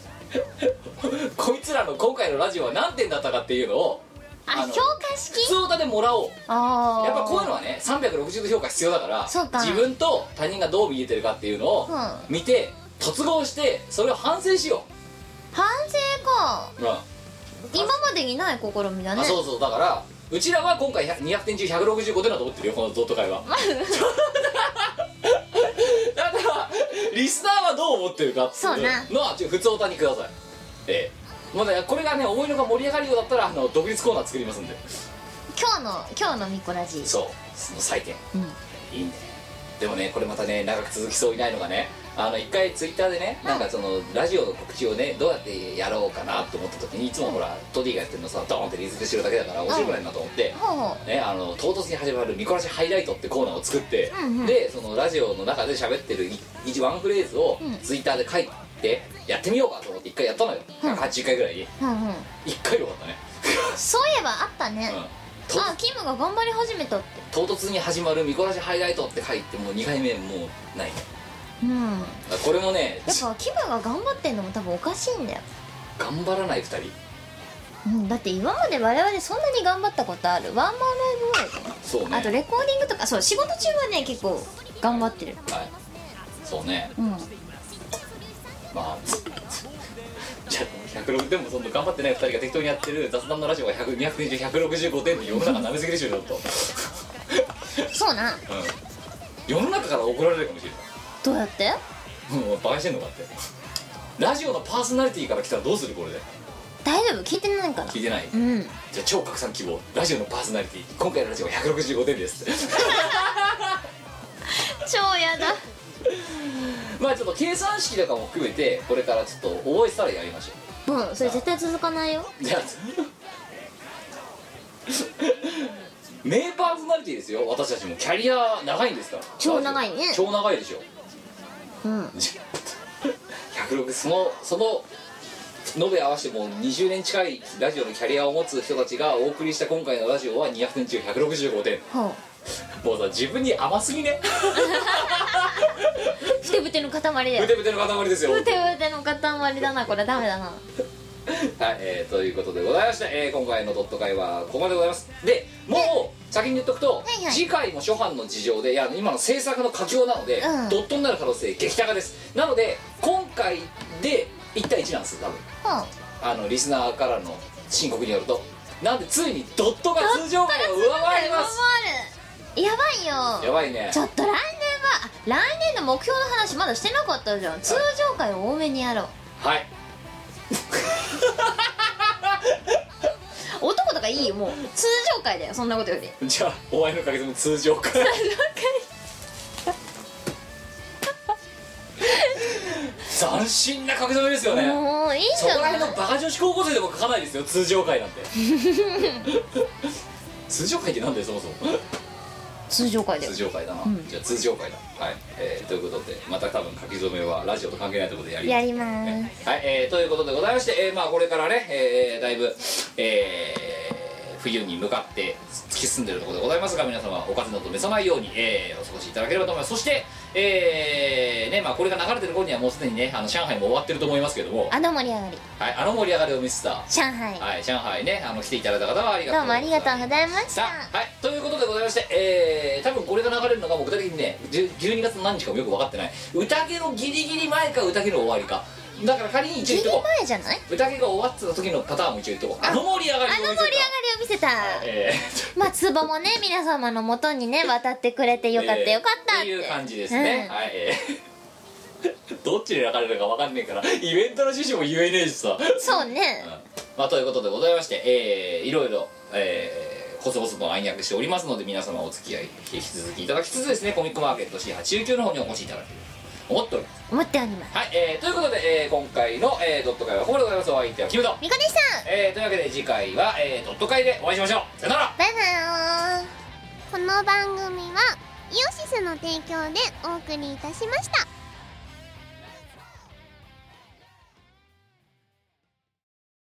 S4: こいつらの今回のラジオは何点だったかっていうのを
S5: あ
S4: あの
S5: 評価式
S4: 普通おたでもらおう
S5: ああ
S4: やっぱこういうのはね360度評価必要だから
S5: そうか
S4: 自分と他人がどう見えてるかっていうのを
S5: う
S4: 見て突合してそれを反省しよ
S5: 反省か
S4: う、うん
S5: 今までにない試みだね
S4: あそうそうだからうちらは今回100 200点中165点だと思ってるよこのドット会は だからリスナーはどう思ってるかってい
S5: そうな
S4: うのはちょっと普通おたにくださいええまだこれがね思いのが盛り上がるようだったらあの独立コーナー作りますんで
S5: 今日の今日のミコラジ
S4: そうその採点
S5: うん
S4: いいねでもねこれまたね長く続きそうにないのがねあの一回ツイッターでねなんかそのラジオの告知をねどうやってやろうかなと思った時にいつもほらトディがやってるのさドーンってリズムしてるだけだから面白くないなと思って、
S5: ほうほう
S4: ね、あの唐突に始まる「ミコラジハイライト」ってコーナーを作って、
S5: うんうん
S4: でそのラジオの中で喋ってるい一ワンフレーズを
S5: うん
S4: ツイッターで書いてやってみようかと思って一回やったのよ、
S5: うん
S4: 80回ぐらい
S5: うんうん
S4: 一回で終わったね、
S5: そういえばあったね、
S4: と
S5: あキムが頑張り始めたって
S4: 唐突に始まる「ミコラジハイライト」って書いてもう2回目もうないね
S5: うん
S4: あこれもね
S5: やっぱキムが頑張ってんのも多分おかしいんだよ、
S4: 頑張らない2人
S5: うん、だって今まで我々そんなに頑張ったことあるワンマンライブぐらいじゃない
S4: そうね
S5: あとレコーディングとかそう仕事中はね結構頑張ってる
S4: はいそうね
S5: うん
S4: まあ じゃあ106でもその頑張ってない2人が適当にやってる雑談のラジオが2200165点で世の中舐めすぎでしょちょっと、
S5: そうな
S4: うん、世の中から怒られるかもしれない
S5: どうやって
S4: うんバカにしてんのかってラジオのパーソナリティから来たらどうするこれで
S5: 大丈夫聞いてないから
S4: 聞いてない
S5: うん
S4: じゃあ超拡散希望ラジオのパーソナリティ今回のラジオは165点ですって
S5: 超やだ
S4: まあちょっと計算式とかも含めてこれからちょっと覚えてたらやりましょ
S5: もうそれ絶対続かないよ
S4: うじゃあ名パーソナリティですよ私たちもキャリア長いんですから
S5: 超長いね
S4: 超長いでしょ
S5: うん
S4: 106そ のその延べ合わせてもう20年近いラジオのキャリアを持つ人たちがお送りした今回のラジオは200点中165点
S5: ほう
S4: もうさ自分に甘すぎね
S5: ふてぶての塊だよ
S4: ブテブテの塊ですよ
S5: ふてぶての塊だなこれダメだな
S4: はい、えー、ということでございました、えー今回のドット会はここまでございますでもう先に言っとくと、
S5: いはい
S4: 次回も初版の事情でいや今の制作の佳境なので、
S5: うん
S4: ドットになる可能性激高ですなので今回で1対1なんです多分
S5: ほう
S4: あのリスナーからの申告によるとなんでついにドットが通常回を上回ります
S5: 上回るやばいよ
S4: やばいね
S5: ちょっと来年はあ来年の目標の話まだしてなかったじゃん通常回を多めにやろう
S4: はい
S5: 男とかいいよもう通常回だよそんなことより
S4: じゃあお前のおかげでも通常 回斬新な書き初めですよね
S5: もういい
S4: そこ
S5: じゃ
S4: ら
S5: ない
S4: 辺のバカ女子高校生でも書かないですよ通常回なん て通常回ってなんだよそもそも
S5: 通常回だよ
S4: 通常回だな、
S5: ん
S4: じゃあ通常回だはい、えーということでまた多分書き初めはラジオと関係ないところでやります
S5: やります
S4: はい、えーということでございまして、えーまあこれからね、えーだいぶ、えー冬に向かって突き進んでるところでございますが皆様お風邪など召さないように、えーお過ごしいただければと思いますそして、えーねまあ、これが流れてる頃にはもうすでにねあの上海も終わってると思いますけども、
S5: あの盛り上がり
S4: はい、あの盛り上がりを見せた、
S5: 上海
S4: はい、上海ねあの来ていただいた方はありがとう
S5: どうもありがとうございまし
S4: さ
S5: た
S4: あはいということでございましてえー、多分これが流れるのが僕具体的にねじゅ12月の何日かもよく分かってない宴のギリギリ前か宴の終わりかだから仮に一応言
S5: ギリ
S4: っとこ
S5: 前じゃないう
S4: 宴が終わってた時のパターンも一応言っとこうあの盛り上がり
S5: あの盛り上がりを見せた
S4: りえ
S5: まあツボもね皆様のもとに ね渡ってくれて
S4: ー
S5: よかったよかったっ
S4: って
S5: て
S4: いう感じですね、
S5: うん
S4: はいえー どっちに流れるか分かんねえからイベントの趣旨も言えねえしさ
S5: そうね
S4: まあ、ということでございまして、えーいろいろ、えー、細々と暗躍しておりますので皆様お付き合い引き続きいただきつつですねコミックマーケット C89 の方にお越しいただけると思っております
S5: 思っております
S4: はい、えーということで、えー今回の、えードット会はここまでございますお相手はキムト、
S5: みこでした
S4: えーというわけで次回は、えードット会でお会いしましょうさよなら
S1: バイバイこの番組はイオシスの提供でお送りいたしました